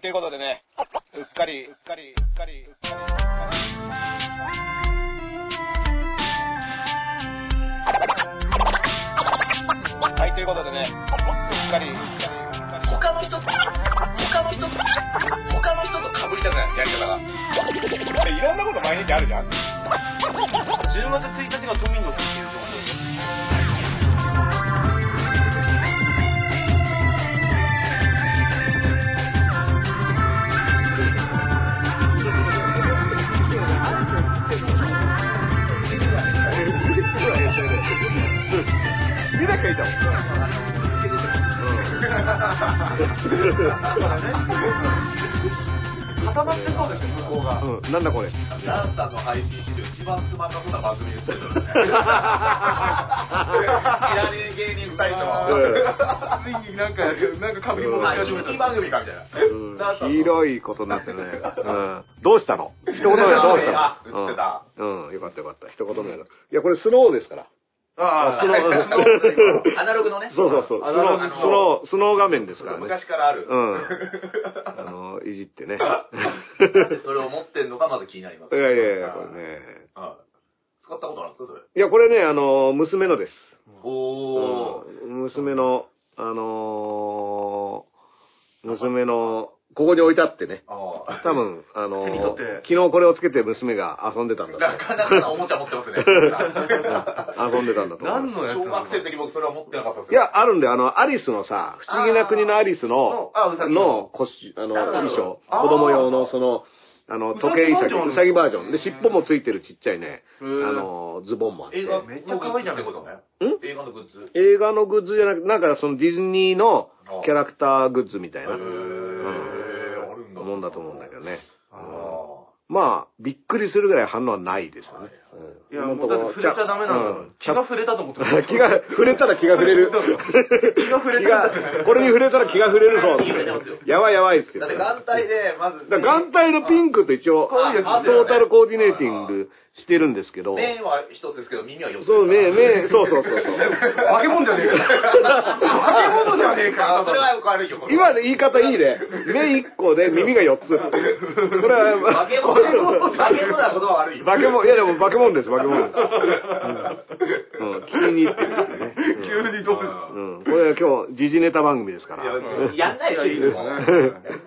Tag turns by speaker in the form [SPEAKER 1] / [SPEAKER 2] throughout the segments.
[SPEAKER 1] ということでね、うっかり、うっかり、うっかり、うっかり。はい、ということでね、うっかり、うっかり、うっかり。
[SPEAKER 2] 他の人と、他の人と、他の人と被りたくない、やり方が。
[SPEAKER 1] いろんなこと毎日あるじゃん。
[SPEAKER 2] 10月1日が都民の日っていう情報固まってそうですよ、向こうが。
[SPEAKER 3] うん、なんだこれ。
[SPEAKER 2] ランさんの配信史上一番つまんなそうな番組です よ、ね。知 らねえ芸人2人と。ついになんか、なんか被り物が人気番組かみたいな。
[SPEAKER 3] うん、広いことになってるね。うん。どうしたの一言目はどうし
[SPEAKER 2] あ
[SPEAKER 3] た
[SPEAKER 2] 言ってた
[SPEAKER 3] のうん、うん、よかったよかった。一言目は。いや、これスローですから。
[SPEAKER 2] あ
[SPEAKER 3] スロー
[SPEAKER 2] ーアナログのね。
[SPEAKER 3] そうそうそう。ス
[SPEAKER 2] アナロ
[SPEAKER 3] ロ
[SPEAKER 2] グ
[SPEAKER 3] ー、
[SPEAKER 2] の
[SPEAKER 3] スロー、スロー画面ですからね。
[SPEAKER 2] 昔からある。
[SPEAKER 3] うん。あの、いじってね。い
[SPEAKER 2] なん でそれを持ってんのかまず気になります。
[SPEAKER 3] やいやいや、これね。
[SPEAKER 2] はい。使ったことあるんですか、それ。
[SPEAKER 3] いや、これね、あの、娘のです。
[SPEAKER 2] おー。
[SPEAKER 3] うん娘の、あのー娘の、ここに置いてあってね。
[SPEAKER 2] ああ。
[SPEAKER 3] 多分、あの
[SPEAKER 2] 手に取って
[SPEAKER 3] 昨日これをつけて娘が遊んでたんだと思
[SPEAKER 2] なかなかなおもちゃ持ってますね。
[SPEAKER 3] う。遊んでたんだと思う。
[SPEAKER 4] 何のやつ
[SPEAKER 2] 小学生の時僕それは持ってなかったです
[SPEAKER 3] いや、あるんで、あの、アリスのさ、不思議な国のアリスの
[SPEAKER 4] あーあうさ、ぎ
[SPEAKER 3] の、コスチュあの、
[SPEAKER 2] なるほど
[SPEAKER 3] 衣装、
[SPEAKER 4] あー
[SPEAKER 3] 子供用の、その、あの、
[SPEAKER 4] う
[SPEAKER 3] 時
[SPEAKER 4] さぎ
[SPEAKER 3] 計
[SPEAKER 4] バージョ
[SPEAKER 3] 潔、
[SPEAKER 4] ン
[SPEAKER 3] うさぎバージョン。で、尻尾もついてるちっちゃいね、あ
[SPEAKER 4] へー
[SPEAKER 3] の、ズボンもあって。
[SPEAKER 2] 映画
[SPEAKER 4] めっちゃ可愛いじゃん
[SPEAKER 2] ってことね。
[SPEAKER 3] ん
[SPEAKER 2] 映画のグッズ。
[SPEAKER 3] 映画のグッズじゃなくて、なんかそのディズニーのキャラクターグッズみたいな、
[SPEAKER 2] へー
[SPEAKER 3] うん
[SPEAKER 2] あるんだ
[SPEAKER 3] もんだと思うんだけどね。
[SPEAKER 2] あ
[SPEAKER 3] まあ、びっくりするぐらい反応はないですよね。
[SPEAKER 4] いや、もうだって触れちゃダメなんだから。気が触れたと思って
[SPEAKER 3] うん気が、触れたら気が触れる。気
[SPEAKER 4] が触れた
[SPEAKER 3] がこれに触れたら気が触れるぞ。やばいやばいです
[SPEAKER 2] ー
[SPEAKER 3] よ。
[SPEAKER 2] だっ
[SPEAKER 3] だ
[SPEAKER 2] て
[SPEAKER 3] か
[SPEAKER 2] 眼帯で、まず、
[SPEAKER 3] ら眼帯のピンクと一応、ト
[SPEAKER 2] 可愛いですね
[SPEAKER 3] ータルコーディネーティングしてるんですけど、
[SPEAKER 2] 面は一つですけど、耳は四つ。
[SPEAKER 3] そう、目、目、そうそうそうそう。
[SPEAKER 4] 化け物じゃねえか。化け物じゃねえ
[SPEAKER 2] あ
[SPEAKER 4] か
[SPEAKER 2] そ。れはよく悪いよ、これ
[SPEAKER 3] 今の言い方いいね。目1個で耳が4つ。これは
[SPEAKER 2] 化、け物、化け物なことは 悪いよ。
[SPEAKER 3] 化け物、いやでも化け物です、化け物 です。うん、うん、気に入ってるからね。
[SPEAKER 4] 急にどう
[SPEAKER 3] うんうん、これは今日、時事ネタ番組ですから。
[SPEAKER 2] いややんないよ、いいですもん。
[SPEAKER 4] い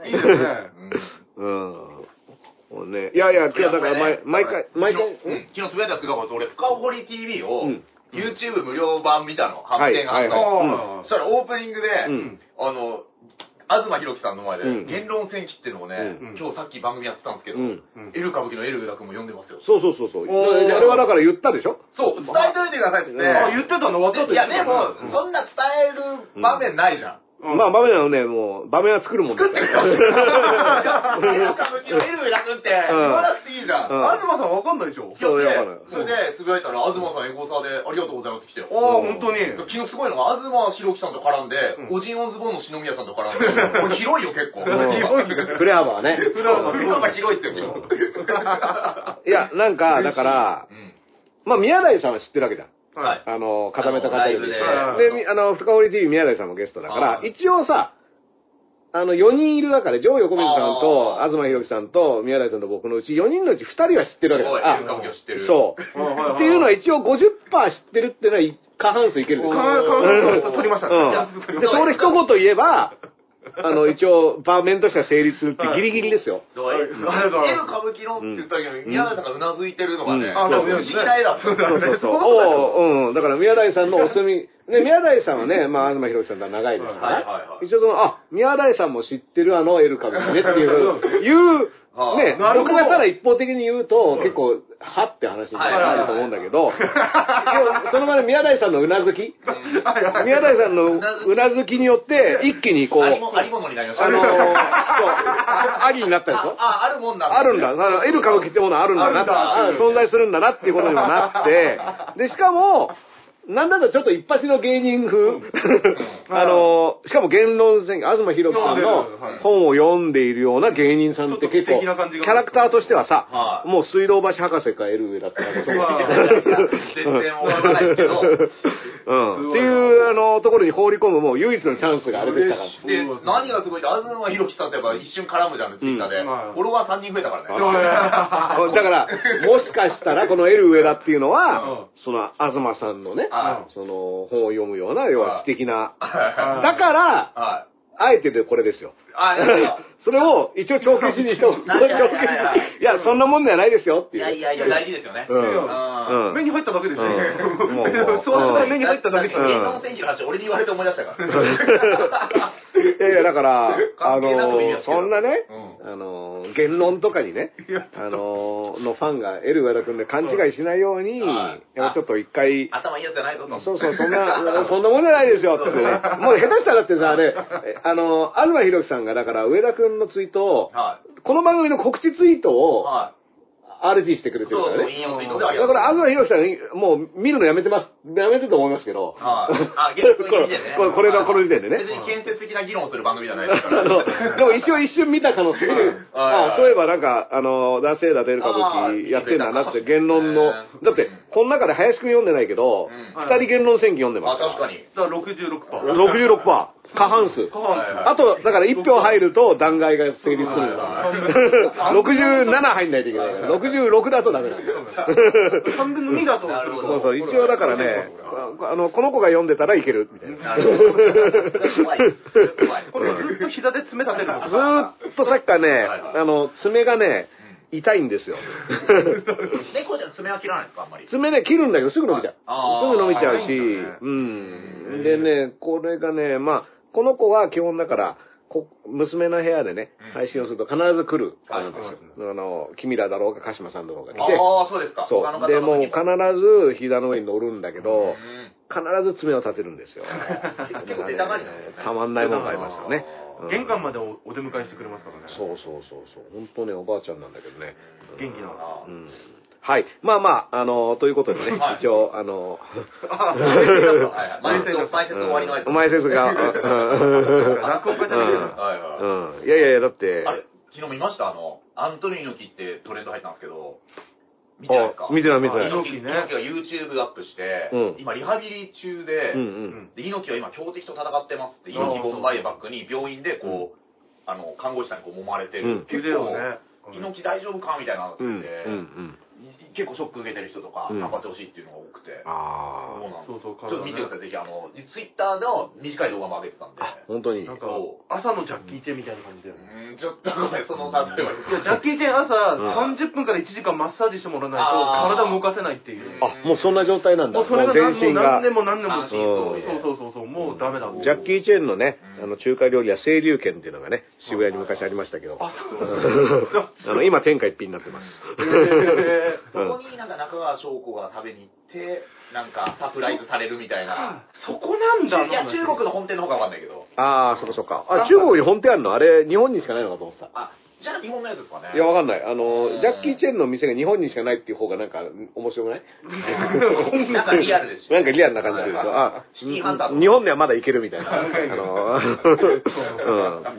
[SPEAKER 4] いですね。
[SPEAKER 3] うん。もうね、いやいや、今日だから毎毎回、毎回、
[SPEAKER 2] 昨日、昨日滑ったんですけど、俺、深掘り TV を
[SPEAKER 3] うん、
[SPEAKER 2] YouTube 無料版見たの、発展
[SPEAKER 3] はい
[SPEAKER 2] が
[SPEAKER 3] はいはい
[SPEAKER 2] そしたらオープニングで、
[SPEAKER 3] ん
[SPEAKER 2] あの、東博樹さんの前で
[SPEAKER 3] うん、
[SPEAKER 2] 言論戦記っていうのをね、
[SPEAKER 3] うん
[SPEAKER 2] 今日さっき番組やってたんですけど、
[SPEAKER 3] うん
[SPEAKER 2] エル歌舞伎のエル浦君も呼んでますよ。
[SPEAKER 3] そうそうそうそう。
[SPEAKER 4] おー
[SPEAKER 3] あれはだから言ったでしょ
[SPEAKER 2] そう、伝えといてくださいって言って。
[SPEAKER 4] あ、言ってたの分かって
[SPEAKER 2] いや、でも、そんな伝える場面ないじゃん。
[SPEAKER 3] まあ、場面はね、もう、場面は作るもんですから。
[SPEAKER 2] エル歌舞伎のエル浦君って言わなくていいじゃん。
[SPEAKER 3] うん
[SPEAKER 4] 東さん分かんないでしょ。
[SPEAKER 3] そう
[SPEAKER 2] で
[SPEAKER 3] だから、
[SPEAKER 2] それで、つぶやいたら、東さんエゴサで、ありがとうございますって来てよ
[SPEAKER 4] あ。あ、本当に。
[SPEAKER 2] 昨日すごいのが、東博樹さんと絡んで、おじんおズボンの篠宮さんと絡んで、これ広いよ、結構。
[SPEAKER 3] もうフレアバー ね。
[SPEAKER 2] 広が広いっすよ、今日。
[SPEAKER 3] いや、なんか、だから
[SPEAKER 2] う、ん。
[SPEAKER 3] まあ、宮台さんは知ってるわけじゃん。
[SPEAKER 2] はい。
[SPEAKER 3] あの、固めた方
[SPEAKER 2] あのラ
[SPEAKER 3] い
[SPEAKER 2] イ
[SPEAKER 3] る
[SPEAKER 2] ブ
[SPEAKER 3] で
[SPEAKER 2] で
[SPEAKER 3] しょ。で、みあの、深堀 TV 宮台さんもゲストだから
[SPEAKER 2] あ、ー
[SPEAKER 3] 一応さ、あの、4人いる中で、ジョー横水さんと、
[SPEAKER 2] あ
[SPEAKER 3] 東博樹さんと、宮台さんと僕のうち、4人のうち2人は知ってるわけだから。
[SPEAKER 2] おいエル歌舞伎は知ってる
[SPEAKER 3] そう。
[SPEAKER 4] はいはいはい
[SPEAKER 3] っていうのは一応50%知ってるっていうのは、い過半数いけるでしょ。
[SPEAKER 4] 過半
[SPEAKER 3] うん
[SPEAKER 4] 数取りましたね
[SPEAKER 3] うん。で、それ一言言えば、あの、一応、場面としては成立するってギリギリですよ。
[SPEAKER 2] だから、エル歌舞伎のって言った時に、宮田さんがうなずいてるのがね、不思議な絵だったんだ
[SPEAKER 3] そうそうそう。おううん。だから宮台さんのお墨、ね、宮台さんはね、まあ、東博樹さんとは長いですから、
[SPEAKER 2] はいはいはい
[SPEAKER 3] 一応その、あ、宮台さんも知ってるあのエルカブねっていう、いう
[SPEAKER 2] あ、あ
[SPEAKER 3] ね、
[SPEAKER 4] なるほ
[SPEAKER 3] 僕
[SPEAKER 4] ど
[SPEAKER 3] がただ一方的に言うと、結構、はって話になると思うんだけど、今日その場で宮台さんのうなずき、宮台さんのうなずきによって、一気にこう、
[SPEAKER 2] ありもありものになりました。
[SPEAKER 3] あのー、そう、アギになったでしょ
[SPEAKER 2] あ、あるもんなん
[SPEAKER 3] あるんだ。あの、L 歌舞伎ってものはあるんだなって
[SPEAKER 2] あるんだ
[SPEAKER 3] あ存在するんだなっていうことにもなっ て、で、しかも、なんだったらちょっと一発の芸人風、あの、しかも言論戦、東博樹さんの
[SPEAKER 4] はい
[SPEAKER 3] 本を読んでいるような芸人さんって結構、
[SPEAKER 4] ちょっと知的な感じが
[SPEAKER 3] キャラクターとしてはさ
[SPEAKER 2] は、い
[SPEAKER 3] もう 水道橋博士か L 上だったらこそ
[SPEAKER 4] まあ
[SPEAKER 2] 全然思わないけど、
[SPEAKER 3] うん。っていう、あの、ところに放り込む、もう唯一のチャンスがあれでしたから。
[SPEAKER 2] で、何がすごいって、あずまひろきさんとやっぱ一瞬絡むじゃん、ツイッターで。
[SPEAKER 4] んはい
[SPEAKER 2] フォロワー3人増えたからね。
[SPEAKER 3] うん だから、もしかしたら、この L 上田っていうのは、その、東さんのね、
[SPEAKER 2] は
[SPEAKER 3] その、本を読むような、要は知的な。
[SPEAKER 2] は
[SPEAKER 3] だから、
[SPEAKER 2] い。はい。
[SPEAKER 3] あえてでこれですよ。
[SPEAKER 2] あ、いや
[SPEAKER 3] それを一応帳消しにしておく。帳
[SPEAKER 2] いやいやいや
[SPEAKER 3] 消しいや、そんなもんではないですよって
[SPEAKER 2] い
[SPEAKER 3] いう。
[SPEAKER 2] やいやいや、大事ですよね。
[SPEAKER 3] うん
[SPEAKER 2] うん
[SPEAKER 3] うん
[SPEAKER 4] 目に入っただけですよ
[SPEAKER 3] うんもう
[SPEAKER 4] そうしたら目に入っただけ
[SPEAKER 2] だ
[SPEAKER 4] で
[SPEAKER 2] って芸能選手の話、俺に言われて思い出したから
[SPEAKER 3] いやいや、だから、あ
[SPEAKER 2] 関係なくもいいんで
[SPEAKER 3] の、
[SPEAKER 2] すけど
[SPEAKER 3] そんなね、
[SPEAKER 2] う
[SPEAKER 3] あの、言論とかにね、あの、のファンが、エル上田君で勘違いしないように、
[SPEAKER 2] うんはい
[SPEAKER 3] やっぱちょっと一回、
[SPEAKER 2] 頭いいやつじゃないぞと。
[SPEAKER 3] そうそう、そんな、そんなもんじゃないですよ、つってね。もう下手したらだってさ、あれ、えあの、東博樹さんが、だから、上田君のツイートを、
[SPEAKER 2] はい。
[SPEAKER 3] この番組の告知ツイートを、
[SPEAKER 2] は
[SPEAKER 3] RT してくれ
[SPEAKER 2] い。
[SPEAKER 3] て
[SPEAKER 2] そ
[SPEAKER 3] るか
[SPEAKER 2] う
[SPEAKER 3] ら
[SPEAKER 2] そう、
[SPEAKER 3] ね。
[SPEAKER 2] 引用ツイートであり
[SPEAKER 3] だ
[SPEAKER 2] が
[SPEAKER 3] か
[SPEAKER 2] とう。
[SPEAKER 3] ら、東博樹さん、もう見るのやめてます、やめてると思いますけど、
[SPEAKER 2] はい。あ、ゲームの時点でね。
[SPEAKER 3] これこれのこの時点でね
[SPEAKER 2] 別に建設的な議論をする番組じゃないですか
[SPEAKER 3] あ
[SPEAKER 2] ら。
[SPEAKER 3] のでも一応一瞬見た可能性がある
[SPEAKER 2] はいはいはい
[SPEAKER 3] あそういえばなんか、あの、ダセーダ出る歌舞伎やってんだなって言論の、
[SPEAKER 2] あー
[SPEAKER 3] だって、この中で林くん読んでないけど、
[SPEAKER 2] うん
[SPEAKER 3] 二人言論選挙読んでま
[SPEAKER 2] あ、
[SPEAKER 3] すから。
[SPEAKER 2] 確かに。
[SPEAKER 4] だから66%。
[SPEAKER 3] 66%。過半数。
[SPEAKER 4] 過半数
[SPEAKER 2] はい
[SPEAKER 3] あと、だから1票入ると弾劾が成立するの
[SPEAKER 2] は
[SPEAKER 3] よ。
[SPEAKER 4] い
[SPEAKER 3] 67入んないといけないから、66だとダメなんだよ。
[SPEAKER 4] 3分の2だと。
[SPEAKER 2] なるほど
[SPEAKER 3] そうそう、一応だからね、あの、この子が読んでたらいける、みたいな。
[SPEAKER 2] なるほど。怖い。怖い。
[SPEAKER 4] これずっと膝で爪立てる
[SPEAKER 3] ずーっとさっきからね、
[SPEAKER 2] いはい
[SPEAKER 3] あの、爪がね、痛いんですよ。
[SPEAKER 2] 猫ちゃん爪は切らないですか、あんまり。
[SPEAKER 3] 爪ね、切るんだけどすぐ伸びちゃ
[SPEAKER 2] あー
[SPEAKER 3] う。すぐ伸びちゃうし、
[SPEAKER 2] 早いんだね
[SPEAKER 3] うん。でね、これがね、まあ、この子は基本だから、こ娘の部屋でね
[SPEAKER 2] うん、
[SPEAKER 3] 配信をすると必ず来る子なんですよ。あの、君らだろうか、鹿島さんだろうが来て。
[SPEAKER 2] ああ、そうですか。他
[SPEAKER 3] そ
[SPEAKER 2] の
[SPEAKER 3] う。
[SPEAKER 2] 方
[SPEAKER 3] で、
[SPEAKER 2] の
[SPEAKER 3] もう
[SPEAKER 2] 時
[SPEAKER 3] 必ず、ひだの上に乗るんだけ
[SPEAKER 2] う
[SPEAKER 3] ど、
[SPEAKER 2] ん
[SPEAKER 3] 必ず爪を立てるんですよ。
[SPEAKER 2] 結構出たがりなんですね
[SPEAKER 3] たまんないものがありましたね。うん
[SPEAKER 4] 玄関までおお出迎えしてくれますからね。
[SPEAKER 3] そうそうそうそう。本当ね、おばあちゃんなんだけどね。
[SPEAKER 4] 元気なの。
[SPEAKER 2] あ
[SPEAKER 3] うん。はい。まあまあ、あの、ということでね、
[SPEAKER 2] はい
[SPEAKER 3] 一応、あの、
[SPEAKER 4] あ
[SPEAKER 2] ーはいはい前説、前説終わりの挨拶
[SPEAKER 3] お前ですが、うん
[SPEAKER 4] 落語家じゃないですか
[SPEAKER 2] はいは
[SPEAKER 3] う
[SPEAKER 2] い
[SPEAKER 3] ん。いやいやいや、だって、
[SPEAKER 2] あれ、昨日見ましたあの、アントニー猪木ってトレンド入ったんですけど、見てないですか
[SPEAKER 3] あ見てない見てない
[SPEAKER 2] 猪木猪木が YouTube アップして、
[SPEAKER 3] うん
[SPEAKER 2] 今リハビリ中で、
[SPEAKER 3] うん
[SPEAKER 4] うん
[SPEAKER 2] で猪木は今強敵と戦ってますって、猪木ゴールドバイエバックに病院でこう、あの、看護師さんにこう揉まれて
[SPEAKER 3] うん
[SPEAKER 2] る。結
[SPEAKER 4] 腕を
[SPEAKER 2] 構、
[SPEAKER 4] ね。
[SPEAKER 2] 猪木大丈夫かみたいなのがあって、
[SPEAKER 3] うん。うん。うん。
[SPEAKER 2] い結構ショック受けてる人とか、
[SPEAKER 3] うん
[SPEAKER 2] 頑張ってほしいっていうのが多くて。そう
[SPEAKER 3] あ
[SPEAKER 2] なんです
[SPEAKER 4] そうそう
[SPEAKER 2] ちょっと見てください、ぜひ。あの、ツイッターの短い動画も上げてたんで。
[SPEAKER 3] あ。本当に。
[SPEAKER 4] なんか、朝のジャッキー・チェンみたいな感じだよ
[SPEAKER 2] う
[SPEAKER 4] ね。
[SPEAKER 2] ーん、ちょっとごめん、その例えば。
[SPEAKER 4] いや、ジャッキー・チェン朝30分から1時間マッサージしてもらわないと体動かせないっていう。
[SPEAKER 3] あ、もうそんな状態なんだ。も
[SPEAKER 4] もうそれ
[SPEAKER 3] う
[SPEAKER 4] が
[SPEAKER 3] 全身
[SPEAKER 4] 何も
[SPEAKER 3] が
[SPEAKER 4] 何。年も何年も
[SPEAKER 2] 安
[SPEAKER 3] 心
[SPEAKER 4] そ
[SPEAKER 2] そ
[SPEAKER 4] う
[SPEAKER 2] う
[SPEAKER 4] そうそうそう、もうダメだ。
[SPEAKER 3] ジャッキー・チェンのね
[SPEAKER 2] う、ん
[SPEAKER 3] あの中華料理屋清流軒っていうのがね、渋谷に昔ありましたけど、
[SPEAKER 4] あ、そう
[SPEAKER 3] あの今天下一品になってます。
[SPEAKER 4] へー
[SPEAKER 2] そ こになんか中川翔子が食べに行って、なんかサプライズされるみたいな。
[SPEAKER 4] そこなん
[SPEAKER 2] い
[SPEAKER 4] だ。
[SPEAKER 2] や、中国の本店の方がわかんないけど。
[SPEAKER 3] ああ、そっかそっか。あ、中国に本店あるのあれ、日本にしかないのかと思ってた。
[SPEAKER 2] あ、じゃあ日本のやつですかね。
[SPEAKER 3] いや、わかんない。あ
[SPEAKER 2] うん
[SPEAKER 3] の、ジャッキー・チェンの店が日本にしかないっていう方がなんか面白くない
[SPEAKER 2] なんかリアルです
[SPEAKER 3] なんかリアルな感じで。
[SPEAKER 2] はい
[SPEAKER 3] あ
[SPEAKER 2] シティハンターとか
[SPEAKER 3] 日本ではまだいけるみたいな。あの、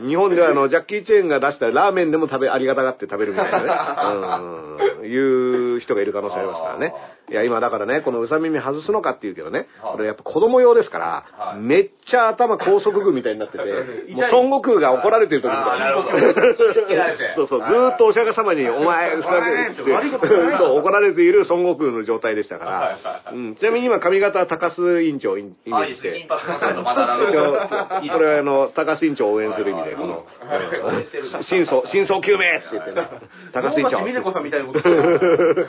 [SPEAKER 3] うん。日本ではあの、ジャッキー・チェンが出したラーメンでも食べ、ありがたがって食べるみたいなね。う ん。いう人がいる可能性ありますからね。いや、今だからね、このうさ耳外すのかっていうけどね
[SPEAKER 2] はい、
[SPEAKER 3] これやっぱ子供用ですか
[SPEAKER 2] は
[SPEAKER 3] ら、
[SPEAKER 2] い
[SPEAKER 3] めっちゃ頭高速具みたいにな ってて、もう孫悟空が怒られてる時みた
[SPEAKER 2] あー
[SPEAKER 3] い
[SPEAKER 2] な
[SPEAKER 3] な
[SPEAKER 2] るほ。ど。嫌られて。
[SPEAKER 3] そうそう、ずーっとお釈迦様に、お前、ふざけって、そう、怒られている孫悟空の状態でしたか
[SPEAKER 2] はいは
[SPEAKER 3] ら、うん、ちなみに今、髪型は高須委員長をイメ
[SPEAKER 2] あ、い
[SPEAKER 3] ー
[SPEAKER 2] い
[SPEAKER 3] ジ
[SPEAKER 2] で
[SPEAKER 3] し
[SPEAKER 2] すね。
[SPEAKER 3] て
[SPEAKER 2] 金、髪の方のまだら
[SPEAKER 3] こ
[SPEAKER 2] の。
[SPEAKER 3] れはあの、高須委員長を応援する意味で、こ の、真相、真相究明って言ってね、高須委員
[SPEAKER 4] 美奈子さん
[SPEAKER 3] 長。
[SPEAKER 4] みたいなことしてる。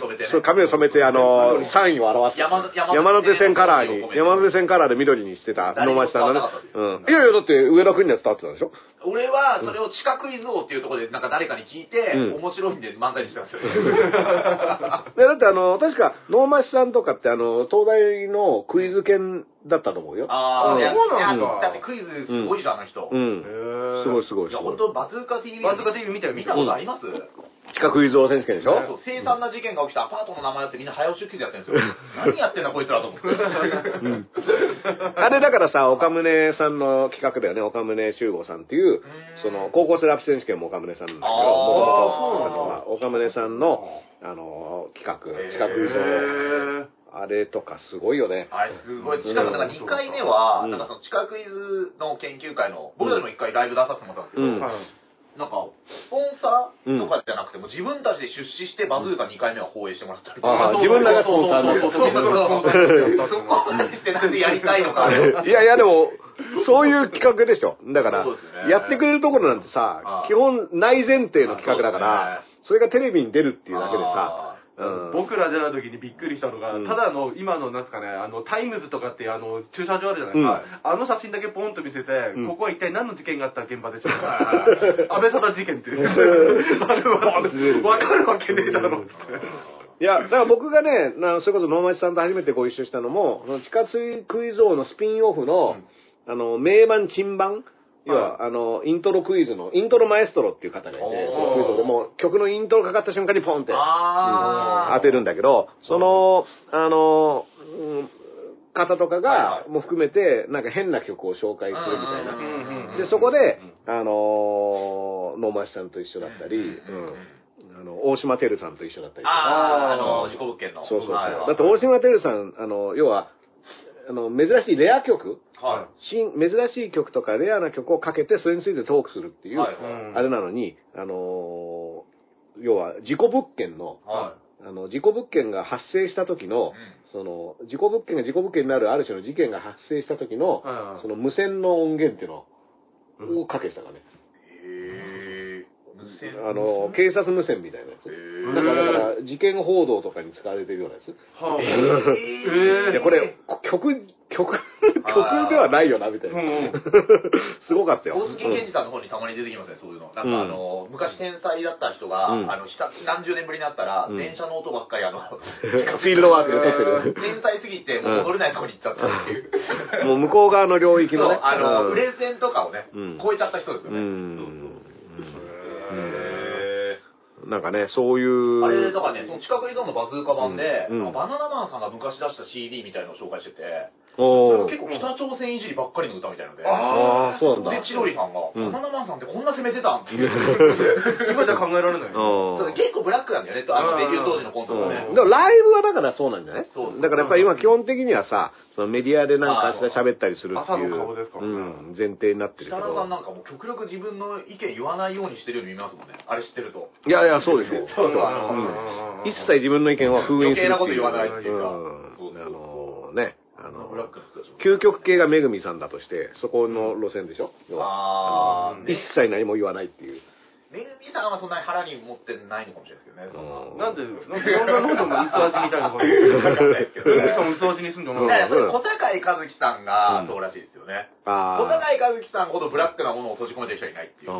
[SPEAKER 2] 染めてね
[SPEAKER 3] そう髪を染め て、あの、サインを表す。
[SPEAKER 2] 山手
[SPEAKER 3] 山手線カラーに、山手線カラーで緑にしてた
[SPEAKER 2] 誰
[SPEAKER 3] 野
[SPEAKER 2] にも
[SPEAKER 3] 町さん
[SPEAKER 2] 伝
[SPEAKER 3] が
[SPEAKER 2] わ
[SPEAKER 3] ね
[SPEAKER 2] らなかっ。た
[SPEAKER 3] うん。いやいや、だって上田君には伝わってたでしょ
[SPEAKER 2] 俺はそれを地下クイズ王っていうところでなんか誰かに聞いて、
[SPEAKER 3] うん
[SPEAKER 2] 面白いんで漫才にしてますよ。
[SPEAKER 3] でだってあの、確か、能町さんとかってあの、東大のクイズ犬だったと思うよ。
[SPEAKER 2] ああ、
[SPEAKER 3] うん
[SPEAKER 2] いや
[SPEAKER 4] そうなん
[SPEAKER 2] い
[SPEAKER 4] だ
[SPEAKER 2] やだってクイズすごいじゃん、あの人。
[SPEAKER 3] うん。すごいすごい
[SPEAKER 2] い
[SPEAKER 3] す
[SPEAKER 2] や、
[SPEAKER 3] ご
[SPEAKER 2] 本
[SPEAKER 3] い。
[SPEAKER 2] 当バズーカ TV
[SPEAKER 4] バズーカ TV 見たよ
[SPEAKER 2] 見
[SPEAKER 4] 見
[SPEAKER 2] た
[SPEAKER 4] た
[SPEAKER 2] ことあります
[SPEAKER 3] 地下クイズ王選手権でしょ
[SPEAKER 2] そう、凄惨な事件が起きたアパートの名前だってみんな早押しクイズやってるんですよ。何やってんだこいつらと思って。
[SPEAKER 3] あれだからさ、岡宗さんの企画だよね、岡宗修吾さんっていう、その、高校生ラップ選手権も岡宗さんなんだけど、
[SPEAKER 2] あ
[SPEAKER 3] も
[SPEAKER 2] ー
[SPEAKER 3] と
[SPEAKER 2] そうなんだ
[SPEAKER 3] もと、岡宗さんの、あの、企画、地下クイズ王。あれとかすごいよね。
[SPEAKER 2] あれすごい。しかもなんか2回目は、なんかその地下クイズの研究会の、僕らでも1回ライブ出させてもらったんですけど、
[SPEAKER 3] うん
[SPEAKER 2] なんか、スポンサーとかじゃなくても、自分たちで出資してバズーカ2回目は放映してもらったりと
[SPEAKER 3] あ
[SPEAKER 2] か
[SPEAKER 3] あ、自分らがスポンサーになる
[SPEAKER 2] そうそうそうそ こまでしてなんでやりたいのか、あれを。
[SPEAKER 3] いやいやでも、そういう企画でしょ。だから、
[SPEAKER 2] そうですね
[SPEAKER 3] やってくれるところなんてさ、
[SPEAKER 2] ああ
[SPEAKER 3] 基本内前提の企画だから、それがテレビに出るっていうだけでさ、うん
[SPEAKER 4] 僕ら出た時にびっくりしたのが、
[SPEAKER 3] うん
[SPEAKER 4] ただの今のなんですかねあのタイムズとかっていうあの駐車場あるじゃないですか、あの写真だけポンと見せて、
[SPEAKER 3] ん
[SPEAKER 4] ここは一体何の事件があった現場でしょう
[SPEAKER 2] はいはい
[SPEAKER 4] か安倍貞事件っていうあれは
[SPEAKER 3] ポンって出る
[SPEAKER 4] わかるわけねえだろって
[SPEAKER 3] いや、だから僕がね、なそれこそ能町さんと初めてご一緒したのも、その地下水クイズ王のスピンオフの、あの、名盤、珍盤、要は、あの、イントロクイズの、イントロマエストロっていう方がいて、そ
[SPEAKER 2] おー
[SPEAKER 3] のクイズ王でもう曲のイントロかかった瞬間にポンって
[SPEAKER 2] あー
[SPEAKER 3] 当てるんだけど、その、あの、うん方とか
[SPEAKER 2] はい
[SPEAKER 3] が
[SPEAKER 2] は、
[SPEAKER 3] も含めて、なんか変な曲を紹介するみたいな。で、そこ
[SPEAKER 2] で、
[SPEAKER 3] で、あのー、能町さんと一緒だったり、うんあの、大島てるさんと一緒だったりとか。
[SPEAKER 2] ああ、あの、事故物件の。
[SPEAKER 3] そうそうそう。
[SPEAKER 2] はいはい
[SPEAKER 3] だって大島てるさん、あの、要は、あの、珍しいレア曲、
[SPEAKER 2] は
[SPEAKER 3] 新、珍しい曲とかレアな曲をかけて、それについてトークするって
[SPEAKER 2] い。
[SPEAKER 3] いう、
[SPEAKER 2] はい
[SPEAKER 3] あれなのに、あのー要は、事故物件の、
[SPEAKER 2] は
[SPEAKER 3] あの、事故物件が発生した時の、その、事故物件が事故物件になるある種の事件が発生した時の、
[SPEAKER 4] はいはい
[SPEAKER 3] その無線の音源っていうのをかけてたからね。
[SPEAKER 2] い。へえ。無線
[SPEAKER 3] あの、警察無線みたいなやつ。
[SPEAKER 2] ー
[SPEAKER 3] なんかだから、事件報道とかに使われてるようなやつ。
[SPEAKER 4] は
[SPEAKER 2] えー
[SPEAKER 4] い
[SPEAKER 3] いや、これ、こ曲、曲、曲ではないよな、みたいな
[SPEAKER 4] うん。
[SPEAKER 3] すごかったよ。
[SPEAKER 2] 大月健二さんの方にたまに出てきますね、そういうの。なんかあの、昔天才だった人が、
[SPEAKER 3] うん
[SPEAKER 2] あの、下何十年ぶりになったら、
[SPEAKER 3] うん
[SPEAKER 2] 電車の音ばっかりあの、
[SPEAKER 3] うんフィールドワークで撮って
[SPEAKER 2] 天才すぎて、もう戻れないとこに行っちゃったっていう。
[SPEAKER 3] る。もう向こう側の領域
[SPEAKER 2] そ
[SPEAKER 3] の
[SPEAKER 2] う
[SPEAKER 3] ね。
[SPEAKER 2] あの、
[SPEAKER 3] うん
[SPEAKER 2] 売れ線とかをね、
[SPEAKER 3] うん
[SPEAKER 2] 超えちゃった人ですよ
[SPEAKER 3] う
[SPEAKER 2] ね。
[SPEAKER 3] ん。
[SPEAKER 2] へー
[SPEAKER 3] なんかね、そういう。
[SPEAKER 2] あれ、だからね、その近くにどんどんバズーカ版で、
[SPEAKER 3] うんうん
[SPEAKER 2] バナナマンさんが昔出した CD みたいのを紹介してて、
[SPEAKER 3] おー
[SPEAKER 2] 結構北朝鮮いじりばっかりの歌みたいので、
[SPEAKER 3] ああ、そうなんだ。
[SPEAKER 2] で、千鳥さんが、
[SPEAKER 3] うん
[SPEAKER 2] バナナマンさんってこんな攻めてたんっていう。
[SPEAKER 4] 今じゃ考えられない
[SPEAKER 3] う
[SPEAKER 2] そうね
[SPEAKER 3] ん。
[SPEAKER 2] 結構ブラックなんだよね、あのデビュー当時のコントもね。
[SPEAKER 3] でもライブはだからそうなんじゃない
[SPEAKER 2] そうそう
[SPEAKER 3] だからやっぱり今基本的にはさ、そのメディアでなんかし
[SPEAKER 2] あ
[SPEAKER 3] ら喋ったりするって
[SPEAKER 4] 朝
[SPEAKER 3] い
[SPEAKER 4] の顔です
[SPEAKER 3] う、
[SPEAKER 4] からね
[SPEAKER 3] うん、前提になってるけ
[SPEAKER 2] 北原さん
[SPEAKER 3] ど。
[SPEAKER 2] なんかもう極力自分の意見言わないようにしてるように見ますもんね。あれ知ってると。
[SPEAKER 3] いやいや、そうでしょ。
[SPEAKER 2] そうそうあの
[SPEAKER 3] うん一切自分の意見は封印するっていう。
[SPEAKER 2] 余計なこと言わないっていうかそう
[SPEAKER 3] うん
[SPEAKER 2] そう
[SPEAKER 3] あ
[SPEAKER 2] そ
[SPEAKER 3] のね、あ
[SPEAKER 2] ブラッ
[SPEAKER 3] の、
[SPEAKER 2] クの人たちも。
[SPEAKER 3] 究極系がめぐみさんだとして、そこの路線でしょ要は
[SPEAKER 2] あー、
[SPEAKER 3] 一
[SPEAKER 2] で
[SPEAKER 3] 切何も言わないっていう。
[SPEAKER 2] めぐみさんはそんなに腹に持ってないのかもしれないですけどね。そんな
[SPEAKER 3] うん
[SPEAKER 4] なんでなんかいろんなことも薄味みたいなこと
[SPEAKER 2] わかんないですけどね
[SPEAKER 4] ルーさん薄味にすんじゃ
[SPEAKER 2] だか
[SPEAKER 4] ない
[SPEAKER 2] らそれ小堺一樹さん
[SPEAKER 3] う
[SPEAKER 2] が
[SPEAKER 3] ん
[SPEAKER 2] そうらしいですよね。小
[SPEAKER 3] あ
[SPEAKER 2] 堺一樹さんほどブラックなものを閉じ込めてる人はいないってい
[SPEAKER 3] あ。
[SPEAKER 2] う。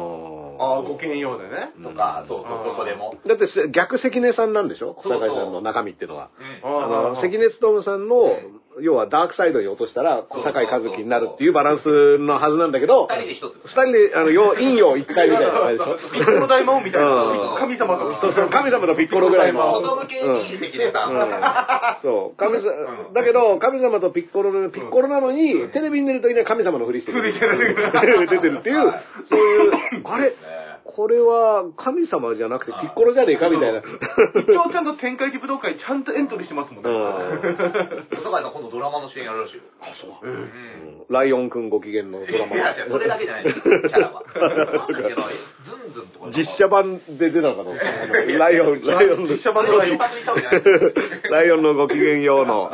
[SPEAKER 4] ああご兼用でね
[SPEAKER 2] とか、そうそう
[SPEAKER 4] う、ん
[SPEAKER 2] どこでも。
[SPEAKER 3] だってせ逆関根さんなんでしょ小
[SPEAKER 2] そうそう
[SPEAKER 3] 堺さんの中身っていうのは。
[SPEAKER 2] うん
[SPEAKER 4] あ
[SPEAKER 3] あの
[SPEAKER 4] あ
[SPEAKER 3] 関根勤さんの、要はダークサイドに落としたら小堺一樹になるっていうバランスのはずなんだけど、
[SPEAKER 2] 二人で一つ
[SPEAKER 3] 二人で、あの、よ陰陽一体みたいな感じでしょ
[SPEAKER 4] ピッコロ大魔王みたい
[SPEAKER 3] うん
[SPEAKER 4] な神様が
[SPEAKER 3] そうそう、神様のピッコロぐらいの。
[SPEAKER 2] 外向けに関根さ。
[SPEAKER 3] うんんそう、神様、だけど、神様とピッコロの、ピッコロなのに、テレビに出るときには神様のふりしてる。出てるっていう、そういう、あれ、これは神様じゃなくてピッコロじゃねえかみたいな。
[SPEAKER 4] 一応ちゃんと天界寺武道会ちゃんとエントリーしてますもんね。
[SPEAKER 2] 小堺さん今度ドラマの主演やるらしいよ。
[SPEAKER 3] うんライオンくんご機嫌のドラマ
[SPEAKER 2] い。や、違うそれだけじゃないですキ ャラは。なんだっけな、えズンズンとか。
[SPEAKER 3] 実写版で出たのかと思った。ライオン、ライオンの、
[SPEAKER 4] 実写版
[SPEAKER 2] それ
[SPEAKER 4] の
[SPEAKER 2] を
[SPEAKER 4] ライオ
[SPEAKER 2] 一
[SPEAKER 4] ン
[SPEAKER 2] 発にしたわけじゃないです。
[SPEAKER 3] ライオンのご機嫌用の、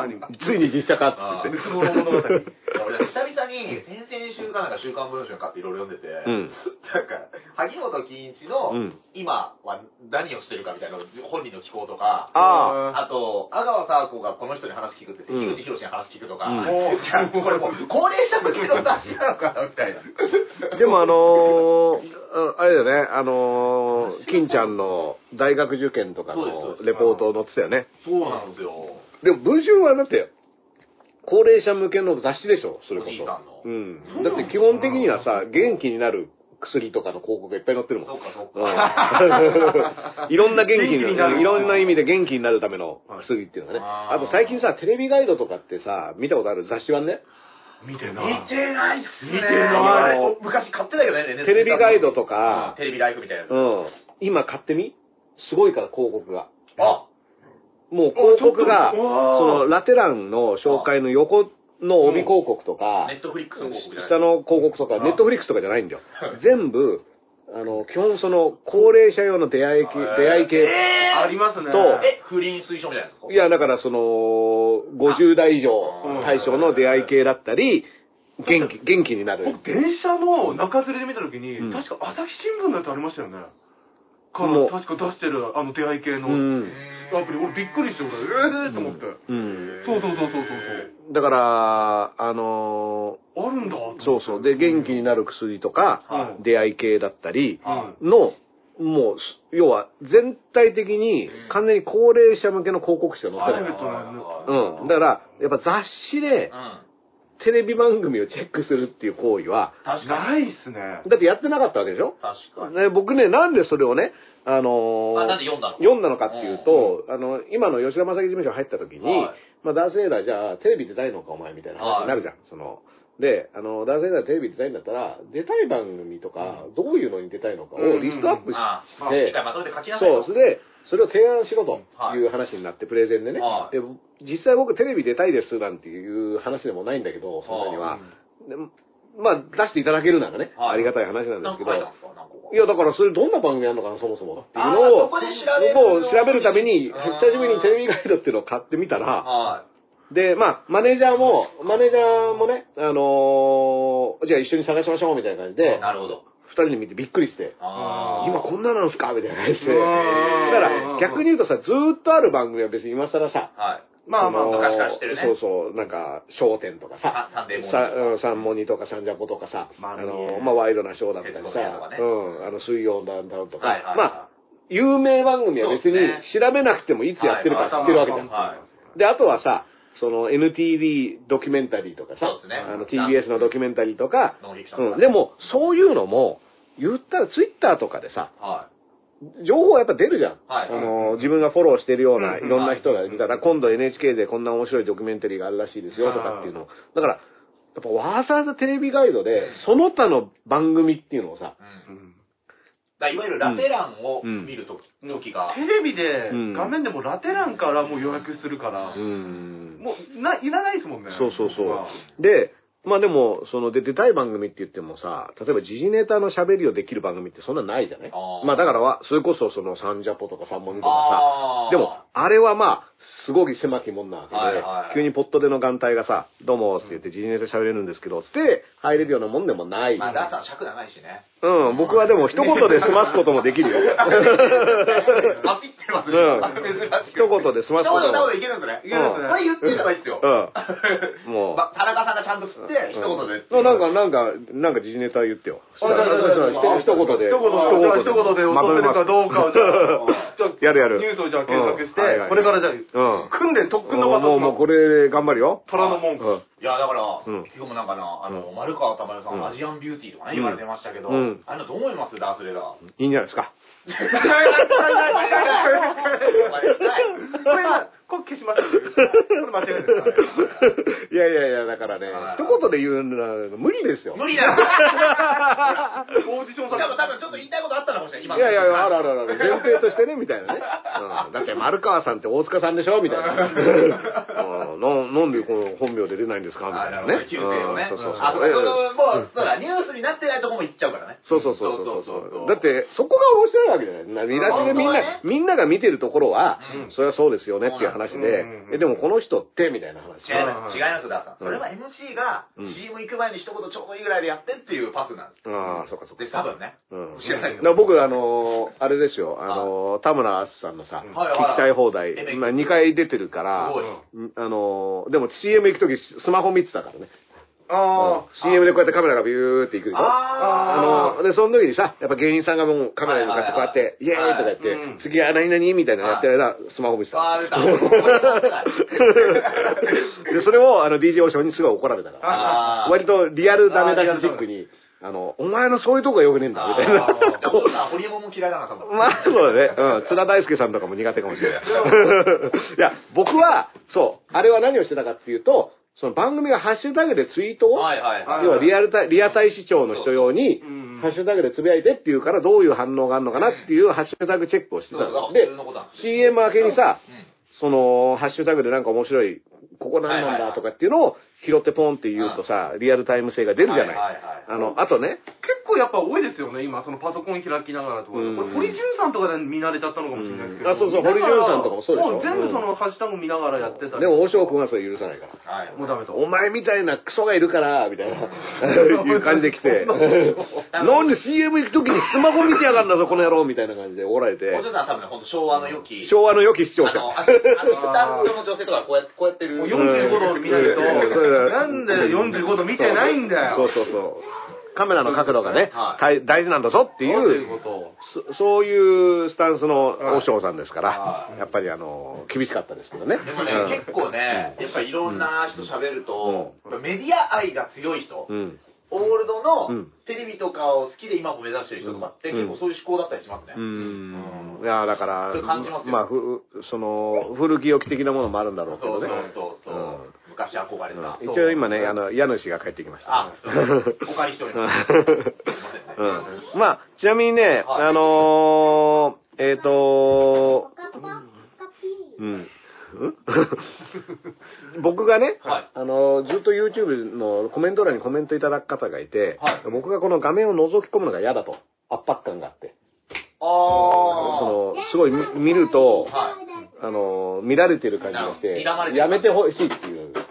[SPEAKER 3] ついに実写化っつって
[SPEAKER 4] 別物物語。
[SPEAKER 2] 俺久々に先々週かなんか週刊文春かっていろいろ読んでて、
[SPEAKER 3] ん
[SPEAKER 2] なんか萩本欽一の
[SPEAKER 3] うん
[SPEAKER 2] 今は何をしてるかみたいな本人の寄稿とか、
[SPEAKER 3] ああ。
[SPEAKER 2] あと、阿川佐和子がこの人に話聞くって言
[SPEAKER 3] う
[SPEAKER 2] っ
[SPEAKER 3] ん
[SPEAKER 2] て、樋口博士に話聞くとか、
[SPEAKER 3] うん
[SPEAKER 2] いやこれもう高齢者向けの雑誌なのかなみたいな。
[SPEAKER 3] でもあのー、ああれだよね、あのー、金ちゃんの大学受験とか
[SPEAKER 2] そうで
[SPEAKER 3] の
[SPEAKER 2] すそう
[SPEAKER 3] レポートを載ってたよね。
[SPEAKER 2] そうなんですよ。
[SPEAKER 3] でも文春はだって、高齢者向けの雑誌でしょ、それこ
[SPEAKER 2] おじいさんの
[SPEAKER 3] そ。うん。だって基本的にはさ、元気になる薬とかの広告がいっぱい載ってるもん。
[SPEAKER 2] そうかそう
[SPEAKER 3] うん
[SPEAKER 2] か。
[SPEAKER 3] いろん な元気に
[SPEAKER 4] 元気になる
[SPEAKER 3] いろんな意味で元気になるための薬っていうのがね。
[SPEAKER 2] あ
[SPEAKER 3] あ
[SPEAKER 2] ー
[SPEAKER 3] と最近さ、テレビガイドとかってさ、見たことある雑誌はね、
[SPEAKER 4] 見てな
[SPEAKER 2] 見
[SPEAKER 4] い。
[SPEAKER 2] てないっすね。
[SPEAKER 4] 見てない
[SPEAKER 2] 俺昔買ってたけどね。
[SPEAKER 3] テレビガイドとか
[SPEAKER 2] うんテレビライフみたいなやつ。
[SPEAKER 3] うん。今買ってみすごいから広告が。
[SPEAKER 2] あ
[SPEAKER 3] もう広告が、そのラテランの紹介の横の帯広告とか、
[SPEAKER 2] ネットフリックスの広告じゃ
[SPEAKER 3] 下
[SPEAKER 2] ない
[SPEAKER 3] の広告とか、
[SPEAKER 4] うん
[SPEAKER 3] ネットフリックスとかじゃないんだよ。全部、あの、基本その、高齢者用の出会い系、出会い系。
[SPEAKER 4] ありますね。
[SPEAKER 3] と
[SPEAKER 2] え、不倫推奨じゃないですか
[SPEAKER 3] いや、だからその、50代以上対象の出会い系だったり、元気、元気になる。
[SPEAKER 4] 僕、電車の中吊りで見たときに、
[SPEAKER 3] うん
[SPEAKER 4] 確か朝日新聞のやつありましたよね。か
[SPEAKER 3] も
[SPEAKER 4] ら、
[SPEAKER 3] う
[SPEAKER 4] 確か出してる、あの、出会い系
[SPEAKER 3] う
[SPEAKER 4] の
[SPEAKER 3] ん。
[SPEAKER 4] アプリ、俺びっくりして、俺、えーと思って。
[SPEAKER 3] うん。
[SPEAKER 4] そうそうそうそうそう
[SPEAKER 3] だから、あの
[SPEAKER 4] そう。あるんだ。
[SPEAKER 3] ーそうそう。で、元気になる薬とか、
[SPEAKER 4] うん
[SPEAKER 3] 出会い系だったり
[SPEAKER 4] うん
[SPEAKER 3] の、もう、す要は、全体的に、完全に高齢者向けの広告誌が載って
[SPEAKER 4] ダイ
[SPEAKER 3] る
[SPEAKER 4] レクトな
[SPEAKER 3] うん。だから、やっぱ雑誌で
[SPEAKER 2] う、ん。
[SPEAKER 3] テレビ番組をチェックするっていう行為は、
[SPEAKER 2] 確か
[SPEAKER 4] な
[SPEAKER 2] に。
[SPEAKER 4] いっすね。
[SPEAKER 3] だってやってなかったわけでしょ
[SPEAKER 2] 確かに。
[SPEAKER 3] ね、僕ね、なんでそれをね、あのー
[SPEAKER 2] あなんで読んだの
[SPEAKER 3] 読んだのかっていうと、あの、今の吉田正樹事務所入った時に、
[SPEAKER 2] はい
[SPEAKER 3] まあ、男性だ、じゃあ、テレビ出たいのか、お前、みたいな話になるじゃん。その、で、あの、男性だ、テレビ出たいんだったら、出たい番組とか、どういうのに出たいのか
[SPEAKER 4] うんうん
[SPEAKER 3] を
[SPEAKER 4] うん
[SPEAKER 3] リストアップし
[SPEAKER 2] あ
[SPEAKER 3] し
[SPEAKER 2] あ、
[SPEAKER 3] て
[SPEAKER 2] 一回、まとめて書きなさい
[SPEAKER 3] そう、
[SPEAKER 2] よ。
[SPEAKER 3] それで、それを提案しろという話になって、プレゼンでね。
[SPEAKER 2] はい
[SPEAKER 3] で、実際僕テレビ出たいですなんていう話でもないんだけど、そんなには。でまあ、出していただけるならね、
[SPEAKER 2] はい
[SPEAKER 3] ありがたい話なんで
[SPEAKER 2] 何
[SPEAKER 3] す
[SPEAKER 2] 個
[SPEAKER 3] け
[SPEAKER 2] 書
[SPEAKER 3] ど、
[SPEAKER 2] いたんですか何個か
[SPEAKER 3] いや、だからそれどんな番組やるのかな、そもそもっていう
[SPEAKER 2] あー
[SPEAKER 3] のを、
[SPEAKER 2] そこで調べる
[SPEAKER 3] もう調べるために、
[SPEAKER 2] あー
[SPEAKER 3] 久しぶりにテレビガイドっていうのを買ってみたら、
[SPEAKER 2] は
[SPEAKER 3] で、まあ、マネージャーも、マネージャーもね、あのーじゃあ一緒に探しましょうみたいな感じ
[SPEAKER 2] い。
[SPEAKER 3] で、
[SPEAKER 2] なるほど。
[SPEAKER 3] 二人で見てびっくりして、
[SPEAKER 2] ああ。
[SPEAKER 3] 今こんななんすかみたいな感じで。
[SPEAKER 4] う
[SPEAKER 3] だ
[SPEAKER 4] ん
[SPEAKER 3] から逆に言うとさ、ずーっとある番組は別に今更さ、
[SPEAKER 2] はい。
[SPEAKER 4] まあまあ
[SPEAKER 3] その
[SPEAKER 2] 昔から知ってるね
[SPEAKER 3] そうそう、なんか、商店とかさ
[SPEAKER 2] あ、サンデーモニ
[SPEAKER 3] さ
[SPEAKER 2] ー
[SPEAKER 3] うんサンモニとかサンジャポとかさ、
[SPEAKER 4] まあ
[SPEAKER 3] あ
[SPEAKER 4] ね
[SPEAKER 3] の、まあ、ワイドなショーだったりさ、
[SPEAKER 2] 徹子の部屋とかね
[SPEAKER 3] うん、あの、水曜だんだんとか、
[SPEAKER 2] はいはいはい
[SPEAKER 3] まあ、有名番組は別
[SPEAKER 2] そう
[SPEAKER 3] に
[SPEAKER 2] です
[SPEAKER 3] 調べなくてもいつやってるか知ってるわけじゃん。
[SPEAKER 2] はい。
[SPEAKER 3] で、あとはさ、その NTV ドキュメンタリーとかさ
[SPEAKER 2] そうです、ね
[SPEAKER 3] あの TBS のドキュメンタリーとか
[SPEAKER 2] ノンフィクションとかね
[SPEAKER 3] うん、でも、そういうのも、言ったらツイッターとかでさ、
[SPEAKER 2] は
[SPEAKER 3] 情報はやっぱ出るじゃん。
[SPEAKER 2] はい
[SPEAKER 3] あの自分がフォローしてるような、
[SPEAKER 4] うん
[SPEAKER 3] いろんな人が見たら、今度 NHK でこんな面白いドキュメンタリーがあるらしいですよとかっていうのを。だから、やっぱわざわざテレビガイドで、その他の番組っていうのをさ、
[SPEAKER 2] い。うん。
[SPEAKER 4] うん
[SPEAKER 2] だからいわゆるラテランを見るとき、時が。
[SPEAKER 4] テレビで
[SPEAKER 3] うん
[SPEAKER 4] 画面でもラテランからもう予約するから、
[SPEAKER 3] ん。
[SPEAKER 4] もうないらないですもんね。
[SPEAKER 3] そうそうそ
[SPEAKER 4] まあ
[SPEAKER 3] う。で、まあでも、その、で、出たい番組って言ってもさ、例えば時事ネタの喋りをできる番組ってそんなないじゃない
[SPEAKER 2] あー
[SPEAKER 3] まあだからは、それこそその、サンジャポとかサンモニとかさ、
[SPEAKER 2] ああ。
[SPEAKER 3] でも、、あれはまあ、すごい狭きもんなわけで、
[SPEAKER 2] はいはい
[SPEAKER 3] 急にポットでの眼帯がさ、どうも、って言って、時事ネタ喋れるんですけど、つって、入れるようなもんでもない。
[SPEAKER 2] まあ、だから尺長いし ね。
[SPEAKER 3] うん、僕はでも一言で済ますこともできるよ。
[SPEAKER 2] パピってますね。
[SPEAKER 3] うん。一言で済ます
[SPEAKER 2] な
[SPEAKER 3] こ
[SPEAKER 2] こととな
[SPEAKER 3] も
[SPEAKER 2] こといけるんですね。
[SPEAKER 4] いけるんですね
[SPEAKER 2] これ言ってたらいいですよ。
[SPEAKER 3] うんもう
[SPEAKER 2] ま田中さんがちゃんと振って、一言で。
[SPEAKER 3] うんなんか、なんか、なんか時事ネタ言ってよ。
[SPEAKER 4] あじゃあじゃあじゃあ
[SPEAKER 3] ひと一言で。
[SPEAKER 4] 一言で、じゃあ一言で
[SPEAKER 3] まとめま
[SPEAKER 4] 落とせる
[SPEAKER 3] す
[SPEAKER 4] かどうかを、じゃあ、 じゃ
[SPEAKER 3] や
[SPEAKER 4] あ
[SPEAKER 3] るやる
[SPEAKER 4] ニュースをじゃあ検索して、
[SPEAKER 3] うんはいはい
[SPEAKER 4] これからじゃあ、
[SPEAKER 3] うん
[SPEAKER 4] 訓練、特訓の
[SPEAKER 3] もう、
[SPEAKER 4] 場
[SPEAKER 3] も
[SPEAKER 4] 所
[SPEAKER 3] う、もうこれ、頑張るよ。
[SPEAKER 4] 虎の門。
[SPEAKER 3] うん。
[SPEAKER 2] いや、だから、
[SPEAKER 3] うん
[SPEAKER 2] 今日もなんかな、あの、
[SPEAKER 3] うん
[SPEAKER 2] 丸川珠代さ
[SPEAKER 3] うん
[SPEAKER 2] ん、アジアンビューティーとかね、言われてましたけど、
[SPEAKER 3] うん
[SPEAKER 2] あれのどう思いますダースレダー。 お
[SPEAKER 3] いいんじゃないですか。
[SPEAKER 2] 前痛いお前痛い
[SPEAKER 4] これ、これ消 します。これ間違いないですからね。
[SPEAKER 3] いやいやいや、だからね
[SPEAKER 2] は、い
[SPEAKER 3] 一言で言うのは無理ですよ。
[SPEAKER 2] 無理だよ
[SPEAKER 4] オーディション
[SPEAKER 2] し
[SPEAKER 4] さ
[SPEAKER 2] かも多分ちょっと言いたいことあったのかもしれない、今
[SPEAKER 3] い
[SPEAKER 2] の
[SPEAKER 3] やいや、あるあ るある、前提としてね、みたいなね。うん、だって、丸川さんって大塚さんでしょみたい な。うんななんでこの本名で出ないんですかみた
[SPEAKER 2] あ
[SPEAKER 3] い
[SPEAKER 2] な
[SPEAKER 3] な
[SPEAKER 2] るほど
[SPEAKER 3] ね。
[SPEAKER 2] 旧姓をね。
[SPEAKER 3] うんそうそう
[SPEAKER 2] あ、そうかそ
[SPEAKER 3] そう。
[SPEAKER 2] のもう、そうだ、ニュースになってないとこも行っちゃうからね。
[SPEAKER 3] そうそうそうそうそう
[SPEAKER 2] そう
[SPEAKER 3] だって、そこが面白いわけじゃない。見出しでみん
[SPEAKER 2] 本当
[SPEAKER 3] な、
[SPEAKER 2] はね
[SPEAKER 3] みんなが見てるところは、
[SPEAKER 2] うん
[SPEAKER 3] それはそうですよねっていう話で、
[SPEAKER 4] うんうんうん
[SPEAKER 3] えでもこの人って、みたいな話。
[SPEAKER 2] 違います、違います、ダーさん。それは MC が
[SPEAKER 3] うん
[SPEAKER 2] CM 行く前に一言ちょうどいいぐらいでやってっていうパスなんです。
[SPEAKER 3] ああ、そうかそうか。
[SPEAKER 2] で、多分ね。
[SPEAKER 3] うん
[SPEAKER 2] 知らない
[SPEAKER 3] だから僕、あのーあれですよ、あのー田村淳さんのさ、
[SPEAKER 2] はいはい
[SPEAKER 3] 聞きたい放題、
[SPEAKER 2] MX
[SPEAKER 3] まあ、2回出てるから
[SPEAKER 2] すごい、
[SPEAKER 3] うんあのーでも CM 行くときスマホ見てたからね。
[SPEAKER 4] あ
[SPEAKER 3] うん CM でこうやってカメラがビューって行くでしょ
[SPEAKER 2] あ
[SPEAKER 3] あのーで、その時にさ、やっぱ芸人さんがもうカメラに向かってこうやって、イエーイとかやって、
[SPEAKER 4] はいうん
[SPEAKER 3] 次は何々みたいなのやってる間、スマホ見てた。
[SPEAKER 2] あー出た俺
[SPEAKER 3] で、それをあの DJ オーションにすごい怒られたから、
[SPEAKER 2] あー
[SPEAKER 3] 割とリアルダメ出しチックに、あの、お前のそういうとこが良くねえんだ、みたいな。
[SPEAKER 2] じゃ あ、お父さん、ホリエモンも嫌いだな、多 分。
[SPEAKER 3] まあ、そうだね。うん。津田大介さんとかも苦手かもしれない。いや、僕は、そう、あれは何をしてたかっていうと、その番組がハッシュタグでツイートを、
[SPEAKER 2] はいはいはい。
[SPEAKER 4] い
[SPEAKER 3] 要はリアルタイ、リアタイ視聴の人用に
[SPEAKER 4] そうそううん、
[SPEAKER 3] ハッシュタグでつぶやいてっていうからどういう反応があるのかなっていうハッシュタグチェックをしてた
[SPEAKER 2] そう
[SPEAKER 3] の。
[SPEAKER 2] そう
[SPEAKER 3] で
[SPEAKER 2] 普通のことなんで、す
[SPEAKER 3] CM 明けにさ、
[SPEAKER 2] うん
[SPEAKER 3] その、ハッシュタグでなんか面白い、ここ何な
[SPEAKER 2] は
[SPEAKER 3] いん
[SPEAKER 2] はいは
[SPEAKER 3] だ
[SPEAKER 2] い
[SPEAKER 3] とかっていうのを拾ってポンって言うとさ、リアルタイム性が出るじゃない。
[SPEAKER 2] はいはいはい
[SPEAKER 3] あの、あとね、
[SPEAKER 4] 結構やっぱ多いですよね、今、そのパソコン開きながらとか、
[SPEAKER 3] うん
[SPEAKER 4] これ、堀潤さんとかで見慣れちゃったのかもしれないですけど、
[SPEAKER 3] うんあそうそう堀潤さんとかもそうでしょ
[SPEAKER 4] う全部そのハッシュタグ見ながらやってたり
[SPEAKER 3] でも、大塩君はそれ許さないから。
[SPEAKER 2] はい。
[SPEAKER 4] もうダメだ。
[SPEAKER 3] お前みたいなクソがいるから、みたいな、いう感じで来 て、なんで CM 行くときにスマホ見てやがんだぞ、この野郎、みたいな感じでおられて
[SPEAKER 2] お、嬢さんは多分ね、ほんと昭和の良き、
[SPEAKER 3] 昭和の良き視聴
[SPEAKER 2] あ
[SPEAKER 3] 者。
[SPEAKER 2] の、アシアシスタントの女性と かこうやって、こうやってる。
[SPEAKER 4] もう
[SPEAKER 3] 40
[SPEAKER 4] 45度見ないと、
[SPEAKER 3] うん
[SPEAKER 4] なんで45度見てないんだよ。
[SPEAKER 3] そうそうそう。カメラの角度がね、
[SPEAKER 2] は
[SPEAKER 3] 大大事なんだぞってい
[SPEAKER 4] そういう
[SPEAKER 3] う
[SPEAKER 4] ことを。
[SPEAKER 3] そ、そういうスタンスの和尚さんですから、
[SPEAKER 2] は
[SPEAKER 3] やっぱりあの、厳しかったですけどね。
[SPEAKER 2] でもね、
[SPEAKER 3] うん
[SPEAKER 2] 結構ね、やっぱいろんな人喋ると、
[SPEAKER 4] うん
[SPEAKER 2] やっぱメディア愛が強い人、
[SPEAKER 3] うん。
[SPEAKER 2] オールド
[SPEAKER 3] う
[SPEAKER 2] の
[SPEAKER 3] ん
[SPEAKER 2] テレビとかを好きで今も目指してる人とかって、
[SPEAKER 3] うん
[SPEAKER 2] 結構そういう思考だったりしますね。
[SPEAKER 3] うん。いや、だから、
[SPEAKER 2] それ感じますよ
[SPEAKER 3] まあ、ふその、古き良き的なものもあるんだろうけ
[SPEAKER 2] そ
[SPEAKER 3] ど
[SPEAKER 2] う
[SPEAKER 3] ね。
[SPEAKER 2] そうそうそう、
[SPEAKER 3] うん
[SPEAKER 2] 昔憧れた。
[SPEAKER 3] 一応今ね、あの、家主が帰ってきました。
[SPEAKER 2] あ、そうお借りしており
[SPEAKER 3] う
[SPEAKER 2] ます。
[SPEAKER 3] んうんまあ、ちなみにね、
[SPEAKER 2] はい
[SPEAKER 3] あのー、えっ、とうん。 僕がね、
[SPEAKER 2] はい
[SPEAKER 3] あのー、ずっと YouTube のコメント欄にコメントいただく方がいて、
[SPEAKER 2] はい
[SPEAKER 3] 僕がこの画面を覗き込むのが嫌だと、圧迫感があって。
[SPEAKER 2] あ
[SPEAKER 3] その、すごい見見ると、
[SPEAKER 2] は
[SPEAKER 3] あのー、見られてる感じがし
[SPEAKER 2] な
[SPEAKER 3] て、
[SPEAKER 2] るほど睨まれてる
[SPEAKER 3] やめてほしいっていう。
[SPEAKER 2] ー。あ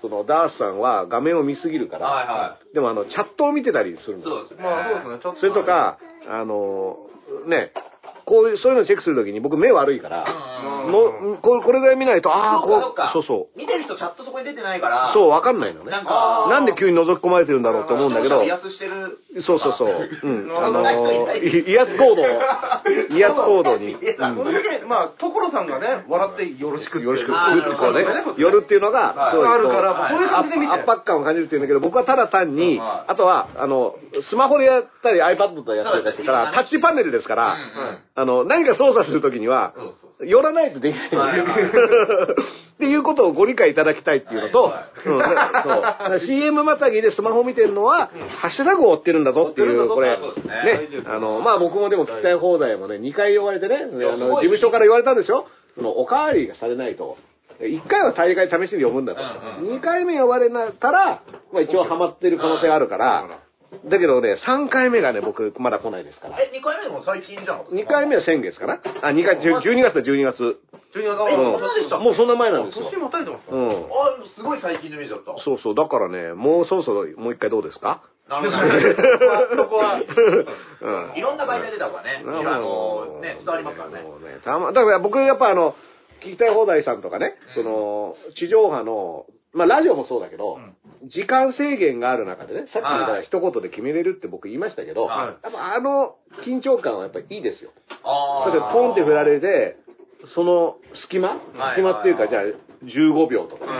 [SPEAKER 3] その、ダースさんは画面を見すぎるか
[SPEAKER 2] ー。はい
[SPEAKER 3] ら、
[SPEAKER 2] は
[SPEAKER 3] でもあの、チャットを見てたりするん
[SPEAKER 2] い。
[SPEAKER 3] です
[SPEAKER 2] そうですね。
[SPEAKER 4] まあそうですね、ちょっと。
[SPEAKER 3] それと、か、あの、ね、こういう、そういうのチェックするときに僕目悪いか
[SPEAKER 2] う
[SPEAKER 3] ら、
[SPEAKER 2] んうんうん。
[SPEAKER 3] のここれぐらい見ないと、ああ、
[SPEAKER 2] そうかそ
[SPEAKER 3] こ
[SPEAKER 2] うか。
[SPEAKER 3] う、そうそう。
[SPEAKER 2] 見てる人チャットそこに出てないから、
[SPEAKER 3] そう、わかんないのね。
[SPEAKER 2] なんか、
[SPEAKER 4] あー
[SPEAKER 3] なんで急に覗き込まれてるんだろうと思うんだけど
[SPEAKER 2] 視聴者を、威圧してる。
[SPEAKER 3] そうそうそう。うん。
[SPEAKER 4] な
[SPEAKER 3] あ
[SPEAKER 4] るほど
[SPEAKER 3] の、い威圧行 動、威圧行動に。
[SPEAKER 2] う
[SPEAKER 4] これだけ、まあ、所さんがね、笑ってよろしくって。
[SPEAKER 3] よろしく、
[SPEAKER 2] あーなるほ
[SPEAKER 3] こう
[SPEAKER 2] ど
[SPEAKER 3] ね
[SPEAKER 2] なるほ、
[SPEAKER 3] 夜っていうのが、
[SPEAKER 2] はい
[SPEAKER 3] そう
[SPEAKER 4] あるから、
[SPEAKER 2] はい
[SPEAKER 4] もうそういう感じで見て。
[SPEAKER 3] 圧迫感を感じるっていうんだけど、僕はただ単に、
[SPEAKER 2] は
[SPEAKER 3] あとは、あの、スマホでやったり iPad でやったりしてたら、
[SPEAKER 2] そう
[SPEAKER 3] タ
[SPEAKER 2] ですね
[SPEAKER 3] ッチパネルですか
[SPEAKER 2] う
[SPEAKER 3] ら、
[SPEAKER 2] ん
[SPEAKER 3] あの、何か操作するときには
[SPEAKER 2] そうそう、
[SPEAKER 3] 寄らないとできな
[SPEAKER 2] はいい
[SPEAKER 3] んで
[SPEAKER 2] は
[SPEAKER 3] す
[SPEAKER 2] い
[SPEAKER 3] よ。 っていうことをご理解いただきたいっていうのと
[SPEAKER 2] はい、
[SPEAKER 3] うんだからそう CM またぎでスマホ見てるのは、ハッシュタグを追ってるんだぞってい
[SPEAKER 4] 追ってる
[SPEAKER 3] う、
[SPEAKER 4] んだぞ
[SPEAKER 3] これ、
[SPEAKER 2] そうですね
[SPEAKER 3] ね、あの、まあ僕もでも聞きたい放題もね、2回言われてね、であ
[SPEAKER 2] す
[SPEAKER 3] の
[SPEAKER 2] ご
[SPEAKER 3] 事
[SPEAKER 2] い
[SPEAKER 3] 務所から言われたんですよ、そのおかわりがされないと。1回は大会試しに読むんだと。
[SPEAKER 2] うんうん
[SPEAKER 3] 2回目呼ばれたら、まあ一応ハマってる可能性があるから、だけどね、3回目がね、僕まだ来ないですから。
[SPEAKER 2] え、2回目でも最近じゃなかった
[SPEAKER 3] 2回目は先月かなあ、2回、10 12月だ、12月。
[SPEAKER 4] ジュニアが
[SPEAKER 2] え
[SPEAKER 3] うん
[SPEAKER 2] そんなでした
[SPEAKER 3] もうそんな前なんですよ
[SPEAKER 4] 年。またいでますか
[SPEAKER 3] う
[SPEAKER 4] ら
[SPEAKER 3] ん。
[SPEAKER 2] あ、でもすごい最近のイメージだった。
[SPEAKER 3] そうそう、だからね、もうそろそろもう一回どうですか
[SPEAKER 2] なるほどね。
[SPEAKER 4] そこは、
[SPEAKER 3] うん。
[SPEAKER 2] いろんな媒体出た方がね、あの、ね、伝わりますからね。
[SPEAKER 3] もうねたま、だから僕、やっぱあの、聞きたい放題さんとかね、その、地上波の、まあラジオもそうだけど、時間制限がある中でね、さっき言った一言で決めれるって僕言いましたけど、
[SPEAKER 2] は
[SPEAKER 3] やっぱあの緊張感はやっぱいいですよ。
[SPEAKER 2] あ
[SPEAKER 3] だってポンって振られて、その隙間
[SPEAKER 2] はい
[SPEAKER 3] 隙間っていうか、じゃあ15秒とかね、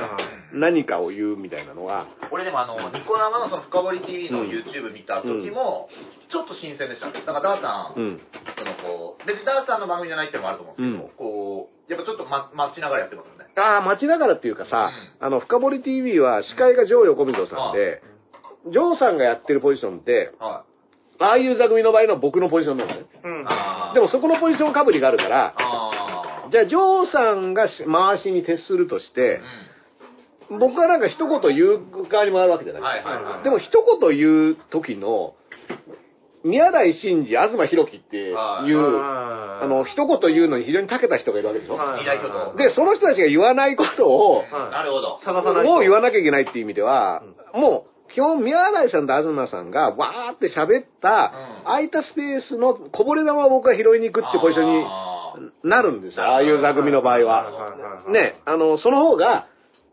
[SPEAKER 4] う
[SPEAKER 3] 何かを言うみたいなのは、
[SPEAKER 2] 俺でもあの、ニコ生のその深掘り TV の YouTube 見た時も、ちょっと新鮮でした。なんかダーさん、
[SPEAKER 3] うん。
[SPEAKER 2] そのこう、別にダーさんの番組じゃないってのもあると思うんですけど、こう、やっぱちょっとま待ちながらやってますよね。
[SPEAKER 3] ああ、街だからっていうかさ、あの、深掘り TV は司会がジョー横溝さんで、ジョーさんがやってるポジションって、
[SPEAKER 2] は
[SPEAKER 3] ああいう座組の場合の僕のポジションなのね。
[SPEAKER 4] ん
[SPEAKER 2] い。あー
[SPEAKER 3] でもそこのポジションかぶりがあるから、
[SPEAKER 2] あー
[SPEAKER 3] じゃあジョーさんがし回しに徹するとして
[SPEAKER 2] う、
[SPEAKER 3] 僕はなんか一言言う側に回るわけじゃ
[SPEAKER 2] ん。
[SPEAKER 3] な。
[SPEAKER 2] はいいはいはい。
[SPEAKER 3] でも一言言う時の、宮台真司、東博樹っていう、
[SPEAKER 2] はい
[SPEAKER 3] あの、一言言うのに非常に長けた人がいるわけでしょ。
[SPEAKER 2] いない人と
[SPEAKER 3] で、その人たちが言わないことを、
[SPEAKER 4] はい
[SPEAKER 2] なるほど。
[SPEAKER 4] 探さないと。
[SPEAKER 3] もう言わなきゃいけないっていう意味では、もう、基本、宮内さんと東さんが、わーって喋った、
[SPEAKER 2] うん
[SPEAKER 3] 空いたスペースのこぼれ球を僕は拾いに行くってポジションに
[SPEAKER 2] あー
[SPEAKER 3] なるんですよ。ああいう座組の場合
[SPEAKER 4] はいはいはいは
[SPEAKER 3] は。
[SPEAKER 4] い
[SPEAKER 3] ね、あの、その方が、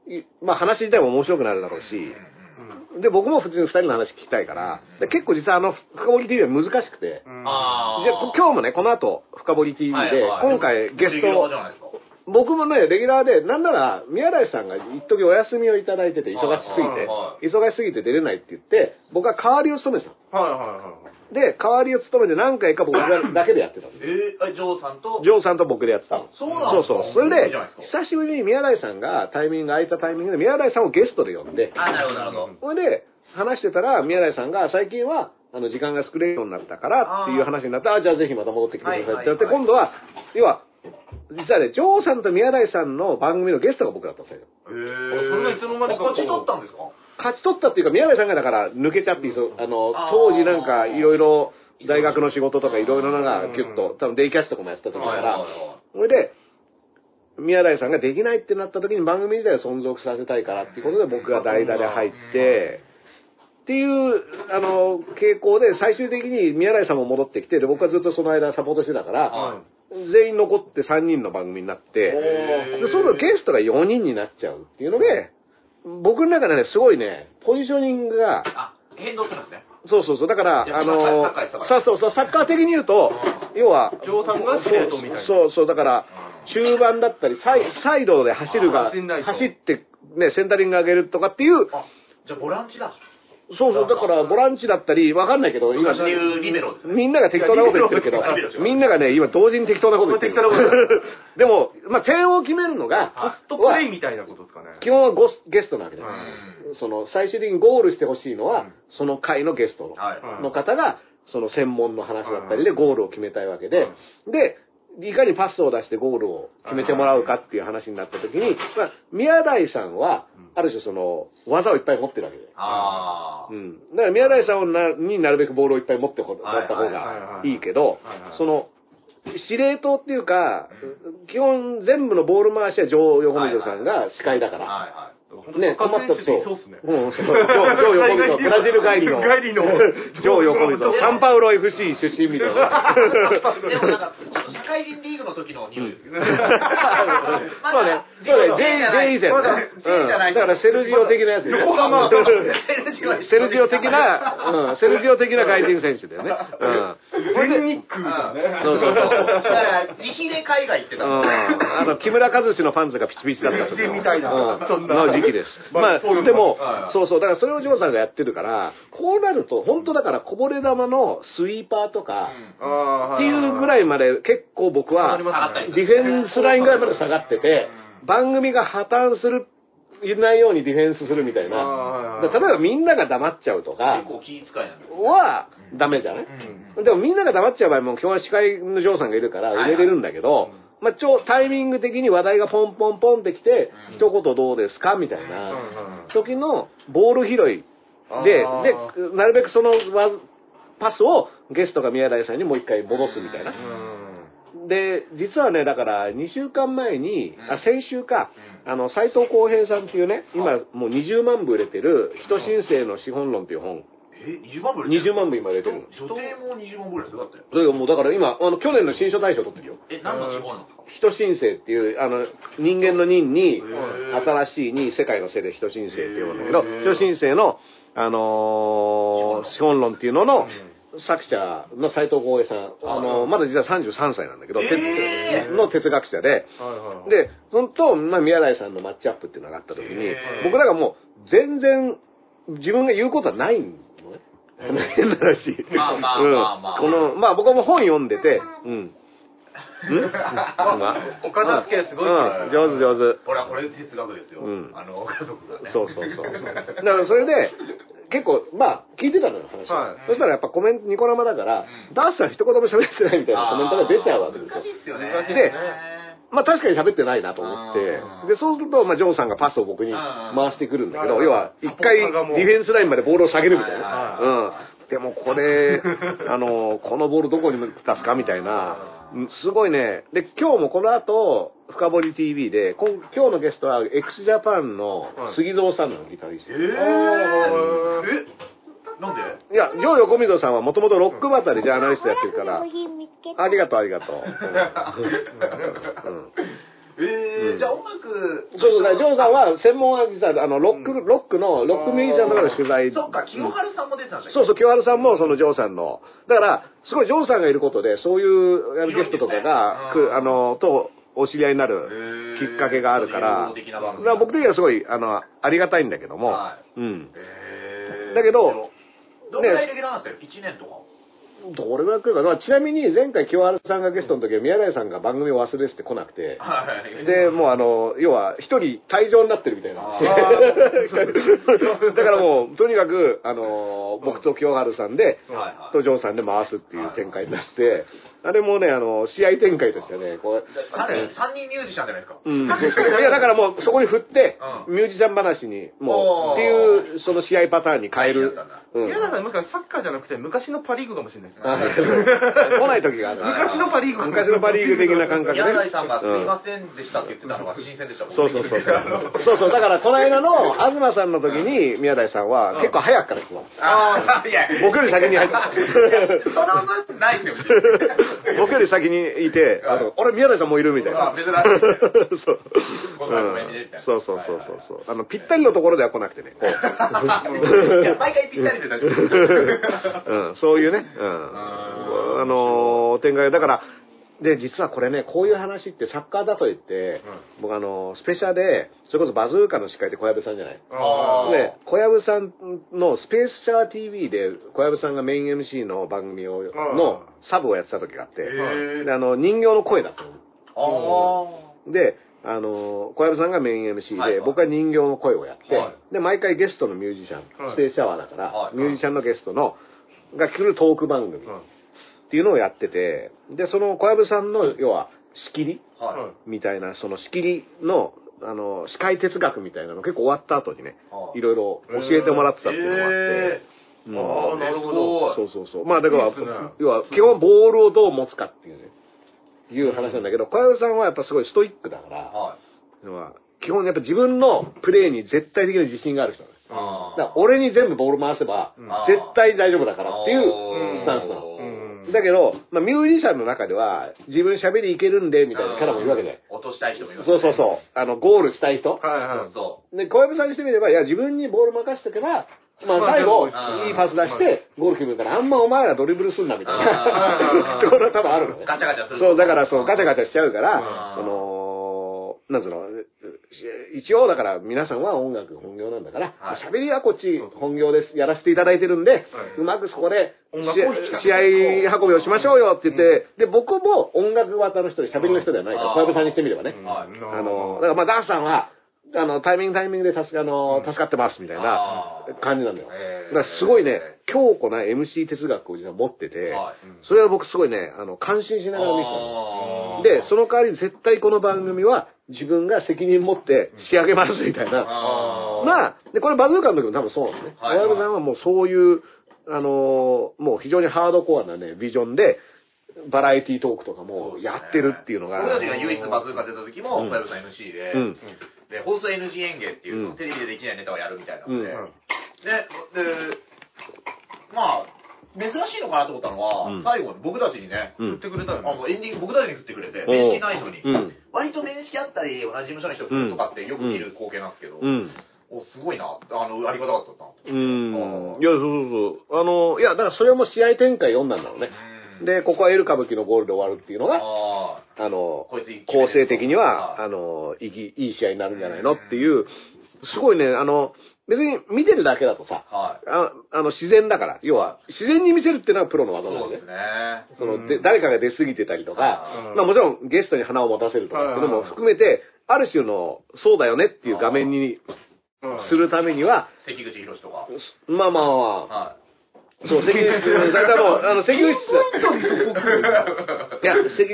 [SPEAKER 3] いまあ話自体も面白くなるだろうし、で、僕も普通に二人の話聞きたいから、で結構実はあの、深掘り TV は難しくて、
[SPEAKER 4] うん
[SPEAKER 2] あー
[SPEAKER 3] じゃあ今日もね、この後、深掘り TV で、
[SPEAKER 2] はいはい
[SPEAKER 3] 今回ゲス
[SPEAKER 2] 重要
[SPEAKER 3] ト
[SPEAKER 2] じ、ゃないですか。
[SPEAKER 3] 僕もね、レギュラーで、なんなら、宮台さんが一時お休みをいただいてて、忙しすぎ
[SPEAKER 4] はい
[SPEAKER 3] て
[SPEAKER 2] は、
[SPEAKER 3] 忙しすぎて出れないって言って、僕は代わりを務めてた
[SPEAKER 4] はいはいはいはい。
[SPEAKER 3] ので、代わりを務めて何回か僕だけでやってたの
[SPEAKER 2] えー、あジョーさんと、
[SPEAKER 3] ジョーさんと僕でやってたの。
[SPEAKER 2] そうなんだ
[SPEAKER 3] そうそう。それ
[SPEAKER 2] いい
[SPEAKER 3] で
[SPEAKER 2] じゃないです、
[SPEAKER 3] 久しぶりに宮台さんがタイミング、空いたタイミングで宮台さんをゲストで呼んで、
[SPEAKER 2] あ、なるほど、なるほど。
[SPEAKER 3] それで、話してたら、宮台さんが最近は、あの、時間が作れるようになったからっていう話になって、あ、じゃあぜひまた戻ってきてくださいってなって、
[SPEAKER 2] はいはいはい
[SPEAKER 3] 今度は、要は、実はね、ジョーさんと宮台さんの番組のゲストが僕だったんですよ。
[SPEAKER 4] そんないつの間にか
[SPEAKER 2] こっち取ったんですか
[SPEAKER 3] 勝ち取ったっていうか、宮台さんがだから抜けちゃって、そうあの、当時なんかいろいろ大学の仕事とかいろいろなのがギュッと、多分デイキャッシュとかもやってた時だか
[SPEAKER 2] はい
[SPEAKER 3] ら
[SPEAKER 2] はいはい、
[SPEAKER 3] それで、宮台さんができないってなった時に番組自体を存続させたいからっていうことで僕が代打で入って、っていう、あの、傾向で最終的に宮台さんも戻ってきて、で、僕はずっとその間サポートしてたから、
[SPEAKER 2] は
[SPEAKER 3] 全員残って3人の番組になって、
[SPEAKER 2] おー
[SPEAKER 3] で、そのゲストが4人になっちゃうっていうので、僕の中でね、すごいね、ポジショニングが、
[SPEAKER 2] あ、変動するんですね。
[SPEAKER 3] そうそうそう、だから、
[SPEAKER 2] いや
[SPEAKER 3] あの
[SPEAKER 2] サッカーサッカーサッカー
[SPEAKER 3] そうそうそう、サッカー的に言うと、要は、
[SPEAKER 4] 上さんが司令塔みたいな
[SPEAKER 3] そうそう、だから、中盤だったり、サイサイドで走る
[SPEAKER 4] あ
[SPEAKER 3] が、
[SPEAKER 4] ー走んないと
[SPEAKER 3] 走って、ね、センタリング上げるとかっていう、
[SPEAKER 2] あ、じゃあボランチだ。
[SPEAKER 3] そうそう、だから、ボランチだったり、わかんないけど、今
[SPEAKER 2] 昔、でいうリベロですね。
[SPEAKER 3] みんなが適当なこと言ってるけど
[SPEAKER 2] いやリベロです、よ
[SPEAKER 3] みんながね、今同時に適当なこと言ってる
[SPEAKER 4] 適当なこと言って。
[SPEAKER 3] でも、まあ、点を決めるのが、
[SPEAKER 4] ポストプレイみたいなことですかね。
[SPEAKER 3] 基本はゴスゲストなわけじゃない、
[SPEAKER 2] う
[SPEAKER 3] その最終的にゴールしてほしいのは、
[SPEAKER 4] うん
[SPEAKER 3] その回のゲストの,、
[SPEAKER 2] はい
[SPEAKER 3] の方がその専門の話だったりでゴールを決めたいわけで、でいかにパスを出してゴールを決めてもらうかっていう話になった時に、まあ、宮台さんはある種その技をいっぱい持ってるわけで。
[SPEAKER 2] あ
[SPEAKER 3] う。
[SPEAKER 2] あ
[SPEAKER 3] ん、だから宮台さんをなになるべくボールをいっぱい持ってほ
[SPEAKER 2] は
[SPEAKER 3] だ
[SPEAKER 2] い
[SPEAKER 3] った方
[SPEAKER 4] はいはい
[SPEAKER 3] が
[SPEAKER 4] はい
[SPEAKER 3] いいけど
[SPEAKER 4] はいはい、
[SPEAKER 3] その、司令塔っていうか、基本全部のボール回しは上横溝さんが司会だから、
[SPEAKER 2] はいはい。
[SPEAKER 3] ね、困った
[SPEAKER 4] 人
[SPEAKER 3] 人。
[SPEAKER 4] いそうっすね。
[SPEAKER 3] うん、そう。超横溝、ブラジル帰りの。
[SPEAKER 4] 帰 りの
[SPEAKER 3] 超横溝。サンパウロ FC 出身みたいな。
[SPEAKER 2] でもなんか、ちょっと社会人リーグの時の匂いですけ どね。ま
[SPEAKER 3] そうね。そうね。J、J 以前ね。
[SPEAKER 2] まだ J じゃな
[SPEAKER 3] う
[SPEAKER 2] い
[SPEAKER 3] んだからセルジオ的なやつですね。セルジオ的な、うん、セルジオ的な外人選手だよね。うん。
[SPEAKER 4] 全日空だね。
[SPEAKER 3] そう そうそう。
[SPEAKER 2] だから、自費で海外行って
[SPEAKER 3] う
[SPEAKER 2] たん
[SPEAKER 3] ん
[SPEAKER 2] です
[SPEAKER 3] あの、木村和志のパンツがピチピチだった時
[SPEAKER 4] ピチ
[SPEAKER 3] の
[SPEAKER 4] みたいな
[SPEAKER 3] うん
[SPEAKER 4] そんな
[SPEAKER 3] の時期です。
[SPEAKER 4] まあ
[SPEAKER 3] まあ、
[SPEAKER 4] ポールも
[SPEAKER 3] でも
[SPEAKER 2] は、い
[SPEAKER 3] そうそう、だからそれをジョーさんがやってるから、こうなると、本当だからこぼれ球のスイーパーとか、っ
[SPEAKER 4] って
[SPEAKER 3] いうぐらいまで結構僕は、
[SPEAKER 4] 下がり
[SPEAKER 3] デ
[SPEAKER 4] ますね
[SPEAKER 3] ィフェンスラインぐらいまで下がってて、番組が破綻する、ないようにディフェンスするみたい
[SPEAKER 4] あ
[SPEAKER 3] な
[SPEAKER 4] ー。
[SPEAKER 3] だから例えばみんなが黙っちゃうとか
[SPEAKER 2] 結、構気遣いなんです
[SPEAKER 3] はダメじゃない、でもみんなが黙っちゃう場合も今日は司会のジョーさんがいるから
[SPEAKER 2] はい
[SPEAKER 3] 入れれるんだけど、まあ、ちょタイミング的に話題がポンポンポンってきて、一言どうですかみたいな時のボール拾いで
[SPEAKER 4] あー
[SPEAKER 3] でなるべくそのわパスをゲストが宮台さんにもう一回戻すみたいな、で実はねだから2週間前に、あ先週か、あの斎藤浩平さんっていうね今もう20万部売れてる「人申請の資本論」っていう本
[SPEAKER 2] え、20万ブル
[SPEAKER 3] 20万部今売れてるの
[SPEAKER 2] 女帝も20万ブルですよ、だって。
[SPEAKER 3] それがもうだから今あの去年の新書大賞取ってるよ
[SPEAKER 2] え、何の地方なんですか
[SPEAKER 3] 人申請っていうあの人間の人に
[SPEAKER 2] ー
[SPEAKER 3] 新しいに世界のせいで人申請っていうんだけど
[SPEAKER 4] へー
[SPEAKER 3] 人申請のあのー資本論っていうのの作者の斎藤浩平さんあのーまだ実は33歳なんだけど、
[SPEAKER 2] えー
[SPEAKER 3] 哲の哲学者でで、そのと、まあ、宮台さんのマッチアップっていうのがあった時に
[SPEAKER 2] へ、ー
[SPEAKER 3] 僕らがもう、全然、自分が言うことはないのね。 変な話。
[SPEAKER 2] まあまあまあまあ
[SPEAKER 3] うんこの、まあ僕はもう本読んでて、うん。
[SPEAKER 4] お片付けすごいっすね
[SPEAKER 3] うん、上手上手。
[SPEAKER 2] ほら、これ哲学ですよ。
[SPEAKER 3] うん
[SPEAKER 2] あの、家族がね。
[SPEAKER 3] そうそうそう そう。だからそれで、結構、まあ、聞いてたのよ、話を、
[SPEAKER 4] はい
[SPEAKER 3] そしたらやっぱコメント、ニコ生だから、
[SPEAKER 2] うん
[SPEAKER 3] ダースは一言も喋ってないみたいなコメントが出ちゃうわけですよ。
[SPEAKER 2] 難しいっすよね。
[SPEAKER 4] 難しい
[SPEAKER 3] でまあ確かに喋ってないなと思って
[SPEAKER 2] う、ん
[SPEAKER 3] で、そうすると、まあ、ジョーさんがパスを僕に
[SPEAKER 2] うん
[SPEAKER 3] 回してくるんだけ
[SPEAKER 4] う
[SPEAKER 3] ど、
[SPEAKER 4] ん
[SPEAKER 3] 要は、一回デ
[SPEAKER 4] サポーターがもう
[SPEAKER 3] ィフェンスラインまでボールを下げるみたいな。
[SPEAKER 4] は
[SPEAKER 3] うん。でもこ れ、あの、このボールどこに出すかみたいな、うんすごいね。で、今日もこの後、深掘り TV で、こん今日のゲストは x ジャパンの杉蔵さんなの、ギタリスト。
[SPEAKER 2] えー、えなんで
[SPEAKER 3] いや、ジョー横溝さんはもともとロックバターでジャーナリストやってるから
[SPEAKER 5] お母さんの、品見つけた
[SPEAKER 3] ありがとう、ありがとう。うんうん
[SPEAKER 2] えー
[SPEAKER 3] うん
[SPEAKER 2] じゃあ音楽、
[SPEAKER 3] そうそうだから、ジョーさんは専門は実はあのロック、ロックの、ロックミュージシャンとかの取材。
[SPEAKER 2] そっか、清春さんも出てたんじゃん。
[SPEAKER 3] そうそう、清原さんもそのジョーさんの。だから、すごいジョーさんがいることで、そういうあのゲストとかが、
[SPEAKER 2] 広いですね
[SPEAKER 3] くあの、とお知り合いにな
[SPEAKER 2] へ
[SPEAKER 3] る
[SPEAKER 2] ー
[SPEAKER 3] きっかけがあるから、
[SPEAKER 2] ちょっと融合的
[SPEAKER 3] だ
[SPEAKER 2] な
[SPEAKER 3] か
[SPEAKER 2] 番組
[SPEAKER 3] ら僕的にはすごい、あの、ありがたいんだけども
[SPEAKER 2] は、
[SPEAKER 3] うん。
[SPEAKER 2] えー
[SPEAKER 3] だけど、
[SPEAKER 2] どんぐらいレギュラーなんですか ?1 年とか。
[SPEAKER 3] どれぐらい来るかな。ちなみに前回清原さんがゲストの時は宮台さんが番組を忘れてて来なくて、
[SPEAKER 2] はい。
[SPEAKER 3] で、もうあの、要は一人退場になってるみたいな
[SPEAKER 4] あ。
[SPEAKER 3] だからもう、とにかく、あの、僕と清原さんで、
[SPEAKER 2] はいはい
[SPEAKER 3] とジョーさんで回すっていう展開になって、あれもね、あの、試合展開としてね、こう、
[SPEAKER 2] 誰三人ミュージシャンじゃないですか。
[SPEAKER 3] うん。いや、だからもう、そこに振って、
[SPEAKER 2] う
[SPEAKER 3] ミュージシャン話に、もう、
[SPEAKER 2] おー
[SPEAKER 3] っていう、その試合パターンに変える。う
[SPEAKER 4] 宮田
[SPEAKER 3] ん。
[SPEAKER 4] さん、もしかしたらサッカーじゃなくて、昔のパ・リーグかもしれないですね。
[SPEAKER 3] あ 来ない時がある。
[SPEAKER 4] 昔のパ・リーグ
[SPEAKER 3] 昔のパリーグ的な感覚ね
[SPEAKER 2] 宮台さんがすいませんでしたって言ってたのが新鮮でしたもんね。
[SPEAKER 3] そうそうそうそ う。そうそう、だから、この間の東さんの時に、宮台さんは、結構早くから来たの。
[SPEAKER 2] ああ、いや、
[SPEAKER 3] 僕より先に入っ
[SPEAKER 2] その分ないですよ。
[SPEAKER 3] 僕 より先にいて、あの俺、宮台さんもいるみたいな
[SPEAKER 2] あ。珍 し
[SPEAKER 3] そう
[SPEAKER 2] ごめんごめんねみたいな
[SPEAKER 3] そうそうそうそうそう。あの、ぴったりのところでは来なくてね。こう
[SPEAKER 2] いや毎回ぴったりで大丈夫です。
[SPEAKER 3] うん、そう いうね、うん、あのー展開だからで実はこれねこういう話ってサッカーだと言って、僕あのースペシャでそれこそバズーカの司会って小籔さんじゃない
[SPEAKER 2] あー
[SPEAKER 3] で小籔さんのスペースシャー TV で小籔さんがメイン MC の番組をのサブをやってた時があって
[SPEAKER 4] へー
[SPEAKER 3] であの人形の声だったの
[SPEAKER 2] ああ。
[SPEAKER 3] で、あのー小籔さんがメイン MC で、
[SPEAKER 2] はいはい
[SPEAKER 3] 僕は人形の声をやって、
[SPEAKER 4] は
[SPEAKER 3] で、毎回ゲストのミュージシャン、
[SPEAKER 4] はい
[SPEAKER 3] ステージシャワーだから、
[SPEAKER 2] はい
[SPEAKER 3] ミュージシャンのゲストの、が来るトーク番組っていうのをやってて、で、その小籔さんの、要は、仕切り
[SPEAKER 2] は
[SPEAKER 3] みたいな、その仕切りの、あのー、司会哲学みたいなの結構終わった後にね、
[SPEAKER 2] はい
[SPEAKER 3] いろいろ教えてもらってたっていうのがあって、
[SPEAKER 4] えー
[SPEAKER 3] うん
[SPEAKER 4] ああ、なるほ
[SPEAKER 2] すご
[SPEAKER 4] ど。
[SPEAKER 2] い
[SPEAKER 3] そうそうそう。まあだから、
[SPEAKER 4] いいっすね
[SPEAKER 3] 要は基本ボールをどう持つかっていうね、いう話なんだけど、小籔さんはやっぱすごいストイックだから、
[SPEAKER 2] い。はい。
[SPEAKER 3] のは、基本やっぱ自分のプレーに絶対的な自信がある人なんです。
[SPEAKER 2] あ
[SPEAKER 3] だ
[SPEAKER 2] あ
[SPEAKER 3] から俺に全部ボール回せば
[SPEAKER 4] うん、
[SPEAKER 3] 絶対大丈夫だからっていう
[SPEAKER 4] あー
[SPEAKER 3] スタンスなの。
[SPEAKER 4] うん
[SPEAKER 3] だけど、まあ、ミュージシャンの中では、自分喋りいけるんで、みたいなキャラもいるわけで。
[SPEAKER 2] 落としたい人もいる
[SPEAKER 3] そうそうそう。あの、ゴールしたい人。
[SPEAKER 4] はい
[SPEAKER 2] そ
[SPEAKER 4] は
[SPEAKER 2] うそ
[SPEAKER 3] で、小籔さんにしてみれば、いや、自分にボール任せてけば、まあ、
[SPEAKER 4] まあ
[SPEAKER 3] 最後、
[SPEAKER 4] でも
[SPEAKER 3] いいパス出して、ゴール決めるから、あんまお前らドリブルすんな、みたいな
[SPEAKER 2] あ。ー
[SPEAKER 3] ところが多分あるのね。
[SPEAKER 2] ガチャガチャする
[SPEAKER 3] そう、だから、そう、ガチャガチャしちゃうから、
[SPEAKER 2] あー
[SPEAKER 3] その、なんつうの、一応、だから、皆さんは音楽本業なんだから、
[SPEAKER 2] はい
[SPEAKER 3] 喋りはこっち本業です、やらせていただいてるんで、うまくそこで、
[SPEAKER 4] 音楽を引き立てて
[SPEAKER 3] 試合運びをしましょうよって言って、で、僕も音楽型の人で喋りの人ではないから、
[SPEAKER 2] あー
[SPEAKER 3] 小籔さんにしてみればね。
[SPEAKER 4] い。
[SPEAKER 2] はい
[SPEAKER 4] うん
[SPEAKER 3] あの、だからまあ、ダンスさんは、あの、タイミングタイミングで助か、あの、助かってます、みたいな
[SPEAKER 2] あー
[SPEAKER 3] 感じなんだよ。
[SPEAKER 2] へ
[SPEAKER 3] だ
[SPEAKER 2] ー
[SPEAKER 3] からすごいね、強固な MC 哲学を実は持ってて、
[SPEAKER 2] はい
[SPEAKER 3] それは僕すごいね、あの、感心しながら見てたの。
[SPEAKER 2] あー
[SPEAKER 3] で、その代わりに絶対この番組は自分が責任持って仕上げます、みたいな。
[SPEAKER 2] あー
[SPEAKER 3] まあ、で、これバズーカの時も多分そうなんですね。小
[SPEAKER 2] はい
[SPEAKER 3] 籔さんはもうそういう、あのーもう非常にハードコアなね、ビジョンで、バラエティートークとかもやってるっていうのが。
[SPEAKER 2] 僕たちが唯一バズーカ出た時も、小籔さん MC で、
[SPEAKER 3] うん
[SPEAKER 2] で、放送 NG 演芸っていううんテレビでできないネタをやるみたいなので、
[SPEAKER 3] うん
[SPEAKER 2] で、でまあ、珍しいのかなと思ったのは、
[SPEAKER 3] うん
[SPEAKER 2] 最後に僕たちにね、
[SPEAKER 3] うん
[SPEAKER 4] 振ってくれた
[SPEAKER 2] あ
[SPEAKER 4] よね。
[SPEAKER 2] のエンディング僕たちに振ってくれて、
[SPEAKER 3] おう
[SPEAKER 2] 面識ないのに、
[SPEAKER 3] うん
[SPEAKER 2] 割と面識あったり、同じ事務所の人とかってよく見る光景なんですけど、
[SPEAKER 3] うん。
[SPEAKER 2] おすごいな、あの、ありがたかったな。
[SPEAKER 3] うーん。いや、そうそうそう。あの、いや、だからそれも試合展開読んだんだろうね。
[SPEAKER 2] うん
[SPEAKER 3] で、ここはエル歌舞伎のゴールで終わるっていうのが、
[SPEAKER 2] あー
[SPEAKER 3] あの、
[SPEAKER 2] こいついい
[SPEAKER 3] 構成的には、
[SPEAKER 2] はい
[SPEAKER 3] あの、いい、いい試合になるんじゃないのっていう、すごいね、あの、別に見てるだけだとさ、
[SPEAKER 2] はい。
[SPEAKER 3] ああの、自然だから、要は、自然に見せるっていうのはプロの技な
[SPEAKER 2] そ
[SPEAKER 3] ん
[SPEAKER 2] う
[SPEAKER 3] で
[SPEAKER 2] ですす
[SPEAKER 3] ね。
[SPEAKER 2] ね。
[SPEAKER 3] その、
[SPEAKER 4] う
[SPEAKER 3] で、
[SPEAKER 4] ん
[SPEAKER 3] 誰かが出過ぎてたりとか
[SPEAKER 4] う、ん
[SPEAKER 3] まあもちろんゲストに花を持たせるとかっていうのも含めて、ある種の、そうだよねっていう画面にするためには、
[SPEAKER 2] 関口博とか。
[SPEAKER 3] まあまあまあ、
[SPEAKER 2] は
[SPEAKER 3] そう、関口さん、もう、あの、関口さん。いや、関口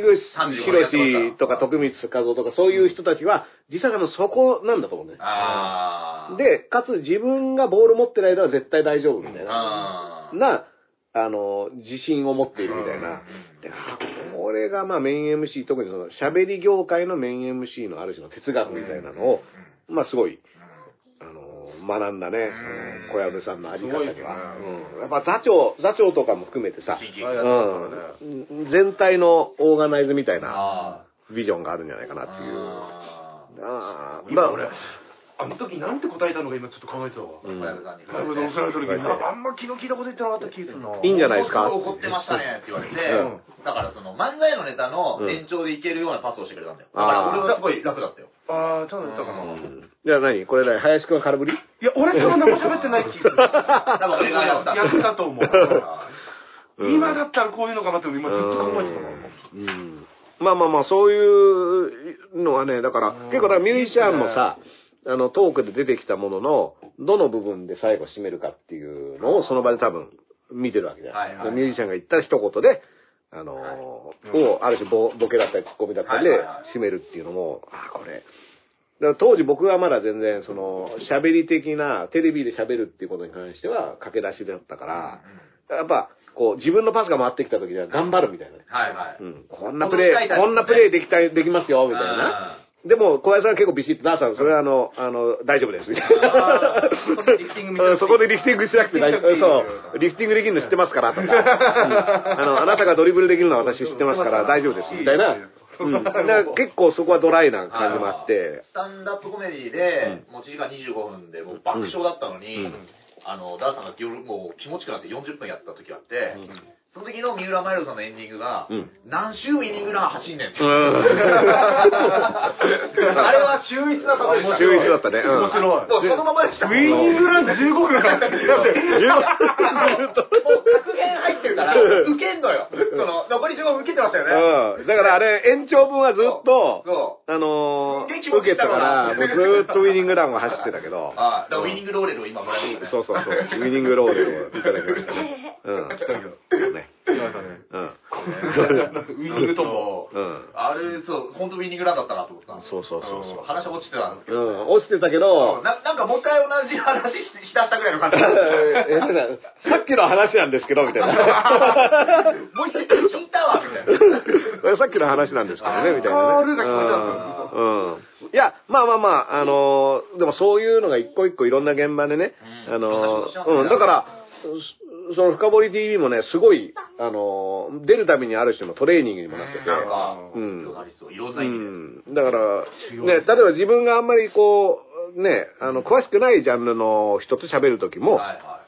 [SPEAKER 3] 博とか徳光和夫とか、そういう人たちは、実はあの、そこなんだと思うね
[SPEAKER 2] い。。ああ。、
[SPEAKER 3] で、かつ自分がボール持ってる間は絶対大丈夫みたいな、
[SPEAKER 2] あー
[SPEAKER 3] な、あの、自信を持っているみたいな。であこれがまあメイン MC、特にその喋り業界のメイン MC のある種の哲学みたいなのを、まあすごい、あの、学んだね、その小籔さんのあり方に
[SPEAKER 4] すごいです
[SPEAKER 3] は。
[SPEAKER 4] ね
[SPEAKER 3] うんやっぱ座長、座長とかも含めてさ、
[SPEAKER 2] 新喜劇
[SPEAKER 4] ああやってましたからね
[SPEAKER 3] うん全体のオーガナイズみたいな
[SPEAKER 2] あ
[SPEAKER 3] ビジョンがあるんじゃないかなっ
[SPEAKER 2] あ。
[SPEAKER 3] ていう。ああ、
[SPEAKER 4] 今
[SPEAKER 3] まあ、
[SPEAKER 4] 俺、あの時なんて答えたのが今ちょっと考えてたわ。
[SPEAKER 3] うん
[SPEAKER 2] 小籔さんに。
[SPEAKER 4] ライブで送られた時に、ああんま昨日聞いたこと言ってなかった気がするな。
[SPEAKER 3] いいんじゃないですか
[SPEAKER 2] 僕怒ってましたねって言われて、
[SPEAKER 3] うん
[SPEAKER 2] だからその漫才のネタの延長でいけるようなパスをしてくれたんだよ。だから
[SPEAKER 3] あー
[SPEAKER 2] 俺はすごい楽だったよ。
[SPEAKER 4] ああ、ちゃんと言ったかな。
[SPEAKER 3] じゃあ何これ何林くん空振り
[SPEAKER 4] いや、俺から何も喋ってない気がする。
[SPEAKER 2] 多分俺がやったんだ
[SPEAKER 4] やったと思う。
[SPEAKER 3] うん
[SPEAKER 4] 今だったらこういうのかなって、今ずっと考えてたの。
[SPEAKER 3] うんまあまあまあ、そういうのはね、だから、結構だからミュージシャンもさ、あの、トークで出てきたものの、どの部分で最後締めるかっていうのを、その場で多分、見てるわけじゃん。
[SPEAKER 2] はいはい
[SPEAKER 3] ミュージシャンが言った一言で、あのーを、ある種ボ、ボケだったり、ツッコミだったり
[SPEAKER 2] は
[SPEAKER 3] で
[SPEAKER 2] いはいはい
[SPEAKER 3] 締めるっていうのも、あー、これ。だから当時僕はまだ全然、その、喋り的な、テレビで喋るっていうことに関しては、駆け出しだったから、やっぱ、こう、自分のパスが回ってきた時には頑張るみたいな。
[SPEAKER 2] はいはい。
[SPEAKER 3] うんこんなプレイ、こんなプレイできた、できますよ、みたいな。でも、小林さん結構ビシッと、ダーさん、それはあの、あの、大丈夫です、みたいな
[SPEAKER 2] あーそこでリフティングみたいな
[SPEAKER 3] うん そこでリフティングしなくて大丈
[SPEAKER 4] リフティングしなくていいよ
[SPEAKER 3] そう、リフティングできるの知ってますから、と か。うんあの、あなたがドリブルできるのは私知ってますから、大丈夫です、みたいな。うん、だから結構そこはドライな感じもあって、
[SPEAKER 2] スタンダップコメディで、持ち時間25分で、もう爆笑だったのに、
[SPEAKER 3] うん
[SPEAKER 2] あの、ダーさんが夜もう気持ちよくなって40分やった時あって、その時の三浦マイルドさんのエンディングが、
[SPEAKER 3] うん
[SPEAKER 2] 何周イニングラン走んねん。
[SPEAKER 3] う
[SPEAKER 2] あれは秀逸なことでした。
[SPEAKER 3] 秀逸だったね。うん
[SPEAKER 4] 面白い。
[SPEAKER 2] もうそのままでした。
[SPEAKER 4] ウィニングラン15分だって。だって、
[SPEAKER 2] もう格言入ってるから、受けんのよ。その、残り15分受けてましたよ
[SPEAKER 3] う
[SPEAKER 2] ね。
[SPEAKER 3] ん。だからあれ、延長分はずっと、
[SPEAKER 2] そう。
[SPEAKER 3] あの
[SPEAKER 2] 元気
[SPEAKER 3] ー、
[SPEAKER 2] も
[SPEAKER 3] 受けたから、もうずーっとウィニングランを走ってたけど、
[SPEAKER 2] ああ、だからウィニングローレルを今もらいました
[SPEAKER 3] そ
[SPEAKER 2] ね。
[SPEAKER 3] うそうそう、ウィニングロールをいただきましたね。うん。ね。うん。
[SPEAKER 4] ウィニングとも。
[SPEAKER 3] うん。
[SPEAKER 2] あれ、そう、本当ウィニングランだったなと思った。
[SPEAKER 3] そうそうそうそ
[SPEAKER 2] 話落ちてたんですけ
[SPEAKER 3] う。うん。落ちてたけど、
[SPEAKER 2] ど、ななんかもう一回同じ話ししだしたぐらいの感じ。
[SPEAKER 3] え さっきの話なんですけど、みたいな。
[SPEAKER 2] もう一回聞いたわ、みたいな。
[SPEAKER 3] さっきの話なんですけどね、みたいな、ね。
[SPEAKER 4] カールが聞こえたんです
[SPEAKER 3] うんうんいや、まあまあまあ、あのーでもそういうのが一個一個いろんな現場でね、
[SPEAKER 2] うん
[SPEAKER 3] あのー
[SPEAKER 2] うん
[SPEAKER 3] うん、だから、そその深掘り TV もね、すごい、あのー出るためにある種のトレーニングにもなってて、
[SPEAKER 2] なんか、
[SPEAKER 3] うん
[SPEAKER 2] 広がりそう。いろん
[SPEAKER 3] う
[SPEAKER 2] な意味で。
[SPEAKER 3] ん、だから、ね、例えば自分があんまりこう、ね、あの、詳しくないジャンルの人と喋る時も
[SPEAKER 2] はいは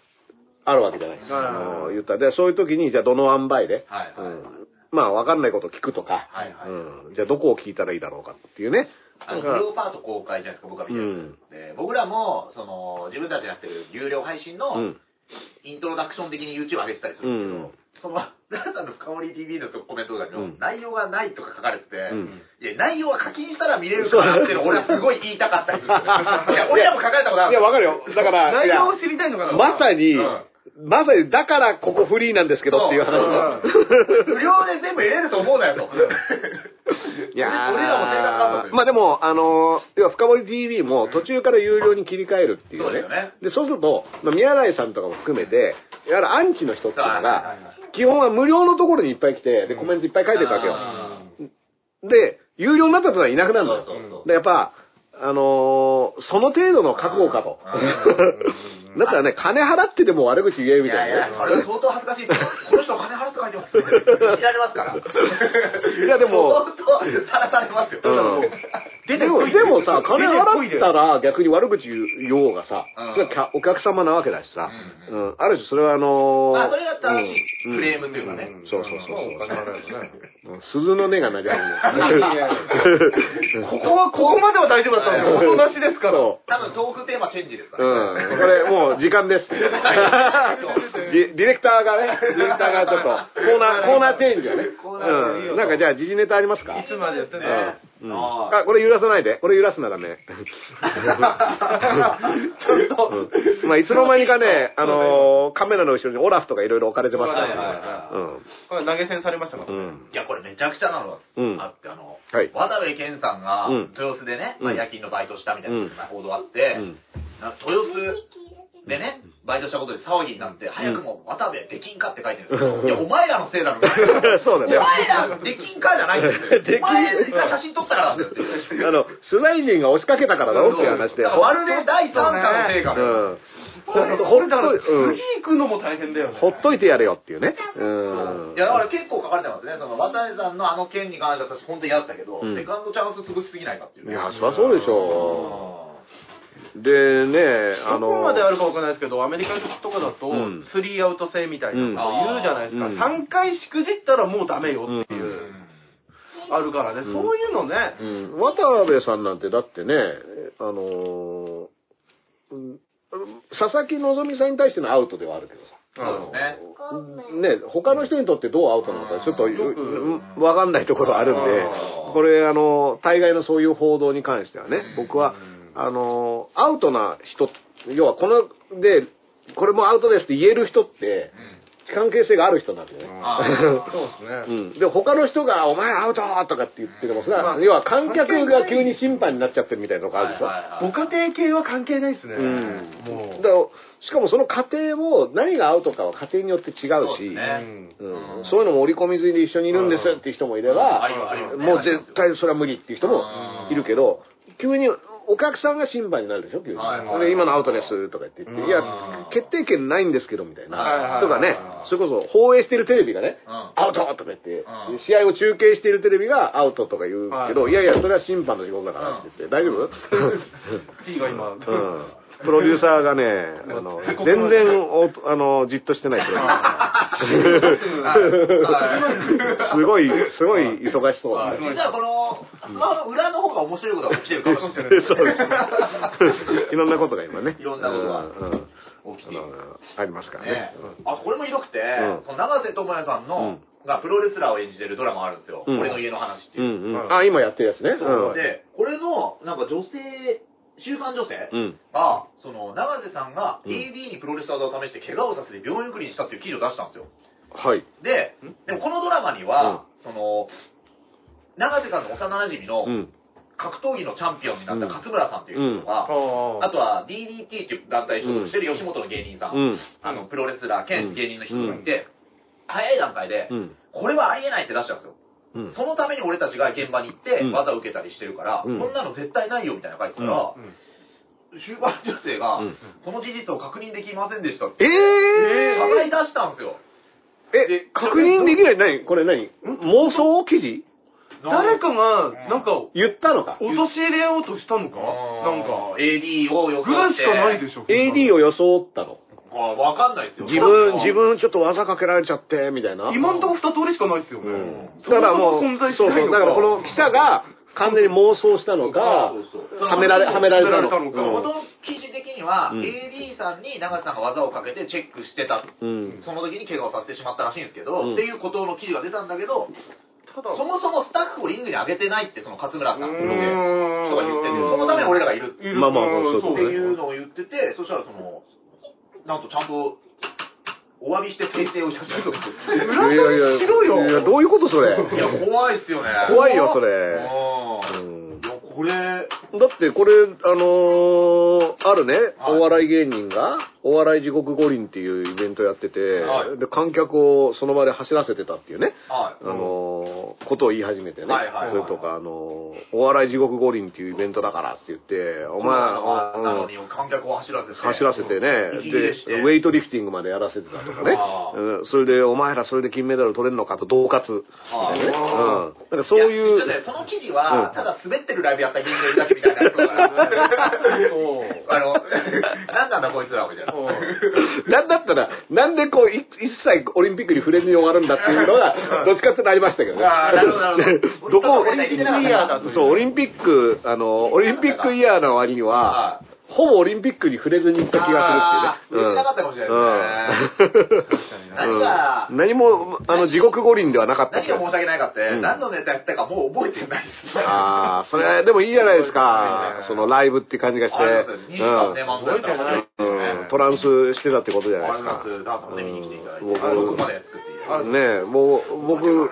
[SPEAKER 3] あるわけじゃない。
[SPEAKER 4] はい
[SPEAKER 3] あのー言ったらで、そういう時に、じゃあどの塩梅で、
[SPEAKER 2] はいはいは
[SPEAKER 3] う
[SPEAKER 2] い
[SPEAKER 3] んまあ、わかんないこと聞くとか、
[SPEAKER 2] はいはい
[SPEAKER 3] うん、じゃあどこを聞いたらいいだろうかっていうね。
[SPEAKER 2] い。あの、
[SPEAKER 3] だ
[SPEAKER 2] フ
[SPEAKER 3] から
[SPEAKER 2] ルオパート公開じゃないですか、僕は見てる。で、僕らも、その、自分たちでやってる有料配信
[SPEAKER 3] う
[SPEAKER 2] の
[SPEAKER 3] ん、
[SPEAKER 2] イントロダクション的に YouTube 上げてたりするん
[SPEAKER 3] うん
[SPEAKER 2] ですけど、その、ラさんの香り TV のコメントが
[SPEAKER 3] うん
[SPEAKER 2] 内容がないとか書かれてて、
[SPEAKER 3] ん
[SPEAKER 2] いや、内容は課金したら見れるかなっていうのを俺はすごい言いたかったりするんですよ。いや、俺らも書かれたことある。
[SPEAKER 3] いや、わかるよ。だから、
[SPEAKER 4] 内
[SPEAKER 3] いや
[SPEAKER 4] 容を知りたいのかな
[SPEAKER 3] まさに、
[SPEAKER 2] うん
[SPEAKER 3] まさに、だからここフリーなんですけどっていう話だ。
[SPEAKER 2] 無料で全部入れると思うなよと。
[SPEAKER 3] いやー
[SPEAKER 2] 俺らも手がかかったという
[SPEAKER 3] まあでも、あのー、要は、深堀 TV も途中から有料に切り替えるっていうね。
[SPEAKER 2] そうですよね
[SPEAKER 3] で、そうすると、まあ、宮台さんとかも含めて、いわゆるアンチの人っていうの
[SPEAKER 2] はいはいは
[SPEAKER 3] が、基本は無料のところにいっぱい来て、で、コメントいっぱい書いてたわけよ。で、有料になった人はいなくなるのよ。
[SPEAKER 2] そうそうそう
[SPEAKER 3] で、やっぱ、あのーその程度の覚悟かと。 だったらね、金払ってでも悪口言え
[SPEAKER 2] い
[SPEAKER 3] みた
[SPEAKER 2] や
[SPEAKER 3] い
[SPEAKER 2] い
[SPEAKER 3] な
[SPEAKER 2] や、
[SPEAKER 3] ね。
[SPEAKER 2] それは相当恥ずかしいですよ。この人金払って書いてますね。知られますから。い
[SPEAKER 3] やでも
[SPEAKER 2] 相当さらされますよ。
[SPEAKER 3] うん
[SPEAKER 4] 出
[SPEAKER 3] で
[SPEAKER 4] て
[SPEAKER 3] も、
[SPEAKER 4] こい
[SPEAKER 3] でもさ、金
[SPEAKER 4] 出てこい
[SPEAKER 3] 払
[SPEAKER 4] で
[SPEAKER 3] ったら逆に悪口言おうがさ
[SPEAKER 2] うん、
[SPEAKER 3] それはきゃお客様なわけだしさ、
[SPEAKER 2] う
[SPEAKER 3] うんある種それはあのー
[SPEAKER 2] まあ、それが正しい
[SPEAKER 3] うん
[SPEAKER 2] フレームというかね。
[SPEAKER 3] うんそうそうそう
[SPEAKER 4] お金払えばね
[SPEAKER 3] うん鈴の音が鳴り始める。
[SPEAKER 4] ここは、ここまでは大丈夫だったのに、ここなしですから。
[SPEAKER 3] そう
[SPEAKER 2] 多分トークテーマチェンジですか
[SPEAKER 3] う
[SPEAKER 2] らね。
[SPEAKER 3] ん。これ、もう時間です。デ ィディレクターがね、ディレクターがちょっと、コーナー、コーナーチェンジがね。
[SPEAKER 2] コーナーチェンジ
[SPEAKER 3] うん。なんかじゃあ、時事ネタありますか
[SPEAKER 4] いつまでやってんの
[SPEAKER 3] うんうん
[SPEAKER 2] あー
[SPEAKER 3] あ、これ揺らさないで。これ揺らすなダメ。
[SPEAKER 4] ちょっと。
[SPEAKER 3] うんまあ、いつの間にかね、あのーカメラの後ろにオラフとかいろいろ置かれてますか
[SPEAKER 4] はいはい
[SPEAKER 3] らね。
[SPEAKER 4] はこれ投げ銭されましたか
[SPEAKER 3] う
[SPEAKER 4] ら。
[SPEAKER 3] ん。うん。
[SPEAKER 2] いや、これめちゃくちゃなのが
[SPEAKER 3] うん
[SPEAKER 2] あって、あの、
[SPEAKER 3] はい
[SPEAKER 2] 渡部健さんが
[SPEAKER 3] うん、
[SPEAKER 2] 豊洲でね、
[SPEAKER 3] うん
[SPEAKER 2] まあ夜勤のバイトしたみたい
[SPEAKER 3] うん
[SPEAKER 2] な報道あって、
[SPEAKER 3] うん
[SPEAKER 2] な豊洲でね、バイトしたことで騒ぎになって、早くも渡部できんかって書いてるんですよ。いや、お前らのせいだろ。
[SPEAKER 3] そうだね
[SPEAKER 2] お前らできんかじゃないんで す
[SPEAKER 3] できん
[SPEAKER 2] よ。お前が写真撮ったからなんだよって。
[SPEAKER 3] あの、取材陣が押しかけたからだろっていう話で。
[SPEAKER 2] だからまるで第三者のせいか
[SPEAKER 3] う
[SPEAKER 2] も。
[SPEAKER 3] ん。ほっ
[SPEAKER 4] だから
[SPEAKER 3] と、
[SPEAKER 4] こ
[SPEAKER 3] ほっ
[SPEAKER 4] れだから、
[SPEAKER 3] と、うん
[SPEAKER 4] 次行くのも大変だよね。
[SPEAKER 3] ほっといてやれよっていうね。うん
[SPEAKER 2] い。やだから結構書かれてますね、その渡部さんのあの件に関しては私、本当に嫌だったけど、
[SPEAKER 3] うん
[SPEAKER 2] セカンドチャンス潰しすぎないかっていう
[SPEAKER 3] い
[SPEAKER 2] ね。
[SPEAKER 3] や、そりゃそうでしょう。でね、あ
[SPEAKER 4] ど
[SPEAKER 3] の
[SPEAKER 4] こまであるかわかんないですけど、アメリカとかだと
[SPEAKER 3] うん、
[SPEAKER 4] スリーアウト制みたいな
[SPEAKER 3] うん
[SPEAKER 4] こと言うじゃないですか。
[SPEAKER 3] うん
[SPEAKER 4] 3回しくじったらもうダメよっていうう、あるからね。そういうのね
[SPEAKER 3] う。ん、渡部さんなんてだってね、あのーうん佐々木希さんに対してのアウトではあるけどさ。
[SPEAKER 2] そうですね。
[SPEAKER 3] ね、他の人にとってどうアウトなのか、ちょっと
[SPEAKER 4] よく
[SPEAKER 3] うんわかんないところあるんで
[SPEAKER 4] あー、
[SPEAKER 3] これ、あの、大概のそういう報道に関してはね、僕は
[SPEAKER 4] うん、
[SPEAKER 3] あの、アウトな人、要はこの、で、これもアウトですって言える人って、関係性がある人なんでね。
[SPEAKER 2] あ
[SPEAKER 4] そうですね。
[SPEAKER 3] うん、で他の人が「お前アウト!」とかって言っててもそれ
[SPEAKER 4] ま
[SPEAKER 3] は
[SPEAKER 4] あ
[SPEAKER 3] 要は観客が急に審判になっちゃってるみたいなのがあるでしょ、
[SPEAKER 4] ご家庭系は関係ないですね。
[SPEAKER 3] うん
[SPEAKER 4] もう。
[SPEAKER 3] だからしかもその過程も何がアウトかは家庭によって違うし
[SPEAKER 2] そうですね
[SPEAKER 4] うん
[SPEAKER 3] うん
[SPEAKER 2] うん
[SPEAKER 3] そういうのも織り込み済みで一緒にいるんです
[SPEAKER 4] うん
[SPEAKER 3] っていう人もいれば
[SPEAKER 2] あり、ますあります
[SPEAKER 3] もう絶対それは無理っていう人も
[SPEAKER 2] うん
[SPEAKER 3] いるけど、急にお客さんが審判になるでしょ、急に。
[SPEAKER 2] はいはい
[SPEAKER 3] で今のアウトですとか言って言って、いや
[SPEAKER 2] うん、
[SPEAKER 3] 決定権ないんですけどみたい
[SPEAKER 2] はいはい
[SPEAKER 4] は
[SPEAKER 3] な。
[SPEAKER 4] い
[SPEAKER 3] とかね、それこそ放映してるテレビがね、
[SPEAKER 2] うん
[SPEAKER 3] アウトとか言って
[SPEAKER 2] うん、
[SPEAKER 3] 試合を中継してるテレビがアウトとか言うけど、
[SPEAKER 4] はい
[SPEAKER 3] いやいや、それは審判の仕事だからって言って、大丈夫
[SPEAKER 4] T が今。
[SPEAKER 3] うんプロデューサーがね、あの全然おあのじっとして ないプロデューサー。すごい、すごい忙しそうだね。
[SPEAKER 2] 実はこの、スマホの裏の方が面白いことが起きてるかもしれない。
[SPEAKER 3] い ろんなことが今ね。
[SPEAKER 2] いろんなことが
[SPEAKER 3] うんうん
[SPEAKER 2] 起きている。
[SPEAKER 3] ありますからね
[SPEAKER 2] ね。あ、これもひどくて、
[SPEAKER 3] うん
[SPEAKER 2] その永瀬智也さんの、がプロレスラーを演じてるドラマがあるんですよ。
[SPEAKER 3] うん
[SPEAKER 2] 俺の家の話って
[SPEAKER 3] う
[SPEAKER 2] いう。
[SPEAKER 3] んうん。あ、今やってるやつね。うん
[SPEAKER 2] で、これの、なんか女性、週刊女性
[SPEAKER 3] うん。
[SPEAKER 2] が、その、永瀬さんが
[SPEAKER 3] うん
[SPEAKER 2] DV にプロレス技を試して怪我をさせて病院送りにしたっていう記事を出したんですよ。
[SPEAKER 3] はい。
[SPEAKER 2] で、でもこのドラマには、その、永瀬さんの幼馴染
[SPEAKER 3] う
[SPEAKER 2] の
[SPEAKER 3] ん。
[SPEAKER 2] 格闘技のチャンピオンになった勝村さんっていう人
[SPEAKER 4] あ
[SPEAKER 2] が、あ
[SPEAKER 4] あ。
[SPEAKER 2] とは DDT っていう団体に所属してる吉本の芸人さ、
[SPEAKER 3] うんん。
[SPEAKER 2] あの、プロレスラー兼芸人の人がいて、早い段階で
[SPEAKER 3] う、ん。
[SPEAKER 2] これはありえないって出したんですよ。
[SPEAKER 3] うん。
[SPEAKER 2] そのために俺たちが現場に行って
[SPEAKER 3] うん
[SPEAKER 2] 技を受けたりしてるから、
[SPEAKER 3] うん
[SPEAKER 2] こんなの絶対ないよみたいなの書いてたら、終盤女性が、
[SPEAKER 3] うん
[SPEAKER 2] この事実を確認できませんでしたって、
[SPEAKER 3] え
[SPEAKER 2] 謝罪
[SPEAKER 3] ー
[SPEAKER 2] 出したんですよ。
[SPEAKER 3] え、確認できない何これ何妄想記事
[SPEAKER 4] 誰かが、なんか、
[SPEAKER 3] 言ったのか
[SPEAKER 4] 落とし入れようとしたのかなんか、
[SPEAKER 2] AD を予想
[SPEAKER 4] ぐらい
[SPEAKER 2] し。
[SPEAKER 4] してかないでしょ。
[SPEAKER 3] ?AD を装ったの
[SPEAKER 2] あわかんないですよ。
[SPEAKER 3] 自分、
[SPEAKER 2] そう
[SPEAKER 3] 自。分ちょっと技かけられちゃって、みたいな。
[SPEAKER 4] 今んとこ二通りしかないですよね。
[SPEAKER 3] だからもう、
[SPEAKER 4] 存在し
[SPEAKER 3] そう
[SPEAKER 4] ない
[SPEAKER 3] そう、
[SPEAKER 4] の
[SPEAKER 3] だからこの記者が完全に妄想したのか
[SPEAKER 2] そうそう、そう
[SPEAKER 3] はめられ、はめられたの
[SPEAKER 4] はめられた
[SPEAKER 2] そ
[SPEAKER 4] の
[SPEAKER 2] う
[SPEAKER 4] か
[SPEAKER 2] 元の記事的には、
[SPEAKER 3] うん
[SPEAKER 2] AD さんに長瀬さんが技をかけてチェックしてた。
[SPEAKER 3] うん。
[SPEAKER 2] その時に怪我をさせてしまったらしいんですけど、
[SPEAKER 3] うん
[SPEAKER 2] っていうことの記事が出たんだけど、
[SPEAKER 4] ただ、
[SPEAKER 2] そもそもスタッフをリングに上げてないって、その勝村さんの人が
[SPEAKER 4] ー
[SPEAKER 2] 言ってて、そのために俺らがいるって
[SPEAKER 4] いる
[SPEAKER 3] まあまあまあそういうこと
[SPEAKER 2] って
[SPEAKER 3] ね
[SPEAKER 2] いうのを言ってて、そしたらその、なんとちゃんと、お詫びして訂正をしたとか
[SPEAKER 4] 裏取りしろよ。
[SPEAKER 3] いや、どういうことそれ。
[SPEAKER 2] いや、怖いっすよね。
[SPEAKER 3] 怖いよそれ
[SPEAKER 2] う
[SPEAKER 3] うん
[SPEAKER 2] ん。いや、これ、
[SPEAKER 3] だってこれ、あのーあるね、
[SPEAKER 2] はい
[SPEAKER 3] お笑い芸人が、お笑い地獄五輪っていうイベントやってて、
[SPEAKER 2] はい
[SPEAKER 3] で、観客をその場で走らせてたっていうね、
[SPEAKER 2] は
[SPEAKER 3] あのーことを言い始めてね、
[SPEAKER 2] はいはいはい
[SPEAKER 3] それとか、あのーお笑い地獄五輪っていうイベントだからって言って、お
[SPEAKER 2] い。
[SPEAKER 3] 前、
[SPEAKER 2] まあ、な
[SPEAKER 3] う
[SPEAKER 2] の
[SPEAKER 3] ん
[SPEAKER 2] に観客を走らせて。
[SPEAKER 3] 走らせてね、
[SPEAKER 2] 息切れして
[SPEAKER 3] で、ウェイトリフティングまでやらせてたとかね
[SPEAKER 2] あ、ー
[SPEAKER 3] うんそれで、お前らそれで金メダル取れるのかと、恫喝、
[SPEAKER 2] あー
[SPEAKER 3] ねうん、なんかそういう、
[SPEAKER 2] や実はねその記事
[SPEAKER 3] うん
[SPEAKER 2] は、ただ滑ってるライブやった人間だけみたいなやつだ から。 あの、なんなんだこいつら、みたいな。
[SPEAKER 4] おう
[SPEAKER 3] なんだったら、なんでこう、い一切オリンピックに触れずに終わるんだっていうの が、どっちかってなりましたけどね。
[SPEAKER 2] あーなるほどなるほ
[SPEAKER 3] ど
[SPEAKER 2] ど
[SPEAKER 3] こ、
[SPEAKER 2] オリンピックイヤーだという
[SPEAKER 3] そう、オリンピック、あの、オリンピックイヤーの割には
[SPEAKER 2] は、
[SPEAKER 3] ほぼオリンピックに触れずに行った気がするっていうね。
[SPEAKER 2] あー触れてなかったかもしれないね
[SPEAKER 3] うん
[SPEAKER 2] 何が
[SPEAKER 3] うん何も、あの、地獄五輪ではなかった
[SPEAKER 2] 何
[SPEAKER 3] 気が
[SPEAKER 2] が申し訳ないかって、
[SPEAKER 3] ん
[SPEAKER 2] 何のネタやったかもう覚えてないです。
[SPEAKER 3] ああ、それ、でもいいじゃないですか。そのライブって感じがして。
[SPEAKER 2] ありますね。23年漫才やったからね
[SPEAKER 3] うんうんトランスしてたってことじゃないで
[SPEAKER 2] あ
[SPEAKER 3] す
[SPEAKER 2] り
[SPEAKER 3] か
[SPEAKER 2] ま。す。ダンスもね、見に来ていただいて、
[SPEAKER 3] うん
[SPEAKER 2] あのここまで作っていただいて。
[SPEAKER 3] ねえ、もう、僕、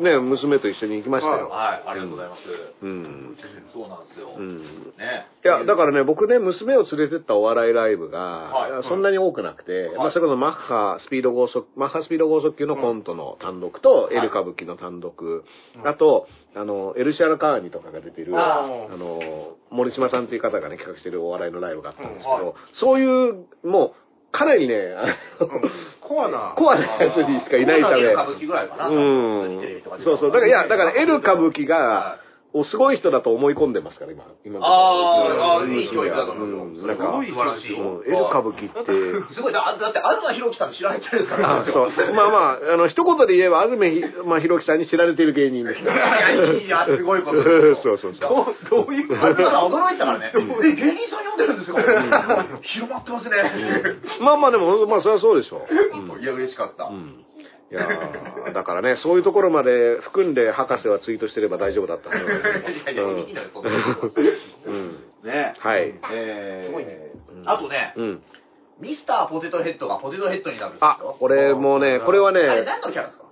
[SPEAKER 3] ねえ、娘と一緒に行きましたよ。
[SPEAKER 2] はい、ありがとうございます。
[SPEAKER 3] うん。
[SPEAKER 2] そうなんですよ。
[SPEAKER 3] うん。
[SPEAKER 2] ね。
[SPEAKER 3] いや、だからね、僕ね、娘を連れてったお笑いライブが
[SPEAKER 2] は、
[SPEAKER 3] そんなに多くなくて、
[SPEAKER 2] い
[SPEAKER 3] まあ、それこそマッハ、スピード剛速、マッハスピード剛速級のコントの単独と、
[SPEAKER 2] い
[SPEAKER 3] エル歌舞伎の単独、あと、あの、エルシアラカーニとかが出てる、あ
[SPEAKER 4] あ
[SPEAKER 3] の、森島さんという方がね、企画してるお笑いのライブがあったんですけ
[SPEAKER 2] うんは
[SPEAKER 3] ど、そういう、もう、かなりね、あ の
[SPEAKER 4] コアな。
[SPEAKER 3] コアなやつにしかいないため、
[SPEAKER 2] エル歌舞伎ぐらいかな。
[SPEAKER 3] うん
[SPEAKER 2] テレビとかで
[SPEAKER 3] そうそう。だから、いや、だから、エル歌舞伎が、こう、すごい人だと思い込んでますから、今。今のところ
[SPEAKER 2] あーあーいい教育だと思い
[SPEAKER 3] うん
[SPEAKER 2] ま
[SPEAKER 3] う
[SPEAKER 2] すよ。
[SPEAKER 3] んなん
[SPEAKER 4] す
[SPEAKER 3] か
[SPEAKER 4] ご、
[SPEAKER 2] 素晴らしい。
[SPEAKER 3] うん、エル歌舞伎って、
[SPEAKER 2] すごい、だだって、東博樹さん知られてるんですか
[SPEAKER 3] あ
[SPEAKER 2] ら、
[SPEAKER 3] そう。まあまあ、あの、一言で言えば、安住ひ、まあ、ひろきさんに知られている芸人です。
[SPEAKER 2] いや、いいや、すごいことです
[SPEAKER 3] そ
[SPEAKER 2] よ
[SPEAKER 3] うそうそう。
[SPEAKER 4] どうどういう
[SPEAKER 2] あずさん驚いてたからね。え、芸人さん読んでるんですか広まってますね。
[SPEAKER 3] まあまあでも、まあそりゃそうでしょう。
[SPEAKER 2] いや、嬉しかった。
[SPEAKER 3] うん。うんいやーだからね、そういうところまで含んで博士はツイートしてれば大丈夫だったんだ
[SPEAKER 2] いやいや、いいのよ、そんなの
[SPEAKER 3] うん。
[SPEAKER 5] ね
[SPEAKER 3] はい。
[SPEAKER 5] えー
[SPEAKER 2] すごいね。あとね、
[SPEAKER 3] うん。
[SPEAKER 2] ミスターポテトヘッドがポテトヘッドになるんですよ。
[SPEAKER 3] あ、これもうね、これは
[SPEAKER 2] あれ
[SPEAKER 3] ね、
[SPEAKER 2] 何のキャラですか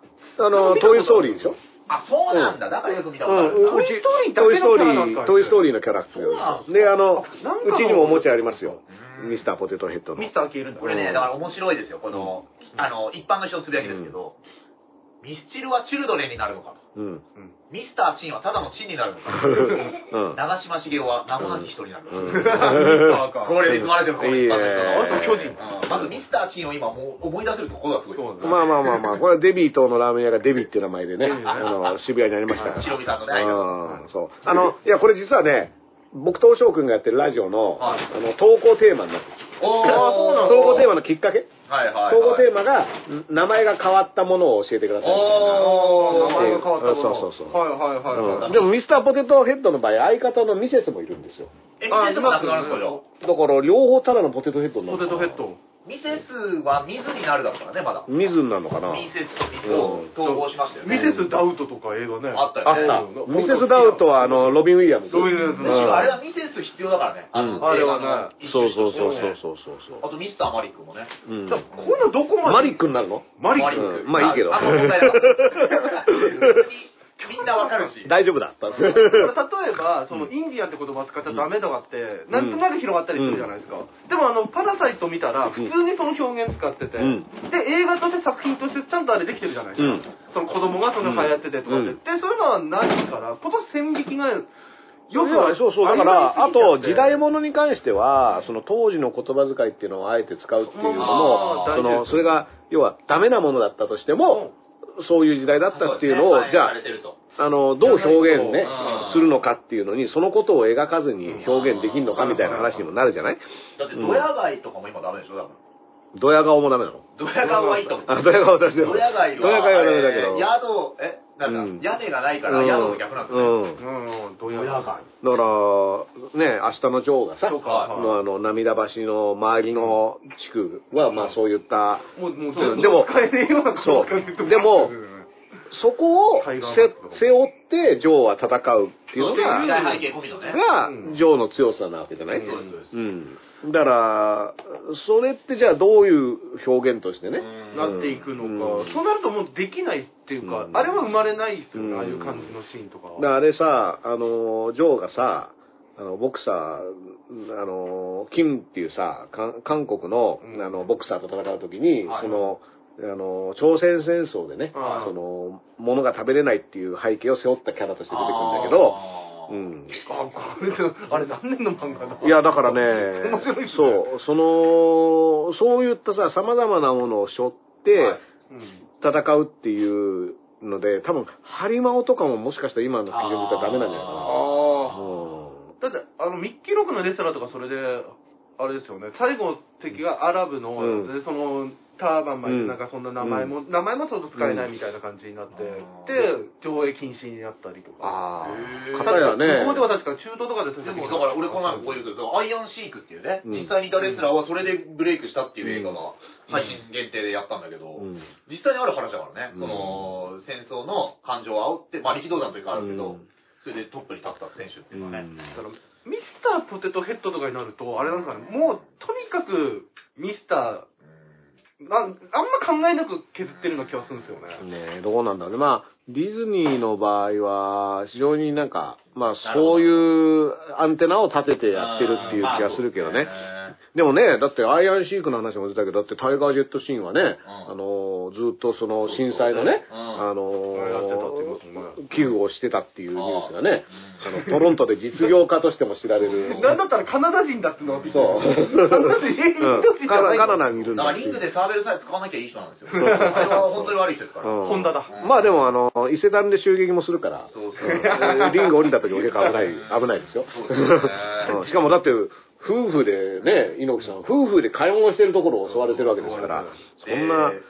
[SPEAKER 3] あの、トイ・ストーリーでしょ
[SPEAKER 2] あ、そうなんだ。だからよく見た
[SPEAKER 3] う
[SPEAKER 2] ことあ
[SPEAKER 3] ん、
[SPEAKER 2] るんだ。
[SPEAKER 3] うち、トイ・ストーリー、トイ・ストーリーのキャラクターで、あの、うちにもおもちゃありますよ。ミスターポテトヘッドの。
[SPEAKER 4] ミスター消えるんだ
[SPEAKER 2] これね、だから面白いですよ。この、あの、一般の人のつぶやきですけど、ミスチルはチルドレンになるのかと。
[SPEAKER 3] うん。
[SPEAKER 2] ミスターチンはただのチンになるのか
[SPEAKER 3] う
[SPEAKER 2] と。
[SPEAKER 3] ん。
[SPEAKER 2] 長嶋茂雄は名もなき人になるのかと。
[SPEAKER 3] うん
[SPEAKER 4] ミスターか
[SPEAKER 2] これ、素晴らしいですこれ一般の人の
[SPEAKER 3] いいねあと巨人
[SPEAKER 2] うんまずミスターチンを今もう思い出せるところがすごいです。
[SPEAKER 3] まあまあまあまあ、これはデビー等のラーメン屋がデビーっていう名前でね、あの、渋谷にありましたから。
[SPEAKER 2] ヒロミさんのね、
[SPEAKER 3] うん、そう。あの、いや、これ実はね、僕と翔くんがやってるラジオの、
[SPEAKER 2] はい
[SPEAKER 3] あの、投稿テーマになってる
[SPEAKER 2] お
[SPEAKER 3] 投稿テー
[SPEAKER 2] マ。
[SPEAKER 3] マのきっかけ
[SPEAKER 2] はいはい、はい。
[SPEAKER 3] 投稿テーマが、ん名前が変わったものを教えてくださいみたいな。
[SPEAKER 2] おー
[SPEAKER 4] 名前が変わったもの
[SPEAKER 3] そうそうそう
[SPEAKER 4] はいはいはいは
[SPEAKER 3] う
[SPEAKER 4] い
[SPEAKER 3] んでもミスターポテトヘッドの場合相方のミセスもいるんですよ
[SPEAKER 2] え、ミセスもなくなるんですかじゃあ
[SPEAKER 3] だから両方ただのポテトヘッドにな
[SPEAKER 4] ポ
[SPEAKER 3] る
[SPEAKER 4] テ
[SPEAKER 3] の
[SPEAKER 4] ト
[SPEAKER 3] か
[SPEAKER 4] ヘ
[SPEAKER 3] な
[SPEAKER 4] ッド
[SPEAKER 2] ミセスは水になるだからね、まだ。
[SPEAKER 3] ミズになるのかな
[SPEAKER 2] ミセスと水を統合しましたよ
[SPEAKER 4] ミ
[SPEAKER 2] ね。
[SPEAKER 4] セスダウトとか映画ね
[SPEAKER 2] あった
[SPEAKER 3] あっ
[SPEAKER 2] よね。
[SPEAKER 3] た
[SPEAKER 4] うん
[SPEAKER 3] ミセス・ダウトはあのロビン・ウィリアムズ
[SPEAKER 4] ロビンウィリアムズ
[SPEAKER 2] むしろあれはミセス必要だからね。あの
[SPEAKER 3] うん
[SPEAKER 4] あれ
[SPEAKER 2] 映
[SPEAKER 4] は
[SPEAKER 2] 画
[SPEAKER 4] ね
[SPEAKER 2] の一
[SPEAKER 3] そ
[SPEAKER 2] 種
[SPEAKER 3] う
[SPEAKER 2] として
[SPEAKER 3] そう
[SPEAKER 2] ね
[SPEAKER 3] そうそうそうそうそ
[SPEAKER 2] あとミスターマリックもね。
[SPEAKER 3] う、うん
[SPEAKER 4] じゃあこういうのどこまで
[SPEAKER 3] マリックになるの
[SPEAKER 4] マリッ
[SPEAKER 2] マ
[SPEAKER 4] ク
[SPEAKER 2] リック。
[SPEAKER 3] まあいいけど
[SPEAKER 2] あの問題だから別にみんなわかるし。
[SPEAKER 3] 大丈 夫だった
[SPEAKER 4] だから例えば、そのインディアンって言葉使っちゃダメだわって、なんとなく広がったりするじゃないですか。でもあの、パラサイト見たら、普通にその表現使ってて、
[SPEAKER 3] うん
[SPEAKER 4] で、映画として作品としてちゃんとあれできてるじゃないですか。
[SPEAKER 3] うん
[SPEAKER 4] その子供がその流行っててとかって、
[SPEAKER 3] うん
[SPEAKER 4] で、そういうのはないから、今年線引きがよ
[SPEAKER 3] よ
[SPEAKER 4] く
[SPEAKER 3] くはそうそう、だから、あと、時代
[SPEAKER 4] も、
[SPEAKER 3] 物に関しては、その当時の言葉遣いっていうのをあえて使うっていうのも、
[SPEAKER 4] あー
[SPEAKER 3] そ
[SPEAKER 4] 大事で
[SPEAKER 3] の、
[SPEAKER 4] す
[SPEAKER 3] それが、要は、ダメなものだったとしても、そういう時代だったっていうのを、じゃあ、あの、どう表現ね
[SPEAKER 2] う、ん
[SPEAKER 3] するのかっていうのに、そのことを描かずに表現できるのかみたいな話にもなるじゃない
[SPEAKER 2] だってドヤ街とかも今ダメでしょ、だから。
[SPEAKER 3] ドヤ顔もダメなの。
[SPEAKER 2] ドヤ顔はいいと思う。
[SPEAKER 3] あ、ドヤ顔ダメだよ。
[SPEAKER 2] ドヤ街は、
[SPEAKER 3] ドヤ顔はダメだけ
[SPEAKER 2] え
[SPEAKER 3] ど。
[SPEAKER 2] ー宿、え、なんだ、
[SPEAKER 3] うん
[SPEAKER 2] 屋根がないから
[SPEAKER 3] うん
[SPEAKER 2] 宿の逆なんですよね。
[SPEAKER 3] う
[SPEAKER 4] うんん、どうや
[SPEAKER 2] ドヤ
[SPEAKER 3] だ
[SPEAKER 2] 街
[SPEAKER 4] ら。
[SPEAKER 3] から、ね、明日の女王がさ、
[SPEAKER 4] そうか
[SPEAKER 3] のあの、涙橋の周りの地区は、まあそういった、
[SPEAKER 4] もう、もう、
[SPEAKER 3] でも
[SPEAKER 4] 使えねえような
[SPEAKER 3] そう
[SPEAKER 4] 感じ
[SPEAKER 3] でもそこを
[SPEAKER 4] タイガーマ
[SPEAKER 3] せ
[SPEAKER 4] スク
[SPEAKER 3] 背負って女王は戦うっていうの
[SPEAKER 2] そう時
[SPEAKER 3] が、
[SPEAKER 2] 代背景込みのね。
[SPEAKER 3] が
[SPEAKER 4] うん
[SPEAKER 3] 女王の強さなわけじゃない、
[SPEAKER 2] そうですそうです
[SPEAKER 3] うん、だから、それってじゃあどういう表現としてね、
[SPEAKER 4] なっていくのか、
[SPEAKER 3] うん
[SPEAKER 4] そうなるともうできないっていうか、
[SPEAKER 3] うん
[SPEAKER 4] あれは生まれないですよね、
[SPEAKER 3] うん
[SPEAKER 4] ああいう感じのシーンとかは。
[SPEAKER 3] だからあれさ、あの、ジョーがさ、あの、ボクサー、あの、キムっていうさ、かん韓国の
[SPEAKER 4] う、ん
[SPEAKER 3] あの、ボクサーと戦うときに、
[SPEAKER 2] はい
[SPEAKER 3] その、あの、朝鮮戦争でね、
[SPEAKER 4] はい
[SPEAKER 3] その、物が食べれないっていう背景を背負ったキャラとして出てくるんだけど、
[SPEAKER 2] あー
[SPEAKER 3] うん。
[SPEAKER 4] あ、これ、あれ何年の漫画だ
[SPEAKER 3] いや、だからね、
[SPEAKER 4] 面白いっすね
[SPEAKER 3] そう、その、そういったさ、様々なものを背負って、
[SPEAKER 2] はい
[SPEAKER 4] うん
[SPEAKER 3] 戦うっていうので、多分、ハリマオとかももしかしたら今の劇場だとダメなんじゃないかな。
[SPEAKER 4] あ
[SPEAKER 3] うん
[SPEAKER 4] だって、あの、ミッキーロックのレスラーとかそれで、あれですよね、最後の敵がアラブの、
[SPEAKER 3] うん
[SPEAKER 4] でその、ターバン巻いて、なんかそんな名前も、名前もちょっと使えないみたいな感じになって、で、上映禁止になったりとか。
[SPEAKER 3] あ
[SPEAKER 2] へ
[SPEAKER 3] あ、
[SPEAKER 2] ー
[SPEAKER 4] た
[SPEAKER 3] 片
[SPEAKER 4] だ
[SPEAKER 3] や
[SPEAKER 4] 向こう
[SPEAKER 3] ね、
[SPEAKER 4] では確か中東とかです
[SPEAKER 2] でもだから俺この前もこういうけど、アイアンシークっていうね、
[SPEAKER 3] うん
[SPEAKER 2] 実際にいたレスラーはそれでブレイクしたっていう映画が配信限定でやったんだけど、
[SPEAKER 3] うん
[SPEAKER 2] 実際にある話だから
[SPEAKER 3] う
[SPEAKER 2] ね、
[SPEAKER 3] ん
[SPEAKER 2] その戦争の感情を煽って、まあ力道山というかあるけど、
[SPEAKER 3] うん
[SPEAKER 2] それでトップに立った選手っていうのはね、
[SPEAKER 4] だからミスターポテトヘッドとかになると、あれなんですかね、もうとにかくミスター、なあんま考えなく削ってるような気がするんですよね。
[SPEAKER 3] ねえどうなんだろうね。まあ、ディズニーの場合は、非常になんか、まあ、
[SPEAKER 2] なるほど
[SPEAKER 3] そういうアンテナを立ててやってるっていう気がするけどね。
[SPEAKER 2] まあそうですね
[SPEAKER 3] でもね、だってアイアンシークの話も出たけど、だってタイガージェットシーンはね、
[SPEAKER 2] ん
[SPEAKER 3] あのー、ずっとその震災のね、
[SPEAKER 2] うん
[SPEAKER 3] あの
[SPEAKER 4] あれやってたって言いますもん
[SPEAKER 3] ー、寄付をしてたっていうニュースがね、あの、トロントで実業家としても知られ る。
[SPEAKER 4] なんだったらカナダ人だってのはびっく
[SPEAKER 3] そ
[SPEAKER 4] り
[SPEAKER 3] う。
[SPEAKER 4] したカナダ人、インド人じゃ
[SPEAKER 3] カ
[SPEAKER 4] な
[SPEAKER 3] ナ
[SPEAKER 4] い
[SPEAKER 3] カナダにいるん
[SPEAKER 2] だ
[SPEAKER 3] だ
[SPEAKER 2] か
[SPEAKER 3] っ
[SPEAKER 2] ら
[SPEAKER 3] てい
[SPEAKER 2] リ
[SPEAKER 3] う
[SPEAKER 2] ングでサーベルさえ使わなきゃいい人なんですよ。あれは本当に悪い人ですから。
[SPEAKER 3] うん
[SPEAKER 4] ホンダだ。
[SPEAKER 3] まあでも、あの、伊勢丹で襲撃もするから、
[SPEAKER 2] そうそう。
[SPEAKER 3] うんリング降りた時も結構危ない、危ないですよ。
[SPEAKER 2] そうですね
[SPEAKER 3] うんしかもだって、夫婦でね、猪木さん、夫婦で買い物してるところを襲われてるわけですから、そんな、
[SPEAKER 2] で